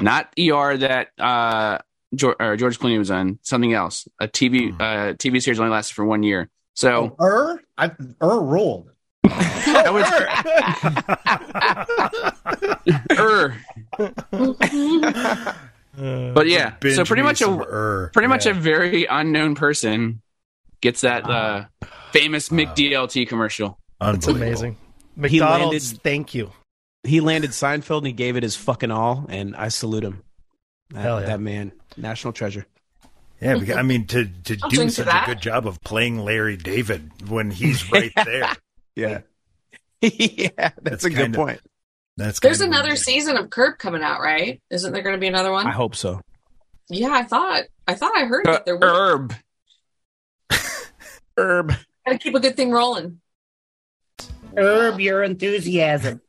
[SPEAKER 8] Not ER that uh, George, or George Clooney was on, something else. A TV
[SPEAKER 1] Hmm.
[SPEAKER 8] uh, TV series only lasted for one year. So
[SPEAKER 6] Er, I, er ruled.
[SPEAKER 8] that was er. But yeah,
[SPEAKER 5] Binge
[SPEAKER 8] so pretty
[SPEAKER 5] me
[SPEAKER 8] much a
[SPEAKER 5] some er.
[SPEAKER 8] pretty much
[SPEAKER 5] Yeah.
[SPEAKER 8] a very unknown person gets that uh,
[SPEAKER 5] Ah.
[SPEAKER 8] famous
[SPEAKER 5] Wow.
[SPEAKER 8] McDLT commercial.
[SPEAKER 3] It's
[SPEAKER 5] Unbelievable.
[SPEAKER 3] amazing.
[SPEAKER 1] He landed-
[SPEAKER 3] McDonald's, thank you.
[SPEAKER 1] He landed Seinfeld and he gave it his fucking all, and I salute him. That,
[SPEAKER 3] Hell yeah.
[SPEAKER 1] that man, national treasure.
[SPEAKER 5] Yeah, because, I mean to to
[SPEAKER 2] I'll
[SPEAKER 5] do
[SPEAKER 2] drink to
[SPEAKER 5] such a
[SPEAKER 2] that.
[SPEAKER 5] good job of playing Larry David when he's right there.
[SPEAKER 1] Yeah, yeah, that's,
[SPEAKER 5] That's
[SPEAKER 1] a good
[SPEAKER 5] kinda-
[SPEAKER 1] point.
[SPEAKER 5] That's
[SPEAKER 2] There's
[SPEAKER 5] kind of-
[SPEAKER 2] another season of Curb coming out, right? Isn't there going to be another one?
[SPEAKER 1] I hope so.
[SPEAKER 2] yeah, I thought. I thought I heard
[SPEAKER 8] Uh,
[SPEAKER 2] that there was.
[SPEAKER 8] herb.
[SPEAKER 1] Herb.
[SPEAKER 2] Gotta keep a good thing rolling.
[SPEAKER 6] Herb your enthusiasm.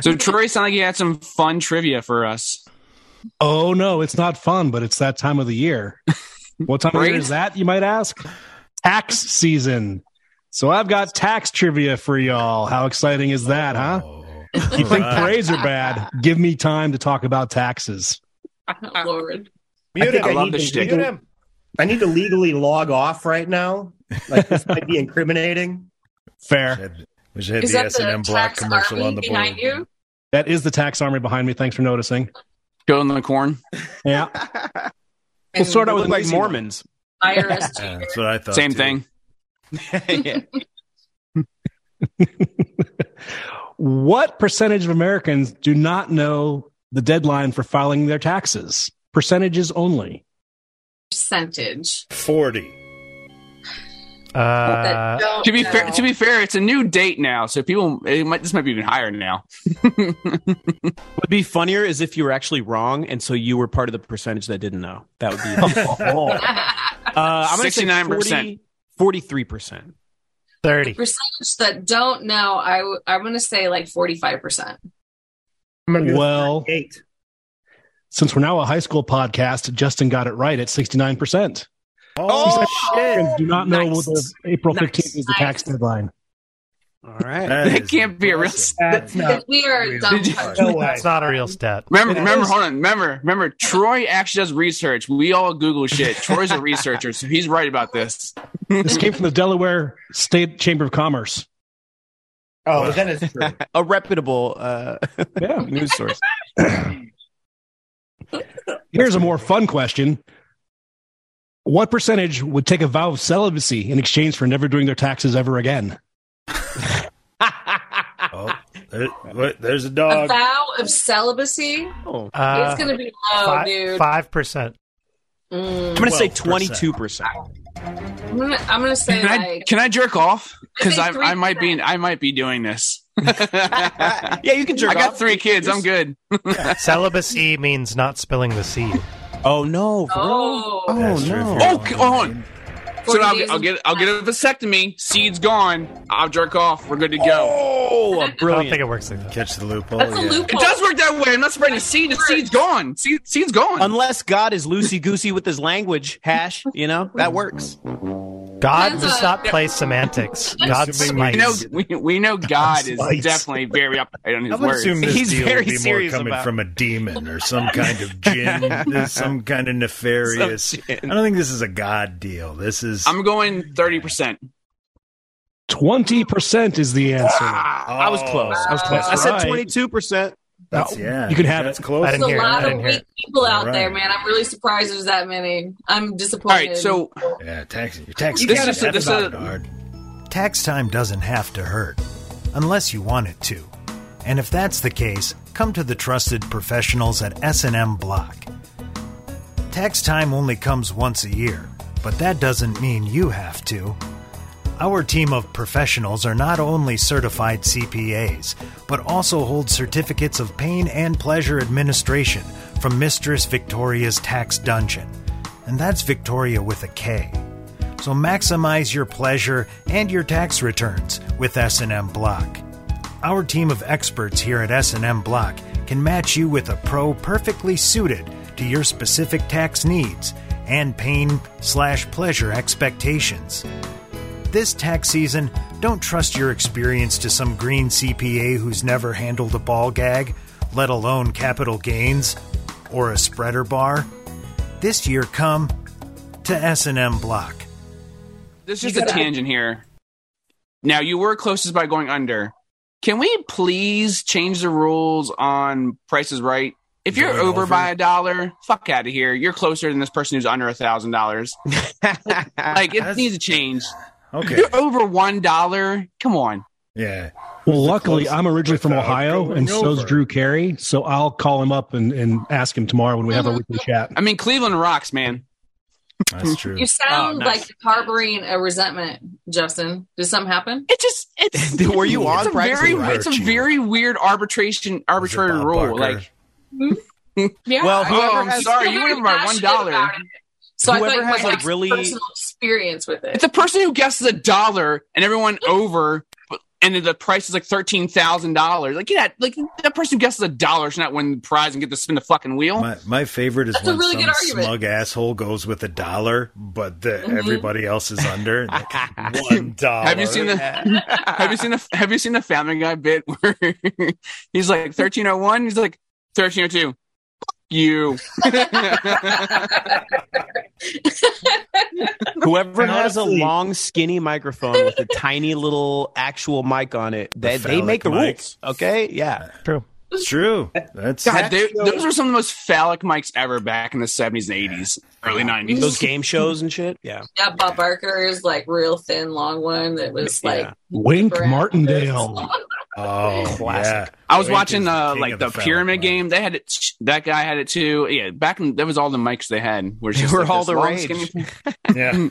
[SPEAKER 8] So Troy sounded like you had some fun trivia for us.
[SPEAKER 4] Oh no, it's not fun, but it's that time of the year. What time of
[SPEAKER 8] Right?
[SPEAKER 4] year is that? You might ask. Tax season. So I've got tax trivia for y'all. How exciting is that, huh?
[SPEAKER 5] Oh,
[SPEAKER 4] You think
[SPEAKER 5] Alright.
[SPEAKER 4] parades are bad? Give me time to talk about taxes.
[SPEAKER 2] Oh, Lord.
[SPEAKER 6] Mute
[SPEAKER 8] I love
[SPEAKER 6] need
[SPEAKER 8] the
[SPEAKER 6] to-
[SPEAKER 8] shtick.
[SPEAKER 6] mute him. I need to legally log off right now. Like this might be incriminating.
[SPEAKER 4] Fair.
[SPEAKER 5] We should have
[SPEAKER 2] Is
[SPEAKER 5] the
[SPEAKER 2] that
[SPEAKER 5] S and M
[SPEAKER 2] the
[SPEAKER 5] Block
[SPEAKER 2] tax
[SPEAKER 5] commercial on
[SPEAKER 2] army
[SPEAKER 5] the
[SPEAKER 2] behind
[SPEAKER 5] board.
[SPEAKER 2] you?
[SPEAKER 4] That is the tax army behind me. Thanks for noticing.
[SPEAKER 8] Going the corn.
[SPEAKER 4] Yeah. We'll
[SPEAKER 2] And
[SPEAKER 4] sort out
[SPEAKER 1] Look
[SPEAKER 4] with
[SPEAKER 1] like
[SPEAKER 4] Lacey.
[SPEAKER 1] Mormons.
[SPEAKER 2] IRS.
[SPEAKER 5] Yeah, that's what I thought.
[SPEAKER 8] Same
[SPEAKER 5] too.
[SPEAKER 8] thing.
[SPEAKER 1] yeah.
[SPEAKER 4] What percentage of Americans do not know the deadline for filing their taxes? Percentages only.
[SPEAKER 2] percentage.
[SPEAKER 5] Forty.
[SPEAKER 3] Uh,
[SPEAKER 2] That don't
[SPEAKER 8] To be fair,
[SPEAKER 2] know.
[SPEAKER 8] to be fair, it's a new date now, so people it might, this might be even higher now.
[SPEAKER 1] Would be funnier is if you were actually wrong, and so you were part of the percentage that didn't know. That would be. uh, I'm going to say
[SPEAKER 8] 69%.
[SPEAKER 1] 43 percent.
[SPEAKER 3] 30.
[SPEAKER 2] percentage that don't know, I w- I'm gonna say like 45 percent.
[SPEAKER 6] I'm gonna go
[SPEAKER 4] Well,
[SPEAKER 6] eight.
[SPEAKER 4] since we're now a high school podcast, Justin got it right at 69%.
[SPEAKER 5] Oh,
[SPEAKER 4] Americans do not know
[SPEAKER 1] Nice.
[SPEAKER 4] what the April
[SPEAKER 1] Nice.
[SPEAKER 4] 15th is the tax deadline.
[SPEAKER 1] All right.
[SPEAKER 5] that
[SPEAKER 8] That
[SPEAKER 5] is
[SPEAKER 8] can't be a real.
[SPEAKER 5] impressive.
[SPEAKER 6] That's not
[SPEAKER 2] We are a dumb.
[SPEAKER 8] Did you-
[SPEAKER 2] country.
[SPEAKER 6] no way.
[SPEAKER 3] That's not a real stat.
[SPEAKER 8] Remember,
[SPEAKER 6] It
[SPEAKER 8] remember,
[SPEAKER 6] is.
[SPEAKER 8] hold on. Remember, remember. Troy actually does research. We all Google shit. Troy's a researcher, so he's right about this.
[SPEAKER 4] This came from the Delaware State Chamber of Commerce.
[SPEAKER 6] Oh, but that is true.
[SPEAKER 1] A reputable uh,
[SPEAKER 4] Yeah.
[SPEAKER 1] news source.
[SPEAKER 4] Here's a more fun question. What percentage would take a vow of celibacy in exchange for never doing their taxes ever again?
[SPEAKER 5] Oh, there- what- there's a
[SPEAKER 2] A
[SPEAKER 5] dog.
[SPEAKER 2] vow of celibacy.
[SPEAKER 1] Oh.
[SPEAKER 3] Uh,
[SPEAKER 2] it's gonna be low, Oh, dude.
[SPEAKER 3] five, percent
[SPEAKER 1] I'm going to say
[SPEAKER 5] 12%.
[SPEAKER 1] 22%.
[SPEAKER 2] i am gonna, I'm gonna say
[SPEAKER 8] Can I,
[SPEAKER 2] like
[SPEAKER 8] can I jerk off? Because I,
[SPEAKER 2] I think
[SPEAKER 8] I might be
[SPEAKER 2] 3%.
[SPEAKER 8] I might be doing this. I
[SPEAKER 1] yeah, you can jerk
[SPEAKER 8] got
[SPEAKER 1] off.
[SPEAKER 8] three kids. I'm good.
[SPEAKER 3] celibacy means not spilling the seed.
[SPEAKER 1] Oh, no. For real?
[SPEAKER 2] oh,
[SPEAKER 5] That's true.
[SPEAKER 1] no.
[SPEAKER 8] Oh, c- hold on.
[SPEAKER 2] 40
[SPEAKER 8] So I'll,
[SPEAKER 2] days
[SPEAKER 8] I'll
[SPEAKER 2] of-
[SPEAKER 8] get I'll get a vasectomy. Seed's gone. I'll jerk off. We're good to go.
[SPEAKER 1] Oh,
[SPEAKER 3] I don't
[SPEAKER 1] brilliant.
[SPEAKER 3] think it works like that.
[SPEAKER 5] Catch the loophole.
[SPEAKER 2] That's a
[SPEAKER 5] yeah.
[SPEAKER 8] It
[SPEAKER 2] loophole.
[SPEAKER 8] does work that way. I'm not spreading a seed. The seed's gone. Seed, seed's gone.
[SPEAKER 1] Unless God is loosey goosey with his language hash, you know, that works.
[SPEAKER 3] God
[SPEAKER 2] Depends
[SPEAKER 3] does
[SPEAKER 2] on-
[SPEAKER 3] not play semantics. God
[SPEAKER 5] Assuming
[SPEAKER 8] we know
[SPEAKER 3] smites.
[SPEAKER 8] we, we know God is
[SPEAKER 5] Spice.
[SPEAKER 8] definitely very up on
[SPEAKER 5] I
[SPEAKER 8] his
[SPEAKER 5] would
[SPEAKER 8] words.
[SPEAKER 5] assume this
[SPEAKER 1] He's
[SPEAKER 5] deal
[SPEAKER 1] very
[SPEAKER 5] would be more
[SPEAKER 1] serious
[SPEAKER 5] coming
[SPEAKER 1] about-
[SPEAKER 5] from a demon or some kind of jinn, some kind of nefarious.
[SPEAKER 1] Some
[SPEAKER 5] I
[SPEAKER 1] jinn.
[SPEAKER 5] don't think this is a god deal. This is.
[SPEAKER 8] I'm going thirty percent.
[SPEAKER 4] 20% is the answer.
[SPEAKER 6] Ah.
[SPEAKER 1] I was close. I was close.
[SPEAKER 4] That's
[SPEAKER 1] I said
[SPEAKER 4] right.
[SPEAKER 1] 22%.
[SPEAKER 5] That's, yeah,
[SPEAKER 4] You can have
[SPEAKER 5] that's
[SPEAKER 4] it.
[SPEAKER 5] close.
[SPEAKER 3] I
[SPEAKER 2] There's
[SPEAKER 3] didn't
[SPEAKER 2] a
[SPEAKER 3] hear it. I
[SPEAKER 2] lot of
[SPEAKER 3] didn't hear
[SPEAKER 2] weak
[SPEAKER 3] it.
[SPEAKER 2] people out
[SPEAKER 5] All
[SPEAKER 2] there,
[SPEAKER 5] right.
[SPEAKER 2] man. I'm really surprised there's that many. I'm disappointed.
[SPEAKER 8] All right. So
[SPEAKER 5] Yeah, tax. Your tax.
[SPEAKER 8] This is-
[SPEAKER 5] that's
[SPEAKER 8] this uh, is-
[SPEAKER 5] not hard.
[SPEAKER 9] Tax time doesn't have to hurt, unless you want it to. And if that's the case, come to the trusted professionals at S&M Block. Tax time only comes once a year, but that doesn't mean you have to. Our team of professionals are not only certified CPAs, but also hold certificates of pain and pleasure administration from Mistress Victoria's Tax Dungeon. And that's Victoria with a K. So maximize your pleasure and your tax returns with S&M Block. Our team of experts here at S&M Block can match you with a pro perfectly suited to your specific tax needs and pain slash pleasure expectations. This tax season, don't trust your experience to some green CPA who's never handled a ball gag, let alone capital gains or a spreader bar. This year, come to S&M Block.
[SPEAKER 8] This
[SPEAKER 9] You
[SPEAKER 8] is a
[SPEAKER 9] gotta-
[SPEAKER 8] tangent here. Now you were closest by going under. Can we please change the rules on prices right? If you're
[SPEAKER 10] Going
[SPEAKER 8] over,
[SPEAKER 10] over?
[SPEAKER 8] by a dollar, fuck out of here. You're closer than this person who's under a thousand dollars. Like it needs to change.
[SPEAKER 5] Okay.
[SPEAKER 8] You're over one dollar. Come on.
[SPEAKER 5] Yeah.
[SPEAKER 4] Well, luckily, I'm originally from Ohio,
[SPEAKER 8] going
[SPEAKER 4] and so's
[SPEAKER 8] over.
[SPEAKER 4] Drew Carey. So I'll call him up and, and ask him tomorrow when we have our weekly chat.
[SPEAKER 8] I mean, Cleveland rocks, man.
[SPEAKER 5] That's true.
[SPEAKER 2] You sound
[SPEAKER 8] Oh, nice.
[SPEAKER 2] like you're harboring a resentment, Justin. Did something happen?
[SPEAKER 8] It just it's
[SPEAKER 2] were you
[SPEAKER 8] it's a very it's a very weird arbitration arbitrary rule. Like
[SPEAKER 2] yeah.
[SPEAKER 8] Well,
[SPEAKER 2] I-
[SPEAKER 8] whoever
[SPEAKER 2] I'm
[SPEAKER 8] has-
[SPEAKER 2] sorry, you
[SPEAKER 8] whoever
[SPEAKER 2] went by
[SPEAKER 8] has
[SPEAKER 2] one
[SPEAKER 8] shit
[SPEAKER 2] dollar.
[SPEAKER 8] about it.
[SPEAKER 2] So I
[SPEAKER 8] Whoever
[SPEAKER 2] thought you
[SPEAKER 8] has,
[SPEAKER 2] might
[SPEAKER 8] like,
[SPEAKER 2] have
[SPEAKER 8] really-
[SPEAKER 2] personal experience with it.
[SPEAKER 8] It's the person who guesses a dollar and everyone over, but- and then the price is like thirteen thousand dollars. Like yeah, like that person who guesses a dollar should not win the prize and get to spin the fucking wheel.
[SPEAKER 5] My, my favorite is
[SPEAKER 8] That's a
[SPEAKER 5] when
[SPEAKER 8] really
[SPEAKER 5] some
[SPEAKER 8] good argument.
[SPEAKER 5] smug asshole goes with a dollar, but the,
[SPEAKER 8] Mhm.
[SPEAKER 5] everybody else is under like, one dollar.
[SPEAKER 8] Have you seen the Have you seen the Have you seen the Family Guy bit where he's like thirteen oh one? He's like thirteen oh two. You.
[SPEAKER 1] Whoever has a
[SPEAKER 8] Honestly-
[SPEAKER 1] long, skinny microphone with a tiny little actual mic on it, they, they
[SPEAKER 5] phallic
[SPEAKER 1] make the
[SPEAKER 5] mic.
[SPEAKER 1] rules. Okay, yeah,
[SPEAKER 4] true.
[SPEAKER 5] It's true. That's
[SPEAKER 8] God, they, those were some of the most phallic mics ever back in the seventies and eighties, early nineties.
[SPEAKER 1] Those game shows and shit. Yeah.
[SPEAKER 2] yeah, Bob Barker's like real thin, long one that was like
[SPEAKER 4] Wink Martindale.
[SPEAKER 5] Oh,
[SPEAKER 4] Classic.
[SPEAKER 8] I was
[SPEAKER 4] Wink is
[SPEAKER 8] watching
[SPEAKER 4] the
[SPEAKER 8] uh,
[SPEAKER 4] king
[SPEAKER 8] like
[SPEAKER 4] of the
[SPEAKER 8] the,
[SPEAKER 4] phallic
[SPEAKER 8] pyramid game. They had it. That guy had it too. Yeah, back in that was all the mics they had. Were
[SPEAKER 4] They
[SPEAKER 8] just
[SPEAKER 4] were
[SPEAKER 8] like
[SPEAKER 4] all
[SPEAKER 8] this
[SPEAKER 4] the
[SPEAKER 8] long,
[SPEAKER 4] rage.
[SPEAKER 8] skinny-
[SPEAKER 5] yeah.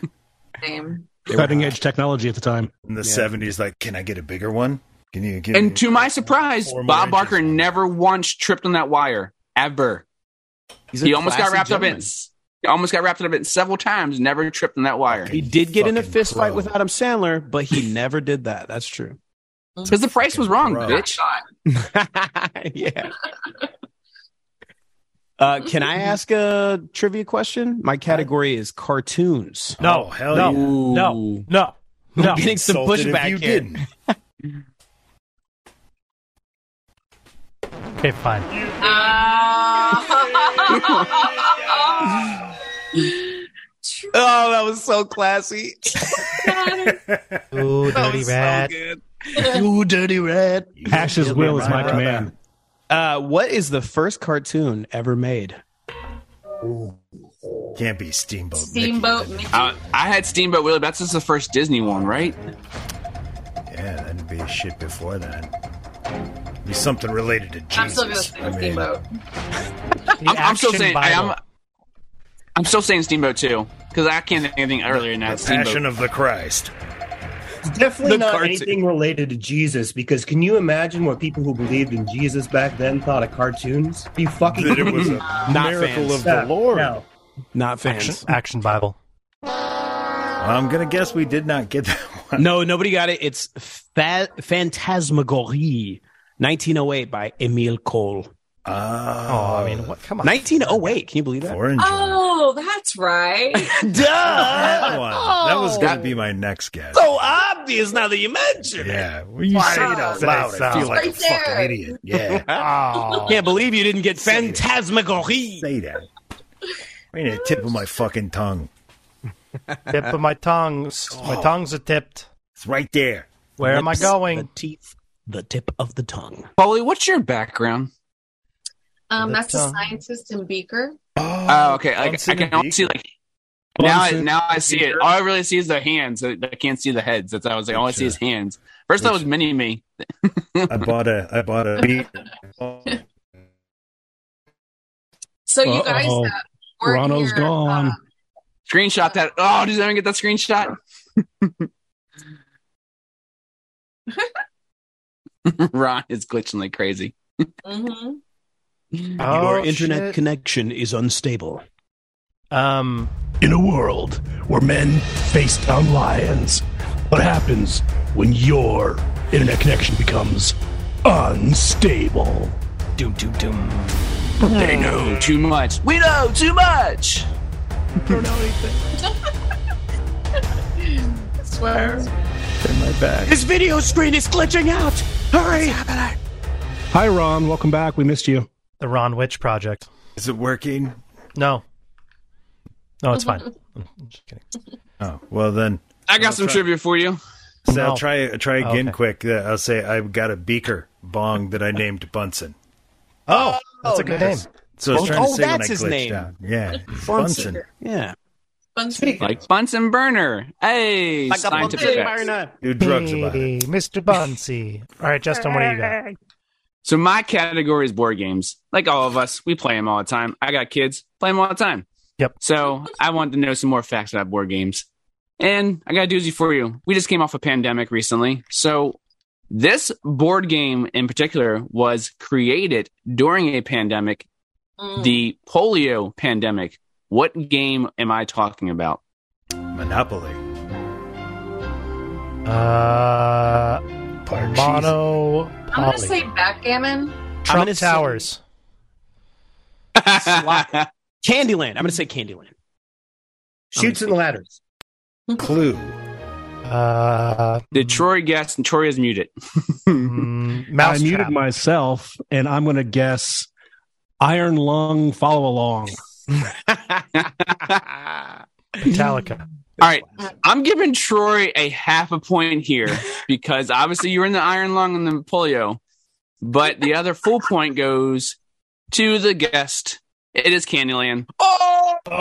[SPEAKER 2] name.
[SPEAKER 4] Cutting edge technology at the time.
[SPEAKER 5] in the seventies? Like, can I get a bigger one? Can you give?
[SPEAKER 8] And to my surprise,
[SPEAKER 5] Four more
[SPEAKER 8] Bob Barker never once tripped on that wire ever.
[SPEAKER 1] He's a
[SPEAKER 8] He almost got
[SPEAKER 1] classy
[SPEAKER 8] wrapped up
[SPEAKER 1] gentleman.
[SPEAKER 8] in. he Almost got wrapped up in several times. Never tripped on that wire.
[SPEAKER 1] He did get in a fist fight with Adam Sandler, but he never did that. That's true.
[SPEAKER 8] because Mm-hmm. the price was wrong, bitch.
[SPEAKER 1] yeah. Uh, can I
[SPEAKER 8] Mm-hmm.
[SPEAKER 1] ask a trivia question? My category is cartoons.
[SPEAKER 5] No, hell
[SPEAKER 1] no,
[SPEAKER 5] yeah.
[SPEAKER 1] no, no, no. I'm getting some
[SPEAKER 5] Insulted if
[SPEAKER 1] pushback
[SPEAKER 5] you
[SPEAKER 1] here.
[SPEAKER 5] didn't.
[SPEAKER 3] Okay, fine.
[SPEAKER 2] Ah.
[SPEAKER 1] Oh, that was so classy.
[SPEAKER 3] Ooh,
[SPEAKER 1] That
[SPEAKER 3] dirty
[SPEAKER 1] was so
[SPEAKER 3] rat.
[SPEAKER 1] good. you dirty rat.
[SPEAKER 4] Ash's will is my command.
[SPEAKER 1] Uh, what is the first cartoon ever made?
[SPEAKER 5] Can't be Steamboat.
[SPEAKER 2] Steamboat Mickey.
[SPEAKER 8] Uh, I had Steamboat Willie. That's just the first Disney one, right?
[SPEAKER 5] Yeah, that'd be shit before that. Be something related to Jesus.
[SPEAKER 2] I'm still gonna stick with
[SPEAKER 5] I mean,
[SPEAKER 2] Steamboat.
[SPEAKER 8] I'm, I'm still
[SPEAKER 5] Action
[SPEAKER 8] saying I, am
[SPEAKER 5] Bible.
[SPEAKER 8] I'm still saying Steamboat too because I can't think of anything earlier than that. Steamboat.
[SPEAKER 5] Passion of the Christ.
[SPEAKER 6] It's definitely
[SPEAKER 8] The
[SPEAKER 6] not
[SPEAKER 8] cartoon.
[SPEAKER 6] anything related to Jesus because can you imagine what people who believed in Jesus back then thought of cartoons? Be fucking
[SPEAKER 5] That it was a
[SPEAKER 1] Not
[SPEAKER 5] miracle
[SPEAKER 1] fans.
[SPEAKER 5] of the
[SPEAKER 6] Yeah,
[SPEAKER 5] Lord.
[SPEAKER 6] no.
[SPEAKER 1] Not fans.
[SPEAKER 3] Action, action Bible.
[SPEAKER 5] I'm gonna guess we did not get that one.
[SPEAKER 1] No, nobody got it. It's fa- Phantasmagorie, 1908 by Emile Cole.
[SPEAKER 5] Oh,
[SPEAKER 3] I mean, what? Come on.
[SPEAKER 1] 1908. Can you believe that? Ah,
[SPEAKER 5] Orange.
[SPEAKER 2] Oh, that's right.
[SPEAKER 5] that
[SPEAKER 1] Duh!
[SPEAKER 5] one. That
[SPEAKER 8] Oh.
[SPEAKER 5] was gonna be my next guess.
[SPEAKER 1] so obvious now that you mention it.
[SPEAKER 5] Yeah, well, you say it out
[SPEAKER 6] that
[SPEAKER 5] loud. I
[SPEAKER 6] sound?
[SPEAKER 5] feel like a
[SPEAKER 2] Right there.
[SPEAKER 5] fucking idiot. Yeah,
[SPEAKER 3] Oh.
[SPEAKER 1] Can't believe you didn't get Phantasmagorie.
[SPEAKER 5] say that. I mean, the tip of my fucking tongue.
[SPEAKER 3] Tip of my tongues. My tongues are tipped.
[SPEAKER 5] Oh. It's right there.
[SPEAKER 3] Where am I
[SPEAKER 1] Lips, The
[SPEAKER 3] going?
[SPEAKER 1] teeth, the tip of the tongue.
[SPEAKER 8] Foley, what's your background?
[SPEAKER 2] Um, that's a
[SPEAKER 3] That's, uh,
[SPEAKER 2] scientist in Beaker.
[SPEAKER 8] Oh, okay. Like,
[SPEAKER 5] Bunsen
[SPEAKER 8] I can
[SPEAKER 5] and
[SPEAKER 8] only
[SPEAKER 5] Beaker.
[SPEAKER 8] see like now. I,
[SPEAKER 4] Bunsen
[SPEAKER 8] now I see it.
[SPEAKER 5] Beaker.
[SPEAKER 8] All I really see is their hands. I, I can't see the heads. That's how I was like. All I see is hands. First, that was mini me.
[SPEAKER 5] I bought a. I bought a.
[SPEAKER 2] So you guys,
[SPEAKER 4] Uh-oh.
[SPEAKER 2] uh, weren't
[SPEAKER 4] Ronald's
[SPEAKER 2] here,
[SPEAKER 4] gone.
[SPEAKER 2] um,
[SPEAKER 8] Screenshot that. Oh, did anyone get that screenshot? Ron is glitching like crazy.
[SPEAKER 11] Mm-hmm.
[SPEAKER 2] mhm.
[SPEAKER 3] Oh,
[SPEAKER 1] Your internet
[SPEAKER 3] shit.
[SPEAKER 1] connection is unstable.
[SPEAKER 3] Um,
[SPEAKER 10] In a world where men face down lions, what happens when your internet connection becomes unstable?
[SPEAKER 3] doom, doom, doom.
[SPEAKER 8] They know too much. We know too much.
[SPEAKER 10] I don't know anything.
[SPEAKER 7] swear.
[SPEAKER 4] In my back.
[SPEAKER 7] This video screen is glitching out. Hurry!
[SPEAKER 4] Hi, Ron. Welcome back. We missed you.
[SPEAKER 3] The Ron Witch Project.
[SPEAKER 5] Is it working?
[SPEAKER 3] No. No, it's fine.
[SPEAKER 5] Oh well, then
[SPEAKER 8] I got some trivia for you.
[SPEAKER 5] So I'll try try
[SPEAKER 8] Oh,
[SPEAKER 5] again
[SPEAKER 8] okay.
[SPEAKER 5] quick. Uh, I'll say I've got a beaker bong that I named Bunsen.
[SPEAKER 3] Oh, that's a good name.
[SPEAKER 5] So I was trying to
[SPEAKER 8] Oh,
[SPEAKER 5] say when
[SPEAKER 8] that's
[SPEAKER 5] I
[SPEAKER 8] his
[SPEAKER 5] glitched
[SPEAKER 8] name.
[SPEAKER 5] out. Yeah,
[SPEAKER 8] Bunsen.
[SPEAKER 5] Bunsen.
[SPEAKER 1] Yeah.
[SPEAKER 2] Bunsen.
[SPEAKER 8] Like Bunsen burner. Hey,
[SPEAKER 1] Like a
[SPEAKER 8] scientific
[SPEAKER 1] Bunsen
[SPEAKER 8] facts.
[SPEAKER 1] burner.
[SPEAKER 5] Do drugs about
[SPEAKER 3] it. Mr. Bunsey. All right, Justin, what do you got?
[SPEAKER 8] So my category is board games. Like all of us, we play them all the time. I got kids, play them all the time.
[SPEAKER 3] Yep.
[SPEAKER 8] So I wanted to know some more facts about board games. And I got a doozy for you. We just came off a pandemic recently. So this board game in particular was created during a pandemic, the polio pandemic. What game am I talking about?
[SPEAKER 5] Monopoly.
[SPEAKER 3] Uh, mono.
[SPEAKER 2] I'm gonna say backgammon.
[SPEAKER 3] Trump Towers.
[SPEAKER 1] Slot. Candyland. I'm going to say Candyland.
[SPEAKER 6] Shoots and ladders.
[SPEAKER 5] Clue.
[SPEAKER 3] Uh,
[SPEAKER 8] Did Troy guess? And Troy is muted.
[SPEAKER 3] Mm,
[SPEAKER 4] I muted myself, and I'm going to guess Iron Lung Follow Along.
[SPEAKER 3] Metallica.
[SPEAKER 8] All right, Uh, I'm giving Troy a half a point here because obviously you were in the iron lung and the polio, but the other full point goes to the guest. It is Candyland. Oh
[SPEAKER 1] Oh,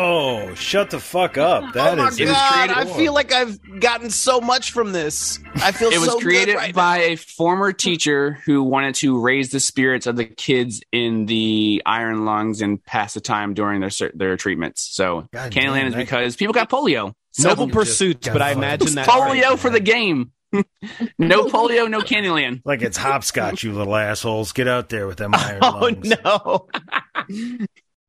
[SPEAKER 5] oh, shut the fuck up! That is
[SPEAKER 1] God, I feel like I've gotten so much from this. I feel
[SPEAKER 8] it was
[SPEAKER 1] so
[SPEAKER 8] created
[SPEAKER 1] good right
[SPEAKER 8] by a former teacher who wanted to raise the spirits of the kids in the iron lungs and pass the time during their cer- their treatments. So
[SPEAKER 1] God
[SPEAKER 8] Candyland
[SPEAKER 1] damn,
[SPEAKER 8] is
[SPEAKER 1] that-
[SPEAKER 8] because people got polio.
[SPEAKER 1] Noble pursuits, but I imagine that-
[SPEAKER 8] polio for the game. no polio, no Candyland.
[SPEAKER 5] Like it's hopscotch, you little assholes. Get out there with them iron
[SPEAKER 8] Oh,
[SPEAKER 5] lungs.
[SPEAKER 1] no.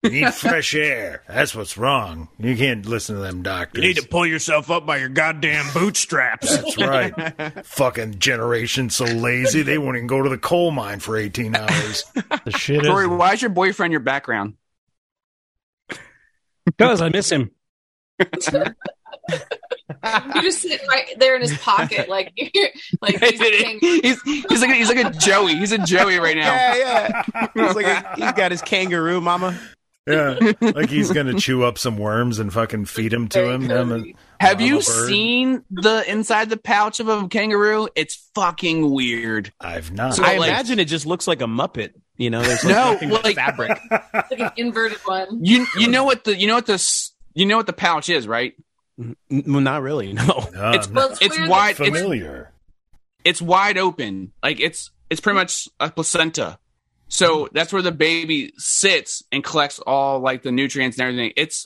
[SPEAKER 5] Need fresh air. That's what's wrong. You can't listen to them doctors.
[SPEAKER 12] You need to pull yourself up by your goddamn bootstraps.
[SPEAKER 5] That's right. Fucking generation so lazy they won't even go to the coal mine for 18 hours.
[SPEAKER 3] the shit
[SPEAKER 8] Corey, why is your boyfriend your background?
[SPEAKER 4] Because I miss him.
[SPEAKER 2] You just sit right there in his pocket, like you're, like he's saying,
[SPEAKER 8] he's he's like he's like a Joey. He's a Joey right now.
[SPEAKER 1] Yeah, yeah. He's like a- he's got his kangaroo mama.
[SPEAKER 5] Yeah, like he's gonna chew up some worms and fucking feed them to him. Them and-
[SPEAKER 8] Have
[SPEAKER 5] I'm a
[SPEAKER 8] you
[SPEAKER 5] bird.
[SPEAKER 8] seen the inside the pouch of a kangaroo? It's fucking weird.
[SPEAKER 5] I've not.
[SPEAKER 1] I imagine it just looks like a Muppet. You know, there's
[SPEAKER 8] No,
[SPEAKER 1] like no
[SPEAKER 8] like-
[SPEAKER 1] fabric.
[SPEAKER 2] like an inverted one.
[SPEAKER 8] You you know what the you know what the s- you know what the pouch is, right?
[SPEAKER 1] Well, not really. No,
[SPEAKER 5] Uh,
[SPEAKER 8] it's it's wide it's- It's, wide open. Like it's it's pretty much a placenta.
[SPEAKER 1] Hmm.
[SPEAKER 8] So that's where the baby sits and collects all like the nutrients and everything. It's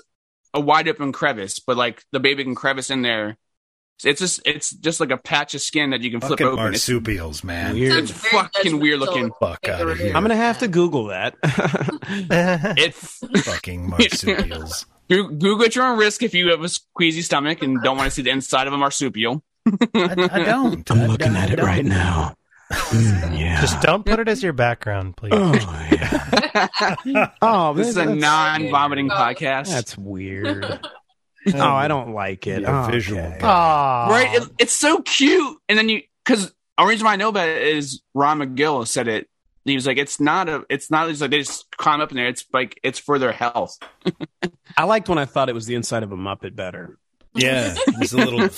[SPEAKER 8] a wide open crevice, but like the baby can crevice in there. It's just it's just like a patch of skin that you can flip
[SPEAKER 5] fucking
[SPEAKER 8] open. It's-
[SPEAKER 5] marsupials, man.
[SPEAKER 8] It's fucking weird looking.
[SPEAKER 5] Fuck out of here.
[SPEAKER 1] I'm gonna have to Google that.
[SPEAKER 8] It
[SPEAKER 5] fucking marsupials.
[SPEAKER 8] Goo- Google at your own risk if you have a squeezy stomach and don't want to see the inside of a marsupial.
[SPEAKER 5] I don't.
[SPEAKER 1] I'm looking at it right now. Mm,
[SPEAKER 3] Just don't put it as your background, please.
[SPEAKER 1] Oh,
[SPEAKER 8] This is a
[SPEAKER 1] that's-
[SPEAKER 8] non-vomiting podcast.
[SPEAKER 1] That's weird. oh, I don't like it.
[SPEAKER 5] Yeah,
[SPEAKER 1] Oh,
[SPEAKER 5] visual.
[SPEAKER 1] okay.
[SPEAKER 8] right? It, it's so cute. And then you, because the reason why I know about it is Ron McGill said it. He was like, "It's not a. It's not just like they just climb up in there. It's like it's for their health."
[SPEAKER 1] I liked when I thought it was the inside of a Muppet better.
[SPEAKER 5] Yeah, it's a little like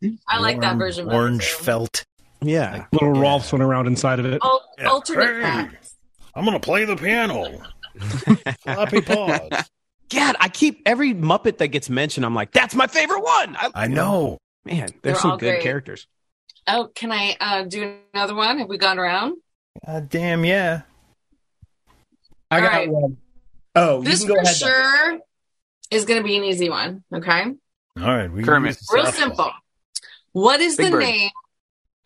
[SPEAKER 2] I like that
[SPEAKER 5] warm
[SPEAKER 2] version. better,
[SPEAKER 5] orange
[SPEAKER 2] too. Oh.
[SPEAKER 5] felt.
[SPEAKER 1] Yeah,
[SPEAKER 4] little Rolfs went around inside of it.
[SPEAKER 2] Al-
[SPEAKER 5] Yeah.
[SPEAKER 2] alternate
[SPEAKER 5] Hey.
[SPEAKER 2] facts.
[SPEAKER 5] I'm gonna play the piano. Floppy paws.
[SPEAKER 1] God, I keep every Muppet that gets mentioned. I'm like, that's my favorite one. I,
[SPEAKER 5] I know.
[SPEAKER 1] man, they're,
[SPEAKER 2] They're
[SPEAKER 1] some
[SPEAKER 2] all
[SPEAKER 1] good
[SPEAKER 2] great.
[SPEAKER 1] characters.
[SPEAKER 2] Oh, can I uh, do another one? Have we gone around?
[SPEAKER 5] God damn, yeah.
[SPEAKER 6] I got
[SPEAKER 2] Alright.
[SPEAKER 6] one. Oh,
[SPEAKER 2] This
[SPEAKER 6] you can go
[SPEAKER 2] for
[SPEAKER 6] ahead.
[SPEAKER 2] sure is going to be an easy one. Okay,
[SPEAKER 5] All right, we can
[SPEAKER 8] Kermit.
[SPEAKER 5] use the
[SPEAKER 2] real
[SPEAKER 5] softball.
[SPEAKER 2] simple. What is
[SPEAKER 8] Big
[SPEAKER 2] the
[SPEAKER 8] Bird.
[SPEAKER 2] name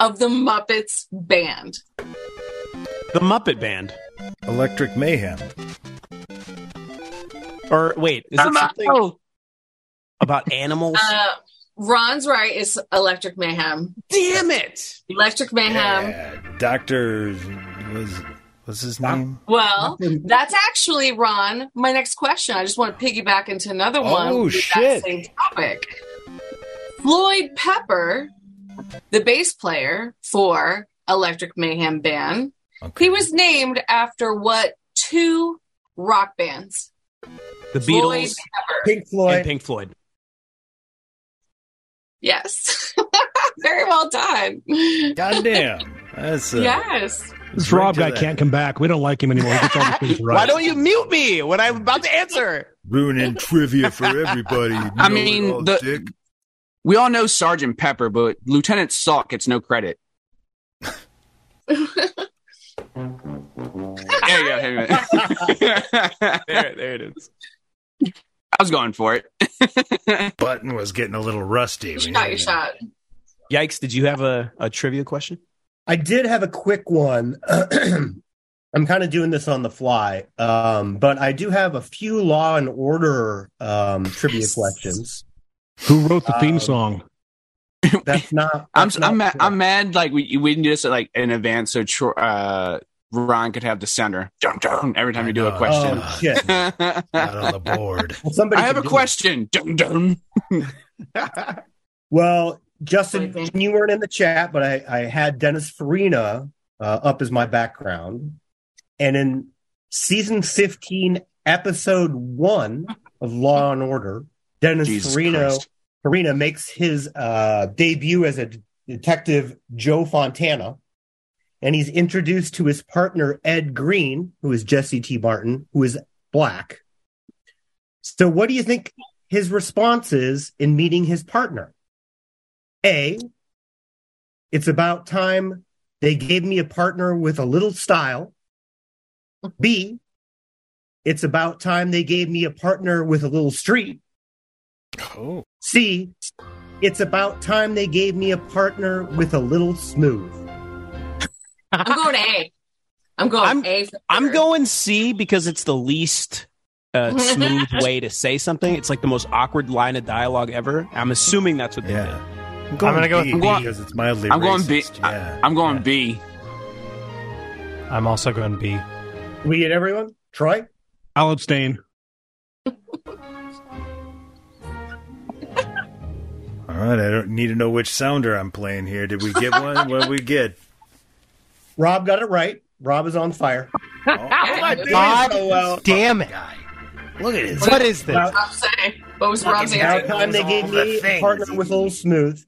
[SPEAKER 2] of the Muppets band?
[SPEAKER 1] The Muppet Band,
[SPEAKER 5] Electric Mayhem.
[SPEAKER 1] or wait, is it something
[SPEAKER 8] Oh,
[SPEAKER 1] about animals?
[SPEAKER 2] Uh, Ron's right is Electric Mayhem.
[SPEAKER 1] Damn it!
[SPEAKER 2] Electric Mayhem.
[SPEAKER 5] Yeah, Doctor was was his name?
[SPEAKER 2] Well, that's actually Ron. My next question. I just want to piggyback into another one.
[SPEAKER 5] Oh,
[SPEAKER 2] with that
[SPEAKER 5] shit.
[SPEAKER 2] Same topic. Floyd Pepper, the bass player for Electric Mayhem Band, he was named after what two rock bands?
[SPEAKER 1] The
[SPEAKER 2] Floyd
[SPEAKER 1] Beatles,
[SPEAKER 2] Pepper.
[SPEAKER 6] Pink Floyd,
[SPEAKER 1] and Pink Floyd.
[SPEAKER 2] Yes. Very well done.
[SPEAKER 5] Goddamn. That's uh,
[SPEAKER 2] yes.
[SPEAKER 4] This
[SPEAKER 5] Right
[SPEAKER 4] Rob
[SPEAKER 5] to
[SPEAKER 4] guy
[SPEAKER 5] that.
[SPEAKER 4] can't come back. We don't like him anymore. He gets all the things right.
[SPEAKER 1] Why don't you mute me when I'm about to answer?
[SPEAKER 5] ruining trivia for everybody.
[SPEAKER 8] I mean, the, we all know Sergeant Pepper, but Lieutenant Salt gets no credit. there you go. There, you go.
[SPEAKER 1] there, there it is.
[SPEAKER 8] I was going for it.
[SPEAKER 5] button was getting a little rusty.
[SPEAKER 2] You shot your shot.
[SPEAKER 1] Yikes! Did you have a, a trivia question?
[SPEAKER 6] I did have a quick one. I'm kind of doing this on the fly, um, but I do have a few Law and Order um, trivia questions.
[SPEAKER 4] Who wrote the theme
[SPEAKER 6] Um,
[SPEAKER 4] song?
[SPEAKER 6] That's not.
[SPEAKER 8] I'm
[SPEAKER 6] that's
[SPEAKER 8] I'm
[SPEAKER 6] not
[SPEAKER 8] mad, I'm mad. Like we we didn't do this like in advance, so Tro- uh, Ron could have the sounder dum, dum, every time you do a question.
[SPEAKER 6] Oh, shit.
[SPEAKER 5] Not on the board.
[SPEAKER 6] Well, somebody
[SPEAKER 8] I have
[SPEAKER 6] can
[SPEAKER 8] a
[SPEAKER 6] do it.
[SPEAKER 8] question. Dum, dum.
[SPEAKER 6] Well, Justin, you weren't in the chat, but I, I had Dennis Farina uh, up as my background. And in season 15, episode one of Law and Order, Dennis
[SPEAKER 8] Jesus
[SPEAKER 6] Farina,
[SPEAKER 8] Christ.
[SPEAKER 6] Farina makes his uh, debut as a d- detective, Joe Fontana. And he's introduced to his partner, Ed Green, who is Jesse T. Martin, who is black. So, what do you think his response is in meeting his partner? A, it's about time they gave me a partner with a little style. B, it's about time they gave me a partner with a little street.
[SPEAKER 5] Oh.
[SPEAKER 6] C, it's about time they gave me a partner with a little smooth.
[SPEAKER 2] I'm going A. I'm going
[SPEAKER 1] I'm-
[SPEAKER 2] A. for
[SPEAKER 1] I'm
[SPEAKER 2] sure.
[SPEAKER 1] going C because it's the least uh, smooth way to say something. It's like the most awkward line of dialogue ever. I'm assuming that's what they
[SPEAKER 5] Yeah. I'm
[SPEAKER 3] gonna go with
[SPEAKER 5] B
[SPEAKER 3] B.
[SPEAKER 5] because it's mildly
[SPEAKER 8] I'm going B.
[SPEAKER 5] racist.
[SPEAKER 8] I-
[SPEAKER 5] Yeah.
[SPEAKER 8] I'm going B.
[SPEAKER 3] I'm also going B.
[SPEAKER 6] We get everyone? Troy?
[SPEAKER 4] I'll abstain.
[SPEAKER 5] All right, I don't need to know which sounder I'm playing here. Did we get one? what did we get?
[SPEAKER 6] Rob got it right. Rob is on fire.
[SPEAKER 2] Yeah,
[SPEAKER 6] God well.
[SPEAKER 3] Damn it.
[SPEAKER 5] Look at his
[SPEAKER 3] What is this?
[SPEAKER 6] Well,
[SPEAKER 2] I'm saying. What was Rob's
[SPEAKER 6] Now
[SPEAKER 2] answer?
[SPEAKER 6] time they gave
[SPEAKER 5] the
[SPEAKER 6] me a
[SPEAKER 5] things.
[SPEAKER 6] partner with a little smooth.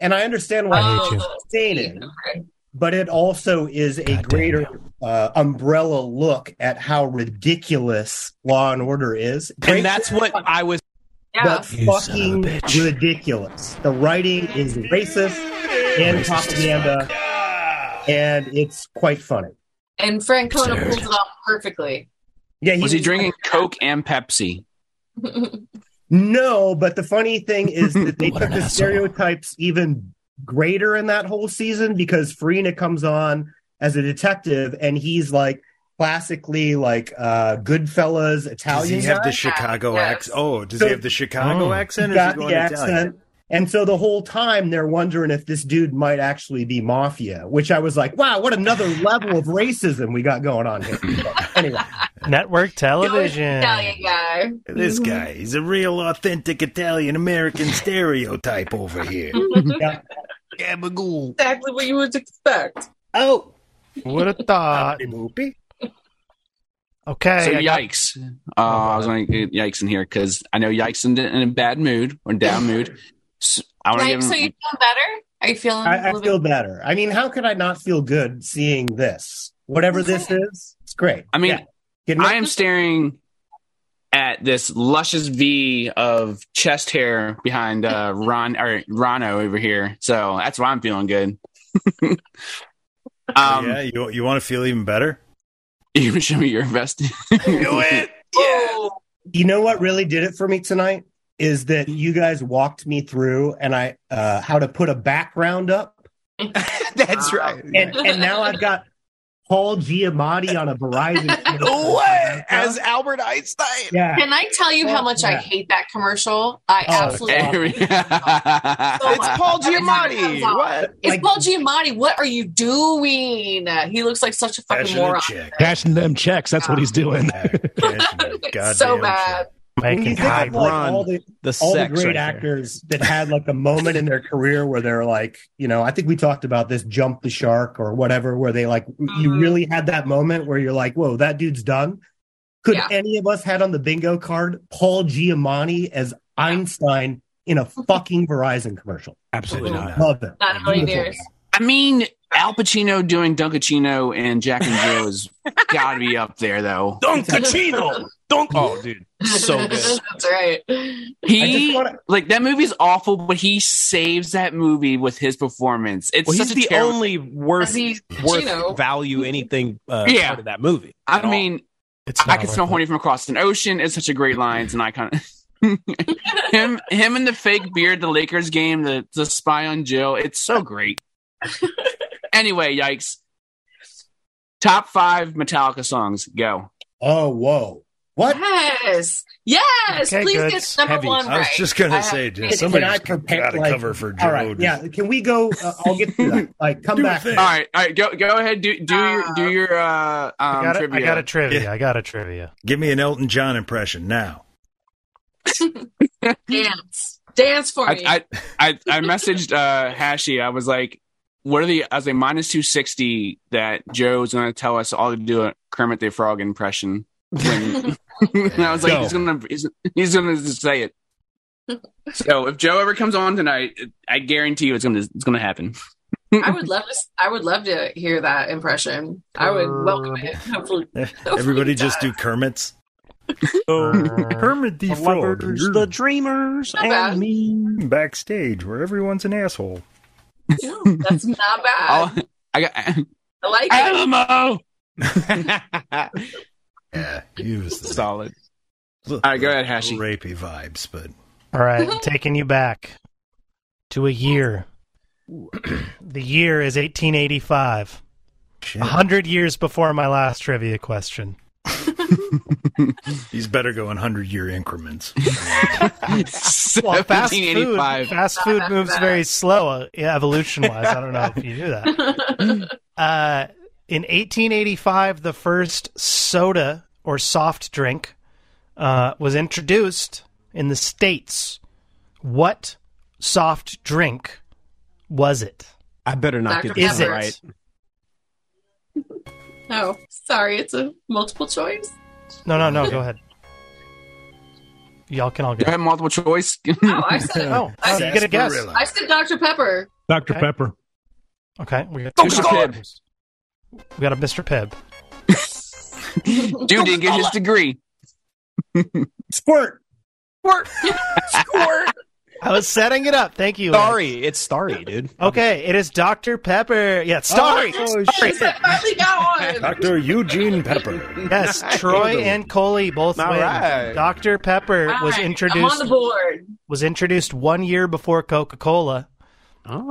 [SPEAKER 6] And I understand why
[SPEAKER 2] Oh.
[SPEAKER 3] I hate
[SPEAKER 6] he's
[SPEAKER 3] you.
[SPEAKER 6] saying it. but it also is a greater uh, umbrella look at how ridiculous Law and Order is. Great,
[SPEAKER 1] And that's what I was.
[SPEAKER 2] Yeah.
[SPEAKER 6] but
[SPEAKER 4] You son of a
[SPEAKER 6] fucking
[SPEAKER 4] bitch.
[SPEAKER 6] ridiculous. The writing is racist and
[SPEAKER 4] Racist as
[SPEAKER 6] propaganda, and it's quite funny.
[SPEAKER 2] And Francona
[SPEAKER 4] Absurd.
[SPEAKER 2] pulls it off perfectly.
[SPEAKER 6] Yeah,
[SPEAKER 8] Was he drinking Coke and Pepsi?
[SPEAKER 6] No, but the funny thing is that they
[SPEAKER 4] What
[SPEAKER 6] took
[SPEAKER 4] an
[SPEAKER 6] the
[SPEAKER 4] asshole.
[SPEAKER 6] stereotypes even greater in that whole season because Farina comes on as a detective and he's like classically like uh Goodfellas
[SPEAKER 5] Does
[SPEAKER 6] Italian
[SPEAKER 5] he have
[SPEAKER 6] guy.
[SPEAKER 5] the Chicago
[SPEAKER 2] Yes.
[SPEAKER 5] accent? Oh, does
[SPEAKER 6] So-
[SPEAKER 5] he have the Chicago
[SPEAKER 4] Oh.
[SPEAKER 5] accent? Or is he
[SPEAKER 6] got
[SPEAKER 5] going
[SPEAKER 6] the
[SPEAKER 5] Italian?
[SPEAKER 6] accent. And so the whole time they're wondering if this dude might actually be mafia, which I was like, wow, what another level of racism we got going on here. anyway,
[SPEAKER 3] Network television.
[SPEAKER 2] Italian guy. Mm-hmm.
[SPEAKER 5] This
[SPEAKER 6] Mm-hmm.
[SPEAKER 5] guy, he's a real authentic Italian American stereotype over here. Gabagool.
[SPEAKER 2] Exactly what you would expect.
[SPEAKER 5] Oh,
[SPEAKER 3] Would have thought.
[SPEAKER 5] boopy.
[SPEAKER 3] Okay.
[SPEAKER 8] So
[SPEAKER 3] I got-
[SPEAKER 8] yikes! Uh, I was going to get yikes in here because I know yikes in, in a bad mood or down mood. So I want to
[SPEAKER 2] Like,
[SPEAKER 8] give
[SPEAKER 2] so
[SPEAKER 8] him.
[SPEAKER 2] you feel better? Are you feeling? a
[SPEAKER 6] I, I
[SPEAKER 2] little
[SPEAKER 6] feel
[SPEAKER 2] bit-
[SPEAKER 6] better. I mean, how could I not feel good seeing this? Whatever this is, it's great.
[SPEAKER 8] I mean,
[SPEAKER 6] Yeah. Get me-
[SPEAKER 8] I am staring at this luscious V of chest hair behind uh, Ron or Rono over here. So that's why I'm feeling good. um,
[SPEAKER 5] yeah, you, you want to feel even better?
[SPEAKER 8] you can show me your vest. Do it.
[SPEAKER 2] Oh,
[SPEAKER 6] You know what really did it for me tonight is that
[SPEAKER 1] Mm-hmm.
[SPEAKER 6] you guys walked me through and I uh how to put a background up
[SPEAKER 1] That's right.
[SPEAKER 6] and and now I've got Paul Giamatti on a Verizon.
[SPEAKER 1] What? As Albert Einstein?
[SPEAKER 6] yeah.
[SPEAKER 2] Can I tell you how much I
[SPEAKER 6] Yeah.
[SPEAKER 2] hate that commercial? I
[SPEAKER 6] Oh,
[SPEAKER 2] absolutely.
[SPEAKER 6] okay.
[SPEAKER 1] It's Paul
[SPEAKER 2] Every time it
[SPEAKER 1] Giamatti.
[SPEAKER 2] comes on.
[SPEAKER 1] What?
[SPEAKER 2] It's
[SPEAKER 6] Like-
[SPEAKER 2] Paul Giamatti. What are you doing? He looks like such a fucking
[SPEAKER 5] Passionate
[SPEAKER 2] moron.
[SPEAKER 5] chick.
[SPEAKER 4] Cashing them checks. That's what he's doing.
[SPEAKER 5] Passionate,
[SPEAKER 2] It's
[SPEAKER 5] goddamn
[SPEAKER 2] so bad.
[SPEAKER 5] chick.
[SPEAKER 6] When you think
[SPEAKER 1] God,
[SPEAKER 6] of, like,
[SPEAKER 1] Ron,
[SPEAKER 6] all the,
[SPEAKER 1] the
[SPEAKER 6] all the
[SPEAKER 1] sex
[SPEAKER 6] great
[SPEAKER 1] right there.
[SPEAKER 6] actors that had like a moment in their career where they're like, you know, I think we talked about this jump the shark or whatever, where they like you really had that moment where you're like, whoa, that dude's done. Could any of us had on the bingo card Paul Giamatti as Einstein in a fucking Verizon commercial?
[SPEAKER 1] Absolutely
[SPEAKER 8] not.
[SPEAKER 6] Love it.
[SPEAKER 2] Not really theirs.
[SPEAKER 8] I mean, Al Pacino doing Dunkachino and Jack and Jill has got to be up there, though.
[SPEAKER 2] Dunkachino!
[SPEAKER 8] Dunk. Oh, dude, so good.
[SPEAKER 2] That's right.
[SPEAKER 8] He like that movie's awful, but he saves that movie with his performance. It's
[SPEAKER 1] well,
[SPEAKER 8] such
[SPEAKER 1] he's
[SPEAKER 8] a
[SPEAKER 1] the
[SPEAKER 8] terrible-
[SPEAKER 1] only worth
[SPEAKER 2] He's
[SPEAKER 1] worth
[SPEAKER 2] Pacino.
[SPEAKER 1] value anything uh,
[SPEAKER 8] Yeah.
[SPEAKER 1] part of that movie.
[SPEAKER 8] I mean, I can
[SPEAKER 1] not
[SPEAKER 8] smell
[SPEAKER 1] worth
[SPEAKER 8] horny from across an ocean. It's such a great line. It's an icon. him, him, and the fake beard, the Lakers game, the the spy on Jill. It's so great. anyway, yikes. Top five Metallica songs. Go.
[SPEAKER 6] Oh, whoa. What?
[SPEAKER 2] Yes. Yes.
[SPEAKER 8] Okay,
[SPEAKER 2] Please
[SPEAKER 8] good.
[SPEAKER 2] get number
[SPEAKER 8] Heavy.
[SPEAKER 2] one.
[SPEAKER 8] I was
[SPEAKER 2] right.
[SPEAKER 8] just gonna
[SPEAKER 2] have-
[SPEAKER 8] say,
[SPEAKER 6] Can-
[SPEAKER 8] just
[SPEAKER 6] can
[SPEAKER 8] somebody's
[SPEAKER 6] I prepare-
[SPEAKER 5] gotta
[SPEAKER 6] like-
[SPEAKER 5] cover for
[SPEAKER 6] all right,
[SPEAKER 5] Joe,
[SPEAKER 6] Yeah, can we go? Uh, I'll get to that. Like, come back.
[SPEAKER 8] All right, all right. Go, go ahead. Do do your do your uh, um,
[SPEAKER 5] I got it, I
[SPEAKER 8] trivia.
[SPEAKER 5] got it.
[SPEAKER 3] Trivia.
[SPEAKER 5] Yeah.
[SPEAKER 3] I got a trivia.
[SPEAKER 5] Give me an Elton John impression now.
[SPEAKER 2] Dance. Dance for me.
[SPEAKER 8] I, I I I messaged uh Hashi. I was like, what are the I was like minus two sixty that Joe's gonna tell us all to do a Kermit the Frog impression. When, and I was like,
[SPEAKER 5] Go.
[SPEAKER 8] he's gonna he's, he's gonna just say it. So if Joe ever comes on tonight, I guarantee you it's gonna it's gonna happen.
[SPEAKER 2] I would love to. I would love to hear that impression. I would welcome it. Hopefully,
[SPEAKER 5] Everybody just do Kermit's. Oh, Kermit the Frog.
[SPEAKER 1] the dreamers,
[SPEAKER 2] Not bad.
[SPEAKER 1] and me.
[SPEAKER 5] Backstage where everyone's an asshole.
[SPEAKER 2] that's not bad.
[SPEAKER 1] Uh,
[SPEAKER 8] I'll, Oh, I got
[SPEAKER 2] I like it.
[SPEAKER 8] Alamo.
[SPEAKER 5] yeah, he was the
[SPEAKER 8] solid. All right, go ahead, Hashi.
[SPEAKER 5] Rapey vibes, but
[SPEAKER 3] All right, I'm taking you back to a year. the year is 1885. A 100 years before my last trivia question.
[SPEAKER 5] These better go in hundred year increments.
[SPEAKER 3] Well, fast food,
[SPEAKER 5] 1785.
[SPEAKER 3] fast food moves very slow uh, evolution wise. I don't know if you knew that. Uh, in 1885, the first soda or soft drink uh, was introduced in the States. What soft drink was it?
[SPEAKER 1] I better
[SPEAKER 2] not Dr. get this
[SPEAKER 3] Is it
[SPEAKER 2] right. No, Oh, sorry, it's a multiple choice.
[SPEAKER 3] No, no, no. Go ahead. Y'all can all
[SPEAKER 8] Do
[SPEAKER 3] go.
[SPEAKER 8] I have multiple choice?
[SPEAKER 2] Oh, I said.
[SPEAKER 3] Oh, oh, you get a guess.
[SPEAKER 8] Sarsaparilla.
[SPEAKER 2] I said Dr. Pepper.
[SPEAKER 11] Dr. Pepper.
[SPEAKER 3] Okay, we got
[SPEAKER 8] Don't
[SPEAKER 3] two
[SPEAKER 8] stop.
[SPEAKER 3] Pibs. We got a Mr. Pibb.
[SPEAKER 8] Dude didn't get his degree.
[SPEAKER 6] Squirt.
[SPEAKER 8] Squirt.
[SPEAKER 2] Squirt.
[SPEAKER 3] I was setting it up. Thank you.
[SPEAKER 1] Starry. It's Starry, dude.
[SPEAKER 3] Okay, it is Dr. Pepper. Yeah, Starry.
[SPEAKER 5] Oh,
[SPEAKER 3] Starry.
[SPEAKER 5] shit.
[SPEAKER 2] Finally got one.
[SPEAKER 5] Dr. Eugene Pepper.
[SPEAKER 3] Yes, Troy and Coley both
[SPEAKER 5] All
[SPEAKER 3] win.
[SPEAKER 5] right.
[SPEAKER 3] Dr. Pepper
[SPEAKER 2] All
[SPEAKER 3] was
[SPEAKER 2] right, I'm on
[SPEAKER 3] introduced
[SPEAKER 2] the board.
[SPEAKER 3] was introduced one year before Coca Cola.
[SPEAKER 1] Oh,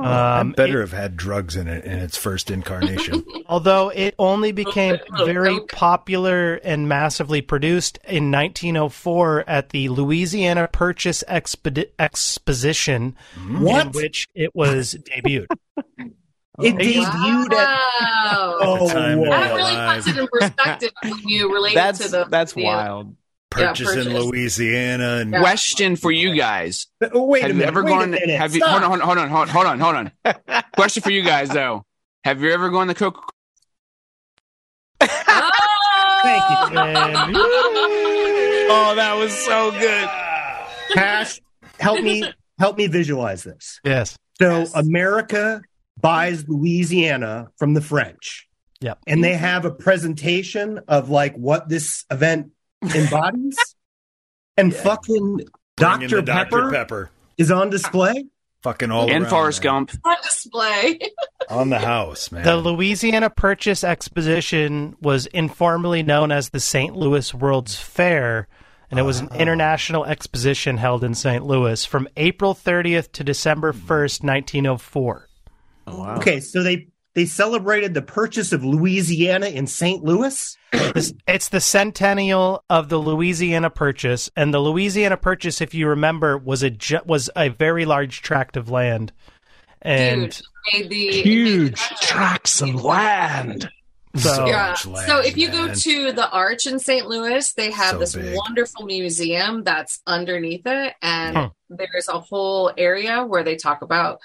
[SPEAKER 3] Um,
[SPEAKER 5] I'd better have had drugs in it in its first incarnation.
[SPEAKER 3] Although it only became very popular and massively produced in 1904 at the Louisiana Purchase Expedi- Exposition, in
[SPEAKER 6] What?
[SPEAKER 3] which it was debuted.
[SPEAKER 6] It debuted at.
[SPEAKER 2] Wow.
[SPEAKER 6] Oh, whoa.
[SPEAKER 2] That really puts it in perspective when you relate
[SPEAKER 1] That's
[SPEAKER 2] to the.
[SPEAKER 1] that's
[SPEAKER 2] the-
[SPEAKER 1] wild.
[SPEAKER 5] Purchase
[SPEAKER 2] Yeah,
[SPEAKER 5] in
[SPEAKER 2] purchase.
[SPEAKER 5] Louisiana and
[SPEAKER 8] Question for you guys.
[SPEAKER 6] But- oh, wait a
[SPEAKER 8] have you
[SPEAKER 6] minute,
[SPEAKER 8] ever
[SPEAKER 6] wait a
[SPEAKER 8] gone?
[SPEAKER 6] minute,
[SPEAKER 8] Have you?
[SPEAKER 6] stop.
[SPEAKER 8] Hold on, hold on, hold on, hold on, hold on. hold on. Question for you guys though: Have you ever gone to Coca?
[SPEAKER 2] Oh!
[SPEAKER 6] Thank you.
[SPEAKER 3] And-
[SPEAKER 8] Oh, that was so good.
[SPEAKER 6] Cash, help me help me visualize this.
[SPEAKER 3] yes.
[SPEAKER 6] So America buys Louisiana from the French.
[SPEAKER 3] Yep.
[SPEAKER 6] And
[SPEAKER 5] Mm-hmm.
[SPEAKER 6] they have a presentation of like what this event embodies. and fucking
[SPEAKER 5] Bring in
[SPEAKER 6] Dr.
[SPEAKER 5] the
[SPEAKER 6] Pepper,
[SPEAKER 5] Dr. Pepper.
[SPEAKER 6] is on display.
[SPEAKER 5] Fucking all
[SPEAKER 8] and
[SPEAKER 5] around,
[SPEAKER 8] Forrest
[SPEAKER 5] man.
[SPEAKER 8] Gump.
[SPEAKER 2] On display.
[SPEAKER 5] on the house, man.
[SPEAKER 3] The Louisiana Purchase Exposition was informally known as the St. Louis World's Fair, and it was an international exposition held in St. Louis from April 30th to December oh 1st, 1904.
[SPEAKER 1] wow.
[SPEAKER 6] Okay, so they they celebrated the purchase of Louisiana in St. Louis.
[SPEAKER 3] This- it's the centennial of the Louisiana Purchase, and the Louisiana Purchase, if you remember, was a ju- was a very large tract of land, and
[SPEAKER 2] Dude, made the
[SPEAKER 11] Huge tracts of land.
[SPEAKER 3] So
[SPEAKER 2] yeah. so if you go to the Arch in St. Louis, they have
[SPEAKER 3] So
[SPEAKER 2] this
[SPEAKER 3] big.
[SPEAKER 2] wonderful museum that's underneath it, and
[SPEAKER 3] Huh.
[SPEAKER 2] there's a whole area where they talk about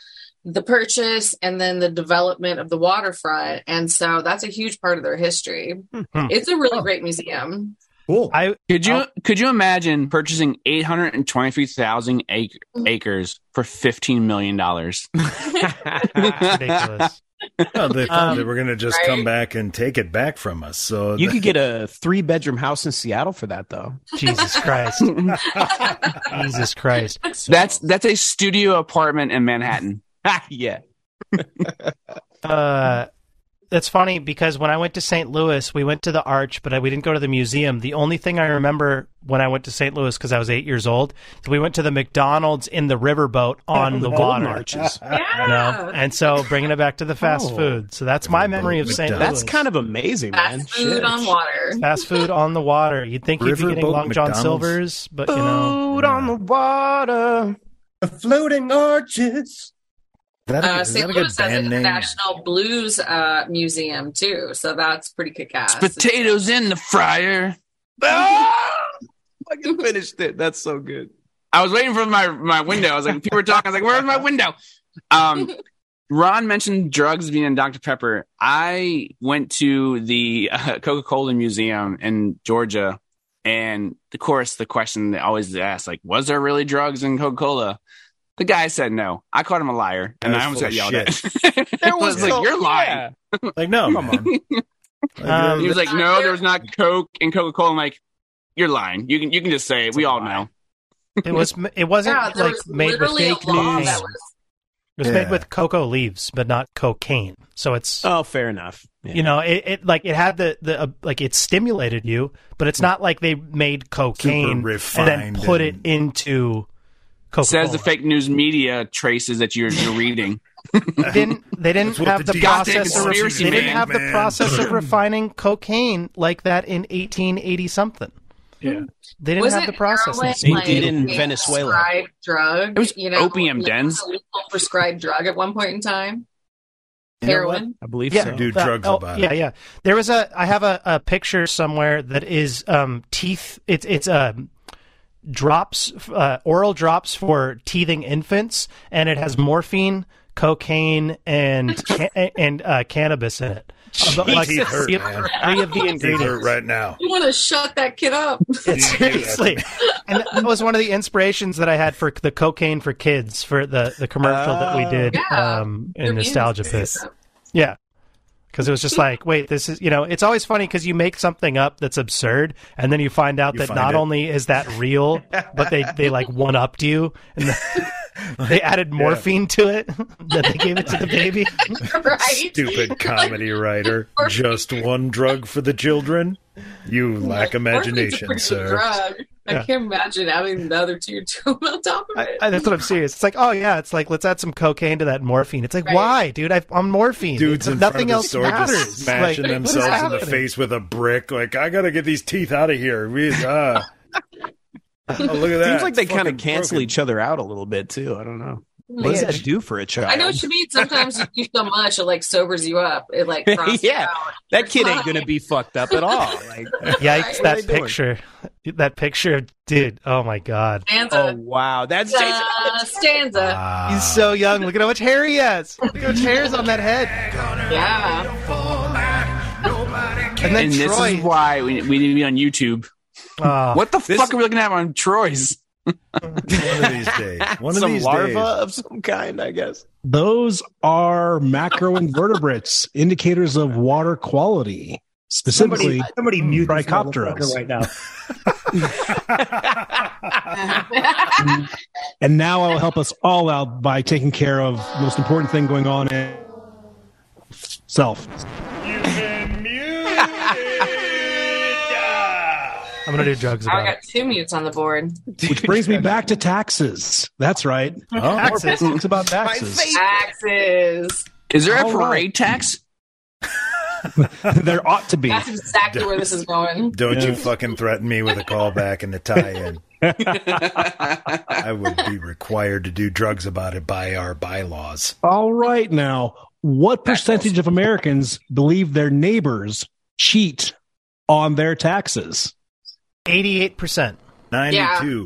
[SPEAKER 2] the purchase and then the development of the waterfront, and so that's a huge part of their history.
[SPEAKER 8] Hmm.
[SPEAKER 2] It's a
[SPEAKER 3] Oh.
[SPEAKER 2] really great museum.
[SPEAKER 11] Cool.
[SPEAKER 3] I
[SPEAKER 8] could you could you imagine purchasing eight hundred and twenty three thousand ac- acres for fifteen million dollars?
[SPEAKER 5] Ridiculous. Well, they thought
[SPEAKER 1] Um,
[SPEAKER 5] they were going to just come back and take it back from us. So
[SPEAKER 1] You could get a three bedroom house in Seattle for that though.
[SPEAKER 3] Jesus Christ. Jesus Christ.
[SPEAKER 8] That's that's a studio apartment in Manhattan.
[SPEAKER 1] ah,
[SPEAKER 8] yeah.
[SPEAKER 3] Uh, that's funny because when I went to St. Louis, we went to the Arch, but I, we didn't go to the museum. The only thing I remember when I went to St. Louis because I was eight years old, so we went to the McDonald's in the riverboat on
[SPEAKER 4] The
[SPEAKER 3] the,
[SPEAKER 4] Golden
[SPEAKER 3] water.
[SPEAKER 4] Arches.
[SPEAKER 3] You know? And so bringing it back to the fast
[SPEAKER 4] Oh.
[SPEAKER 3] food. So that's my memory of St. Louis.
[SPEAKER 1] That's kind of amazing, man.
[SPEAKER 2] Fast food on water.
[SPEAKER 3] fast food on the water. You'd think you'd be getting
[SPEAKER 1] Riverboat
[SPEAKER 3] Long John
[SPEAKER 1] McDonald's.
[SPEAKER 3] Silver's, but you know.
[SPEAKER 1] Food on the water.
[SPEAKER 11] The floating arches.
[SPEAKER 5] That
[SPEAKER 2] Uh, St. Louis has an National Blues uh, Museum too, so that's pretty kick-ass.
[SPEAKER 8] Potatoes in the fryer.
[SPEAKER 1] Ah! Fucking finished it. That's so good.
[SPEAKER 8] I was waiting for my my window. I was like, people were talking. I was like, where's my window? Um, Ron mentioned drugs being in Dr Pepper. I went to the uh, Coca Cola Museum in Georgia, and of course, the question they always ask, like, was there really drugs in Coca Cola? The guy said no. I called him a liar, and
[SPEAKER 5] That's
[SPEAKER 8] I almost
[SPEAKER 5] full
[SPEAKER 8] got yelled
[SPEAKER 5] of
[SPEAKER 8] at. I was, like, you're lying.
[SPEAKER 5] Like, no, come on.
[SPEAKER 8] Um, he was like, no, there was not Coke and Coca Cola. I'm like, you're lying. You can you can just say it. We all know.
[SPEAKER 3] It was it wasn't
[SPEAKER 2] Yeah, there
[SPEAKER 3] like
[SPEAKER 2] was
[SPEAKER 3] made with
[SPEAKER 2] literally a
[SPEAKER 3] fake
[SPEAKER 2] law
[SPEAKER 3] news.
[SPEAKER 2] that
[SPEAKER 3] It was
[SPEAKER 2] Yeah.
[SPEAKER 3] made with cocoa leaves, but not cocaine. So it's
[SPEAKER 1] oh, fair enough.
[SPEAKER 3] You know, it, it like it had the the uh, like it stimulated you, but it's not like they made cocaine and then
[SPEAKER 8] refined
[SPEAKER 3] put it into Coca
[SPEAKER 8] Says the fake news media traces that you're you're reading.
[SPEAKER 3] didn't they didn't
[SPEAKER 8] That's what
[SPEAKER 3] have
[SPEAKER 8] the
[SPEAKER 3] the,
[SPEAKER 8] goddamn
[SPEAKER 3] process of they
[SPEAKER 8] conspiracy
[SPEAKER 3] didn't
[SPEAKER 8] man,
[SPEAKER 3] have the
[SPEAKER 8] man.
[SPEAKER 3] process of refining cocaine like that in 1880 something.
[SPEAKER 8] Yeah.
[SPEAKER 3] They didn't have
[SPEAKER 2] Wasn't
[SPEAKER 3] the process.
[SPEAKER 2] heroin, like, a Prescribed drug.
[SPEAKER 3] It was
[SPEAKER 2] you know,
[SPEAKER 3] opium
[SPEAKER 2] like,
[SPEAKER 3] dens.
[SPEAKER 2] a legal prescribed drug at one point in time.
[SPEAKER 3] You know
[SPEAKER 2] Heroin.
[SPEAKER 1] I believe
[SPEAKER 3] yeah,
[SPEAKER 1] so.
[SPEAKER 3] uh, oh, yeah, yeah. There was a. I have a, a picture somewhere that is um teeth. It's it's um drops, uh, oral drops for teething infants, and it has morphine, cocaine, and ca- and uh, cannabis in it.
[SPEAKER 5] Jesus.
[SPEAKER 3] But, like,
[SPEAKER 5] Teeth hurt,
[SPEAKER 3] three of-
[SPEAKER 5] man.
[SPEAKER 3] three of the
[SPEAKER 5] Teeth
[SPEAKER 3] ingredients
[SPEAKER 5] hurt right now.
[SPEAKER 2] You want to shut that kid up?
[SPEAKER 3] seriously. and that was one of the inspirations that I had for the cocaine for kids for the, the commercial that we did
[SPEAKER 2] Oh, Yeah.
[SPEAKER 3] um,
[SPEAKER 2] Your
[SPEAKER 3] in Nostalgia
[SPEAKER 2] music
[SPEAKER 3] Pit. Yeah. Because it was just like, wait, this is, you know, it's always funny because you make something up that's absurd and then you find out
[SPEAKER 5] You
[SPEAKER 3] that
[SPEAKER 5] find
[SPEAKER 3] not
[SPEAKER 5] it.
[SPEAKER 3] only is that real, but they, they like one upped you and the- they added
[SPEAKER 5] Yeah.
[SPEAKER 3] morphine to it that they gave it to the baby.
[SPEAKER 2] right?
[SPEAKER 5] Stupid comedy writer. Just one drug for the children. You lack imagination,
[SPEAKER 2] Morphine's a pretty
[SPEAKER 5] sir.
[SPEAKER 2] good drug. I
[SPEAKER 3] Yeah.
[SPEAKER 2] can't imagine adding the other two to on top of it.
[SPEAKER 3] I, that's what I'm serious. It's like, oh yeah, it's like let's add some cocaine to that morphine. It's like, why, dude? I've, I'm morphine.
[SPEAKER 5] Dudes
[SPEAKER 3] It's-
[SPEAKER 5] in
[SPEAKER 3] nothing
[SPEAKER 5] front of the
[SPEAKER 3] else
[SPEAKER 5] store
[SPEAKER 3] matters.
[SPEAKER 5] just smashing
[SPEAKER 3] Like, what is
[SPEAKER 5] themselves in the
[SPEAKER 3] happening?
[SPEAKER 5] face with a brick. Like, I gotta get these teeth out of here. We, uh, oh, look at that.
[SPEAKER 1] Seems like they kind
[SPEAKER 5] Fucking
[SPEAKER 1] of cancel
[SPEAKER 5] broken.
[SPEAKER 1] each other out a little bit too. I don't know. What does
[SPEAKER 2] Yeah.
[SPEAKER 1] that do for a child?
[SPEAKER 2] I know what you mean. Sometimes you do so much, it like sobers you up. It like crosses you
[SPEAKER 1] yeah,
[SPEAKER 2] out.
[SPEAKER 1] that kid ain't gonna be fucked up at all. Like,
[SPEAKER 3] Yikes!
[SPEAKER 1] what are
[SPEAKER 3] That
[SPEAKER 1] they doing?
[SPEAKER 3] picture, that picture, of- dude. Oh my god,
[SPEAKER 2] Stanza.
[SPEAKER 1] Oh wow, that's Jason.
[SPEAKER 2] Uh, stanza.
[SPEAKER 3] Oh, he's so young. Look at how much hair he has. Look at how much hair is on that head.
[SPEAKER 2] yeah.
[SPEAKER 3] And then
[SPEAKER 8] this
[SPEAKER 3] Troy.
[SPEAKER 8] is why we, we need to be on YouTube.
[SPEAKER 11] Ah.
[SPEAKER 3] Oh.
[SPEAKER 8] what the fuck are we looking at on Troy's?
[SPEAKER 5] One of these days. One of
[SPEAKER 1] some
[SPEAKER 5] these
[SPEAKER 1] larva
[SPEAKER 5] days.
[SPEAKER 1] of some kind, I guess.
[SPEAKER 4] Those are macroinvertebrates, indicators of water quality, specifically
[SPEAKER 11] Somebody, somebody mute this
[SPEAKER 4] Trichopteras.
[SPEAKER 11] motherfucker right now.
[SPEAKER 4] And now I will help us all out by taking care of the most important thing going on in self.
[SPEAKER 3] I'm gonna do drugs
[SPEAKER 2] Now I
[SPEAKER 3] about it.
[SPEAKER 2] got two mutes on the board.
[SPEAKER 4] Which brings me back to taxes. That's right.
[SPEAKER 3] Taxes.
[SPEAKER 4] More politics about taxes.
[SPEAKER 2] Taxes.
[SPEAKER 8] Is there a
[SPEAKER 4] All
[SPEAKER 8] parade
[SPEAKER 4] right.
[SPEAKER 8] tax?
[SPEAKER 4] there ought to be.
[SPEAKER 2] That's exactly where this is going.
[SPEAKER 5] Don't you fucking threaten me with a callback and the tie-in. I would be required to do drugs about it by our bylaws.
[SPEAKER 4] All right now. What percentage of Americans believe their neighbors cheat on their taxes?
[SPEAKER 11] 88%.
[SPEAKER 2] Yeah, yeah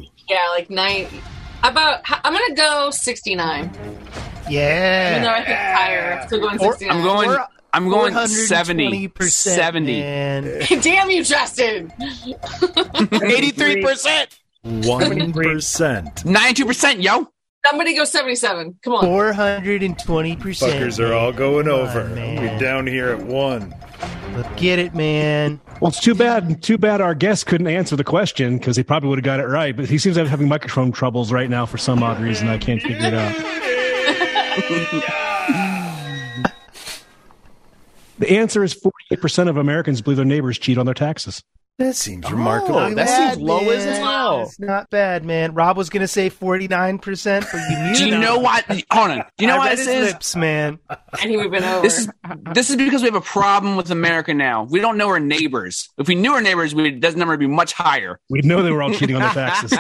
[SPEAKER 2] like nine. About, h- I'm gonna go 69.
[SPEAKER 11] Yeah.
[SPEAKER 2] Even though I think it's higher, I'm still going
[SPEAKER 8] Or-
[SPEAKER 2] 69.
[SPEAKER 8] I'm going. I'm going 70.
[SPEAKER 11] 420%,
[SPEAKER 8] 70.
[SPEAKER 2] Damn you, Justin!
[SPEAKER 8] 83%.
[SPEAKER 5] One percent.
[SPEAKER 8] 92%, yo.
[SPEAKER 2] Somebody go 77. Come on.
[SPEAKER 11] 420%.
[SPEAKER 5] Fuckers are all going over.
[SPEAKER 11] man.
[SPEAKER 5] We're down here at one.
[SPEAKER 11] Get it, man.
[SPEAKER 4] Well, it's too bad. Too bad our guest couldn't answer the question because he probably would have got it right. But he seems to be having microphone troubles right now for some odd reason. I can't figure it out. The answer is 48% of Americans believe their neighbors cheat on their taxes.
[SPEAKER 5] That seems
[SPEAKER 4] remarkable.
[SPEAKER 11] Oh,
[SPEAKER 4] That
[SPEAKER 11] bad,
[SPEAKER 4] seems low as
[SPEAKER 11] man.
[SPEAKER 4] hell.
[SPEAKER 11] It's not bad, man. Rob was gonna say forty nine percent, but you muted
[SPEAKER 8] Do you
[SPEAKER 11] him.
[SPEAKER 8] know why? Hold on. Do you know
[SPEAKER 11] I
[SPEAKER 8] why
[SPEAKER 11] read
[SPEAKER 8] this
[SPEAKER 11] his
[SPEAKER 8] is?
[SPEAKER 11] lips, man.
[SPEAKER 2] And he would have been over.
[SPEAKER 8] This is this is because we have a problem with America now. We don't know our neighbors. If we knew our neighbors, we that number would be much higher.
[SPEAKER 4] We know they were all cheating on their taxes.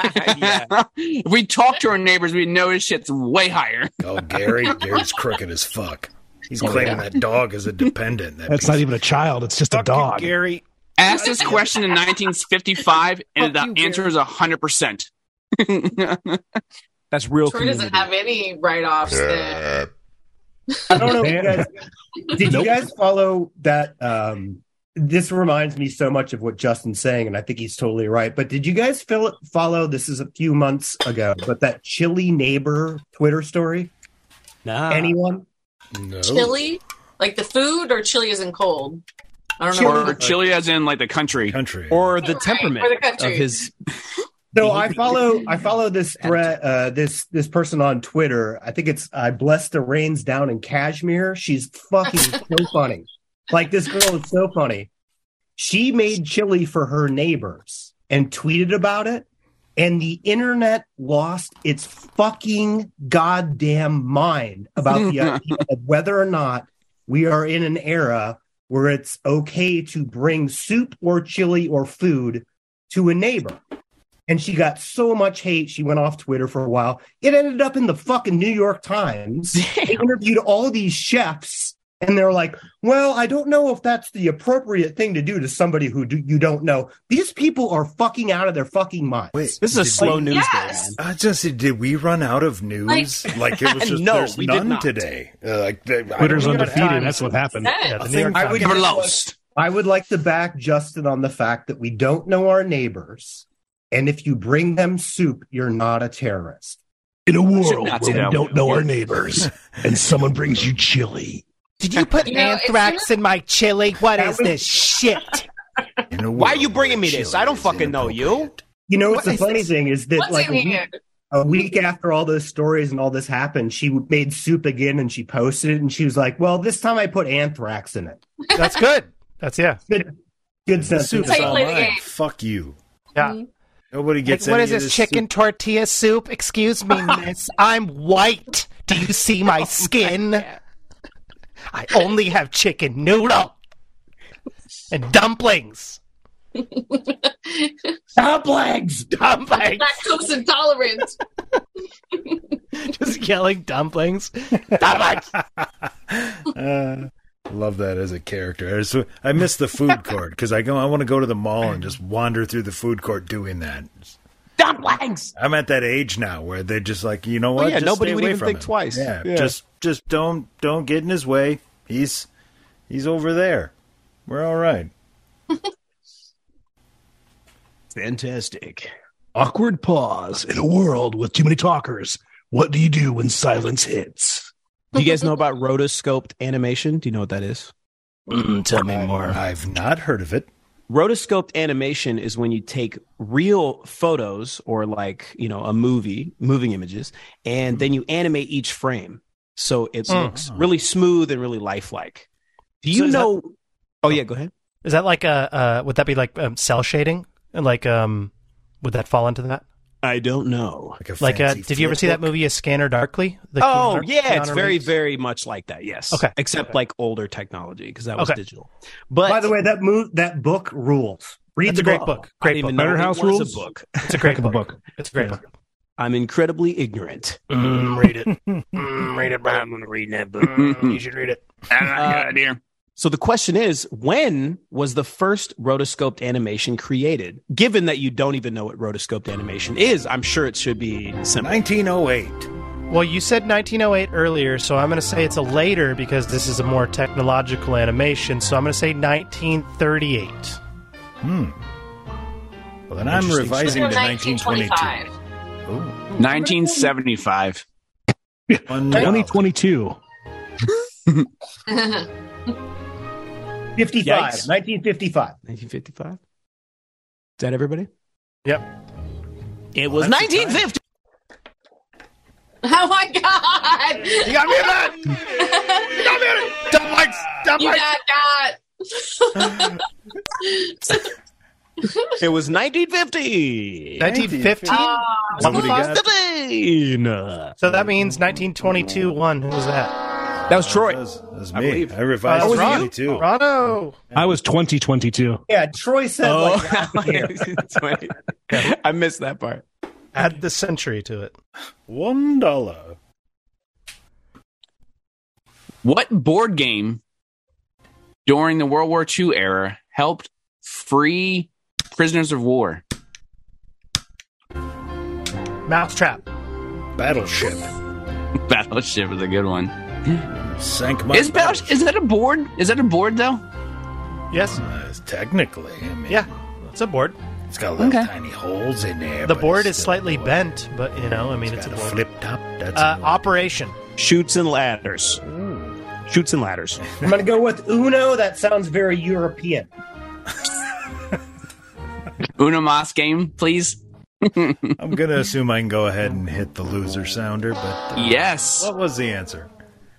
[SPEAKER 8] if we talk to our neighbors, we know this shit's way higher.
[SPEAKER 5] Oh, Gary, Gary's crooked as fuck. He's
[SPEAKER 8] Oh,
[SPEAKER 5] claiming
[SPEAKER 8] yeah.
[SPEAKER 5] that dog is a dependent. That
[SPEAKER 4] That's not even a child. It's just a dog.
[SPEAKER 11] Gary
[SPEAKER 8] asked this question in 1955, and the answer is 100. percent
[SPEAKER 1] That's real.
[SPEAKER 2] Troy doesn't have any write offs.
[SPEAKER 6] I don't know. if you guys, did you guys follow that? Um, this reminds me so much of what Justin's saying, and I think he's totally right. But did you guys fill, follow? This is a few months ago, but that chilly neighbor Twitter story.
[SPEAKER 1] Nah.
[SPEAKER 6] Anyone?
[SPEAKER 5] No.
[SPEAKER 2] Chili? Like the food or chili isn't cold? I don't know.
[SPEAKER 8] Or Chile, as in like the country,
[SPEAKER 5] country,
[SPEAKER 1] or the
[SPEAKER 2] temperament or the country. of his-
[SPEAKER 6] So I follow I follow this thread uh, this this person on Twitter. I think it's I bless the rains down in Kashmir. She's fucking so funny. Like this girl is so funny. She made chili for her neighbors and tweeted about it, and the internet lost its fucking goddamn mind about the idea of whether or not we are in an era where it's okay to bring soup or chili or food to a neighbor. And she got so much hate, she went off Twitter for a while. It ended up in the fucking New York Times. They interviewed all these chefs, and they're like, well, I don't know if that's the appropriate thing to do to somebody who do, you don't know. These people are fucking out of their fucking minds.
[SPEAKER 1] This is a slow news
[SPEAKER 2] Yes.
[SPEAKER 5] I just did we run out of news?
[SPEAKER 2] Like-
[SPEAKER 5] Like, it was just
[SPEAKER 1] No,
[SPEAKER 5] there's
[SPEAKER 1] we did
[SPEAKER 5] none
[SPEAKER 1] not.
[SPEAKER 5] today. Uh, like they- I don't
[SPEAKER 4] Twitter's
[SPEAKER 5] know what
[SPEAKER 4] undefeated.
[SPEAKER 5] happened.
[SPEAKER 4] That's what happened.
[SPEAKER 2] Yeah,
[SPEAKER 6] I
[SPEAKER 4] the New
[SPEAKER 6] think
[SPEAKER 4] York
[SPEAKER 6] I would,
[SPEAKER 4] Times-
[SPEAKER 6] I would like to back Justin on the fact that we don't know our neighbors, and if you bring them soup, you're not a terrorist.
[SPEAKER 10] In a world
[SPEAKER 6] Should
[SPEAKER 10] where
[SPEAKER 6] not
[SPEAKER 10] we
[SPEAKER 6] say no.
[SPEAKER 10] don't know our neighbors and someone brings you chili.
[SPEAKER 11] Did you put
[SPEAKER 10] You know, it's
[SPEAKER 11] anthrax in my chili? What is this shit?
[SPEAKER 1] Why are you bringing me this? I don't fucking know you.
[SPEAKER 6] You know
[SPEAKER 1] What
[SPEAKER 6] what's the
[SPEAKER 1] is
[SPEAKER 6] funny
[SPEAKER 1] this?
[SPEAKER 6] thing is that
[SPEAKER 1] What's
[SPEAKER 6] like a
[SPEAKER 1] in
[SPEAKER 6] week,
[SPEAKER 1] here?
[SPEAKER 6] a week after all those stories and all this happened, she made soup again and she posted it and she was like, "Well, this time I put anthrax in it."
[SPEAKER 11] That's good. That's yeah.
[SPEAKER 6] Good, good sense. of
[SPEAKER 5] Soup's
[SPEAKER 6] design.
[SPEAKER 5] online. Fuck you.
[SPEAKER 11] Yeah.
[SPEAKER 5] Nobody gets
[SPEAKER 11] what
[SPEAKER 5] any
[SPEAKER 11] is
[SPEAKER 5] of
[SPEAKER 11] this, chicken tortilla soup? Excuse me, miss. I'm white. Do you see
[SPEAKER 6] Oh,
[SPEAKER 11] my skin? I only have chicken noodle and dumplings.
[SPEAKER 6] dumplings!
[SPEAKER 11] Dumplings!
[SPEAKER 2] Lactose intolerant.
[SPEAKER 11] Just yelling dumplings. Dumplings!
[SPEAKER 5] Uh, love that as a character. I, just- I miss the food court because I go. I want to go to the mall and just wander through the food court doing that.
[SPEAKER 2] Dumplings.
[SPEAKER 5] I'm at that age now where they just like, you know what?
[SPEAKER 1] Oh, yeah,
[SPEAKER 5] Just
[SPEAKER 1] nobody
[SPEAKER 5] stay
[SPEAKER 1] would
[SPEAKER 5] away
[SPEAKER 1] even
[SPEAKER 5] from
[SPEAKER 1] think
[SPEAKER 5] him.
[SPEAKER 1] twice.
[SPEAKER 5] Yeah,
[SPEAKER 1] Yeah.
[SPEAKER 5] just just don't don't get in his way. He's he's over there. We're all right.
[SPEAKER 1] Fantastic.
[SPEAKER 10] Awkward pause in a world with too many talkers. What do you do when silence hits?
[SPEAKER 1] Do you guys know about rotoscoped animation? Do you know what that is?
[SPEAKER 10] Mm, tell me more.
[SPEAKER 5] I've not heard of it.
[SPEAKER 1] Rotoscoped animation is when you take real photos or like, you know, a movie, moving images, and then you animate each frame. So it
[SPEAKER 11] Mm.
[SPEAKER 1] looks really smooth and really lifelike. Do
[SPEAKER 11] So
[SPEAKER 1] you
[SPEAKER 11] is that-
[SPEAKER 1] know Oh yeah, go ahead.
[SPEAKER 11] Is that like a? Uh, would that be like um, cell shading? And like, um, would that fall into that?
[SPEAKER 1] I don't know.
[SPEAKER 5] Like a
[SPEAKER 11] Like, uh, did you ever see that movie, A Scanner Darkly? The
[SPEAKER 1] oh
[SPEAKER 11] Keanu-
[SPEAKER 1] yeah, it's
[SPEAKER 11] Keanu
[SPEAKER 1] very,
[SPEAKER 11] Reeves?
[SPEAKER 1] very much like that. Yes.
[SPEAKER 11] Okay.
[SPEAKER 1] Except like older technology because that was
[SPEAKER 11] Okay.
[SPEAKER 1] digital. But
[SPEAKER 6] By the way, that move that book rules. Read
[SPEAKER 11] It's a
[SPEAKER 6] the
[SPEAKER 11] great
[SPEAKER 6] book.
[SPEAKER 11] book.
[SPEAKER 1] I
[SPEAKER 11] Great
[SPEAKER 1] didn't
[SPEAKER 11] book.
[SPEAKER 1] even know it was a
[SPEAKER 11] It's a great
[SPEAKER 1] book.
[SPEAKER 11] book. It's a great book. It's a great book.
[SPEAKER 1] I'm incredibly ignorant.
[SPEAKER 11] Mm, read it. mm, read it, but I'm going to read that book. Mm, you should read it.
[SPEAKER 1] Uh, So the question is, when was the first rotoscoped animation created? Given that you don't even know what rotoscoped animation is, I'm sure it should be simple.
[SPEAKER 5] 1908.
[SPEAKER 3] Well, you said 1908 earlier, so I'm going to say it's a later because this is a more technological animation. So I'm going to say 1938.
[SPEAKER 5] Hmm. Well, then I'm
[SPEAKER 3] Interesting.
[SPEAKER 5] revising to 1922.
[SPEAKER 2] 1925.
[SPEAKER 8] 1975.
[SPEAKER 4] 2022.
[SPEAKER 6] 55,
[SPEAKER 1] Yikes.
[SPEAKER 6] 1955.
[SPEAKER 1] 1955. Is that everybody?
[SPEAKER 3] Yep.
[SPEAKER 1] It was 1950.
[SPEAKER 2] Oh my god!
[SPEAKER 11] You got me in that! You got me in it! Dumb mics! Dumb mics!
[SPEAKER 2] You got got.
[SPEAKER 1] It was 1950.
[SPEAKER 3] 1915?
[SPEAKER 1] Somebody
[SPEAKER 3] One
[SPEAKER 1] got-
[SPEAKER 3] So that means 1922. One. Who was that?
[SPEAKER 1] That was Troy. That
[SPEAKER 5] was,
[SPEAKER 3] I
[SPEAKER 5] me.
[SPEAKER 3] believe.
[SPEAKER 5] I revised
[SPEAKER 3] Uh,
[SPEAKER 5] to
[SPEAKER 3] was it you?
[SPEAKER 5] 22.
[SPEAKER 3] Rono.
[SPEAKER 4] I was 2022.
[SPEAKER 6] Yeah, Troy said
[SPEAKER 1] Oh, I missed that part.
[SPEAKER 3] Add the century to it.
[SPEAKER 5] One dollar.
[SPEAKER 8] What board game during the World War II era helped free prisoners of war?
[SPEAKER 3] Mousetrap.
[SPEAKER 5] Battleship.
[SPEAKER 8] Battleship is a good one.
[SPEAKER 5] Sank my.
[SPEAKER 8] Is battleship, is that a board? Is that a board though?
[SPEAKER 3] Yes.
[SPEAKER 5] Technically, I mean,
[SPEAKER 3] Yeah. It's a board.
[SPEAKER 5] it's got little
[SPEAKER 3] Okay.
[SPEAKER 5] tiny holes in there.
[SPEAKER 3] The
[SPEAKER 5] but
[SPEAKER 3] board
[SPEAKER 5] it's
[SPEAKER 3] is slightly bent, but you know, I mean, it's,
[SPEAKER 5] got
[SPEAKER 3] a
[SPEAKER 5] a
[SPEAKER 3] board.
[SPEAKER 5] flip top. That's
[SPEAKER 3] Uh, operation.
[SPEAKER 1] Shoots and ladders. Shoots and ladders.
[SPEAKER 6] I'm going to go with Uno. That sounds very European.
[SPEAKER 8] Uno Mas game, please.
[SPEAKER 5] I'm gonna assume I can go ahead and hit the loser sounder, but uh,
[SPEAKER 8] Yes.
[SPEAKER 5] What was the answer?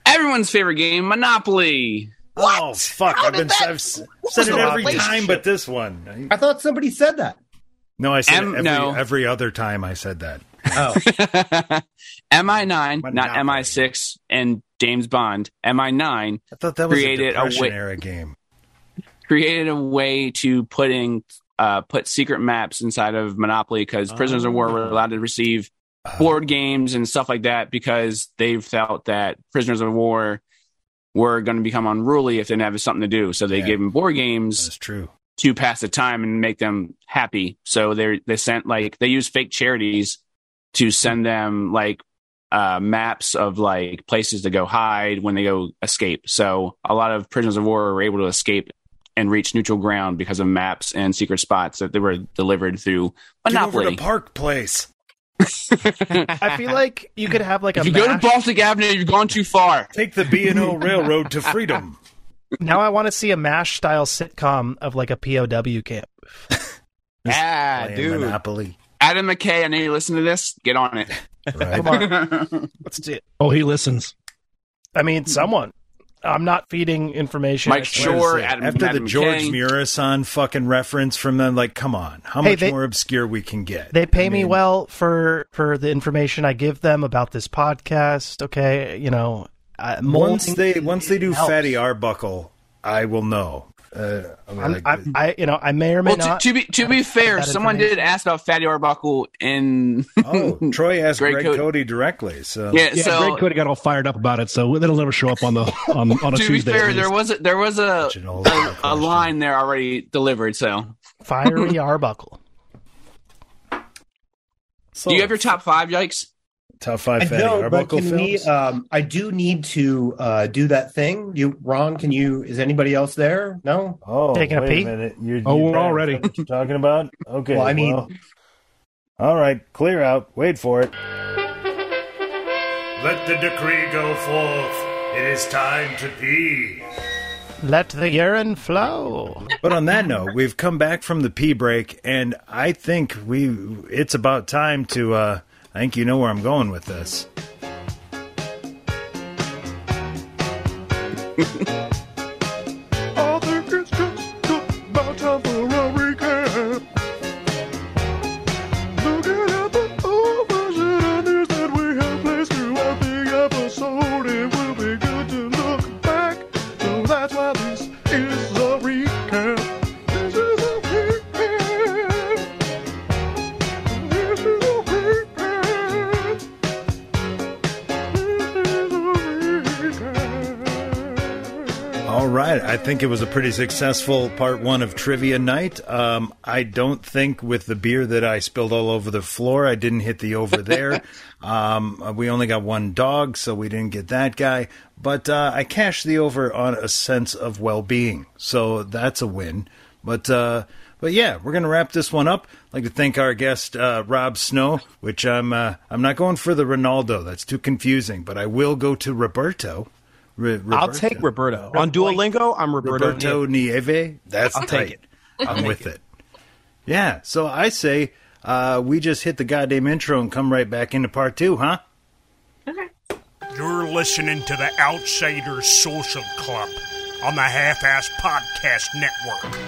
[SPEAKER 8] Everyone's favorite game, Monopoly.
[SPEAKER 5] Oh fuck! I've been I've s- said it every time, but this one.
[SPEAKER 6] I thought somebody said that.
[SPEAKER 5] No, I said
[SPEAKER 8] M-
[SPEAKER 5] it every,
[SPEAKER 8] no.
[SPEAKER 5] every other time I said that.
[SPEAKER 6] Oh,
[SPEAKER 8] MI9, not MI6, and James Bond. MI9
[SPEAKER 5] I thought that was a
[SPEAKER 8] Created a
[SPEAKER 5] depression
[SPEAKER 8] wi-
[SPEAKER 5] era game.
[SPEAKER 8] created a way to put in uh, put secret maps inside of Monopoly because prisoners of war were allowed to receive board games and stuff like that because they felt that prisoners of war were going to become unruly if they didn't have something to do. So they
[SPEAKER 5] Yeah.
[SPEAKER 8] gave them board games
[SPEAKER 5] That's true.
[SPEAKER 8] to pass the time and make them happy. So they they sent like they used fake charities to send them like uh, maps of like places to go hide when they go escape. So a lot of prisoners of war were able to escape and reach neutral ground because of maps and secret spots that they were delivered through
[SPEAKER 5] Get over
[SPEAKER 8] Monopoly.
[SPEAKER 5] to Park Place.
[SPEAKER 3] I feel like you could have like a.
[SPEAKER 8] if you go to
[SPEAKER 3] mash-
[SPEAKER 8] Baltic Avenue, you've gone too far.
[SPEAKER 5] Take the B and O Railroad to freedom.
[SPEAKER 3] now I want to see a mash style sitcom of like a POW camp.
[SPEAKER 8] Yeah,
[SPEAKER 5] Playing
[SPEAKER 8] dude.
[SPEAKER 5] Monopoly.
[SPEAKER 8] Adam McKay, I know you listen to this. Get on it.
[SPEAKER 5] Right.
[SPEAKER 3] Let's do it.
[SPEAKER 4] Oh, he listens.
[SPEAKER 3] I mean, someone. I'm not feeding information.
[SPEAKER 8] Mike
[SPEAKER 3] I swear.
[SPEAKER 8] Shore,
[SPEAKER 5] Wait a
[SPEAKER 8] Adam,
[SPEAKER 5] second. After
[SPEAKER 8] Adam
[SPEAKER 5] the George
[SPEAKER 8] McKay.
[SPEAKER 5] Murison fucking reference from them, like, come on, how
[SPEAKER 3] Hey,
[SPEAKER 5] much
[SPEAKER 3] they-
[SPEAKER 5] more obscure we can get?
[SPEAKER 3] They pay me
[SPEAKER 5] mean-
[SPEAKER 3] well for for the information I give them about this podcast. Okay, you know, uh,
[SPEAKER 5] once
[SPEAKER 3] molding-
[SPEAKER 5] they once they do
[SPEAKER 3] helps.
[SPEAKER 5] Fatty Arbuckle, I will know. Uh, I mean,
[SPEAKER 3] I'm,
[SPEAKER 5] like,
[SPEAKER 3] I'm, I you know I may or may
[SPEAKER 8] Well, to,
[SPEAKER 3] not.
[SPEAKER 8] to be to be fair,
[SPEAKER 3] that
[SPEAKER 8] someone did ask about Fatty Arbuckle in
[SPEAKER 5] oh, Troy asked
[SPEAKER 8] Greg
[SPEAKER 5] Greg,
[SPEAKER 8] Cody.
[SPEAKER 5] Cody directly. So
[SPEAKER 8] yeah.
[SPEAKER 4] Yeah,
[SPEAKER 8] so
[SPEAKER 4] Greg Cody got all fired up about it, so that'll never show up on the on, on a
[SPEAKER 8] to be
[SPEAKER 4] Tuesday.
[SPEAKER 8] fair,
[SPEAKER 4] at
[SPEAKER 8] there
[SPEAKER 4] least.
[SPEAKER 8] was a, there was a
[SPEAKER 5] Such an old
[SPEAKER 8] a, a
[SPEAKER 5] question.
[SPEAKER 8] line there already delivered. So,
[SPEAKER 3] Fiery Arbuckle.
[SPEAKER 5] So,
[SPEAKER 8] do you have your top five? Yikes!
[SPEAKER 5] top
[SPEAKER 6] I
[SPEAKER 5] five Fatty
[SPEAKER 6] know, but
[SPEAKER 5] Arbuckle
[SPEAKER 6] can we?
[SPEAKER 5] films?
[SPEAKER 6] Um, I do need to uh, do that thing. You, Ron? Can you? Is anybody else there? No.
[SPEAKER 5] oh,
[SPEAKER 3] Taking a
[SPEAKER 5] wait
[SPEAKER 3] pee?
[SPEAKER 5] minute. You're,
[SPEAKER 4] Oh,
[SPEAKER 5] you're
[SPEAKER 4] we're
[SPEAKER 5] trying to
[SPEAKER 4] all ready.
[SPEAKER 5] figure out What you talking about? Okay.
[SPEAKER 6] Well, I mean-
[SPEAKER 5] all right, clear out. Wait for it.
[SPEAKER 11] Let the decree go forth. It is time to pee.
[SPEAKER 3] Let the urine flow.
[SPEAKER 5] But on that note, we've come back from the pee break, and I think we it's about time to. uh I think you know where I'm going with this.
[SPEAKER 11] All the kids just about time for a recap. Looking at the old version, I knew that we had plays throughout the episode. It will be good to look back. So that's why this is a recap. This is a recap. This is a recap.
[SPEAKER 5] right. I think it was a pretty successful part one of Trivia Night. Um, I don't think with the beer that I spilled all over the floor, I didn't hit the over there. um, we only got one dog, so we didn't get that guy. But uh, I cashed the over on a sense of well being. So that's a win. But. Uh, but yeah, we're gonna wrap this one up. I'd like to thank our guest uh, Rob Snow, which I'm uh, I'm not going for the Ronaldo. That's too confusing. But I will go to Roberto. Re-
[SPEAKER 1] I'll take Roberto. On Duolingo, I'm Roberto
[SPEAKER 5] Roberto Nieve. That's
[SPEAKER 1] I'll
[SPEAKER 5] tight.
[SPEAKER 1] take it. I'll
[SPEAKER 5] I'm
[SPEAKER 1] take
[SPEAKER 5] with it. Yeah. So I say uh, we just hit the goddamn intro and come right back into part two, huh?
[SPEAKER 13] You're listening to the Outsiders Social Club on the Half Ass Podcast Network.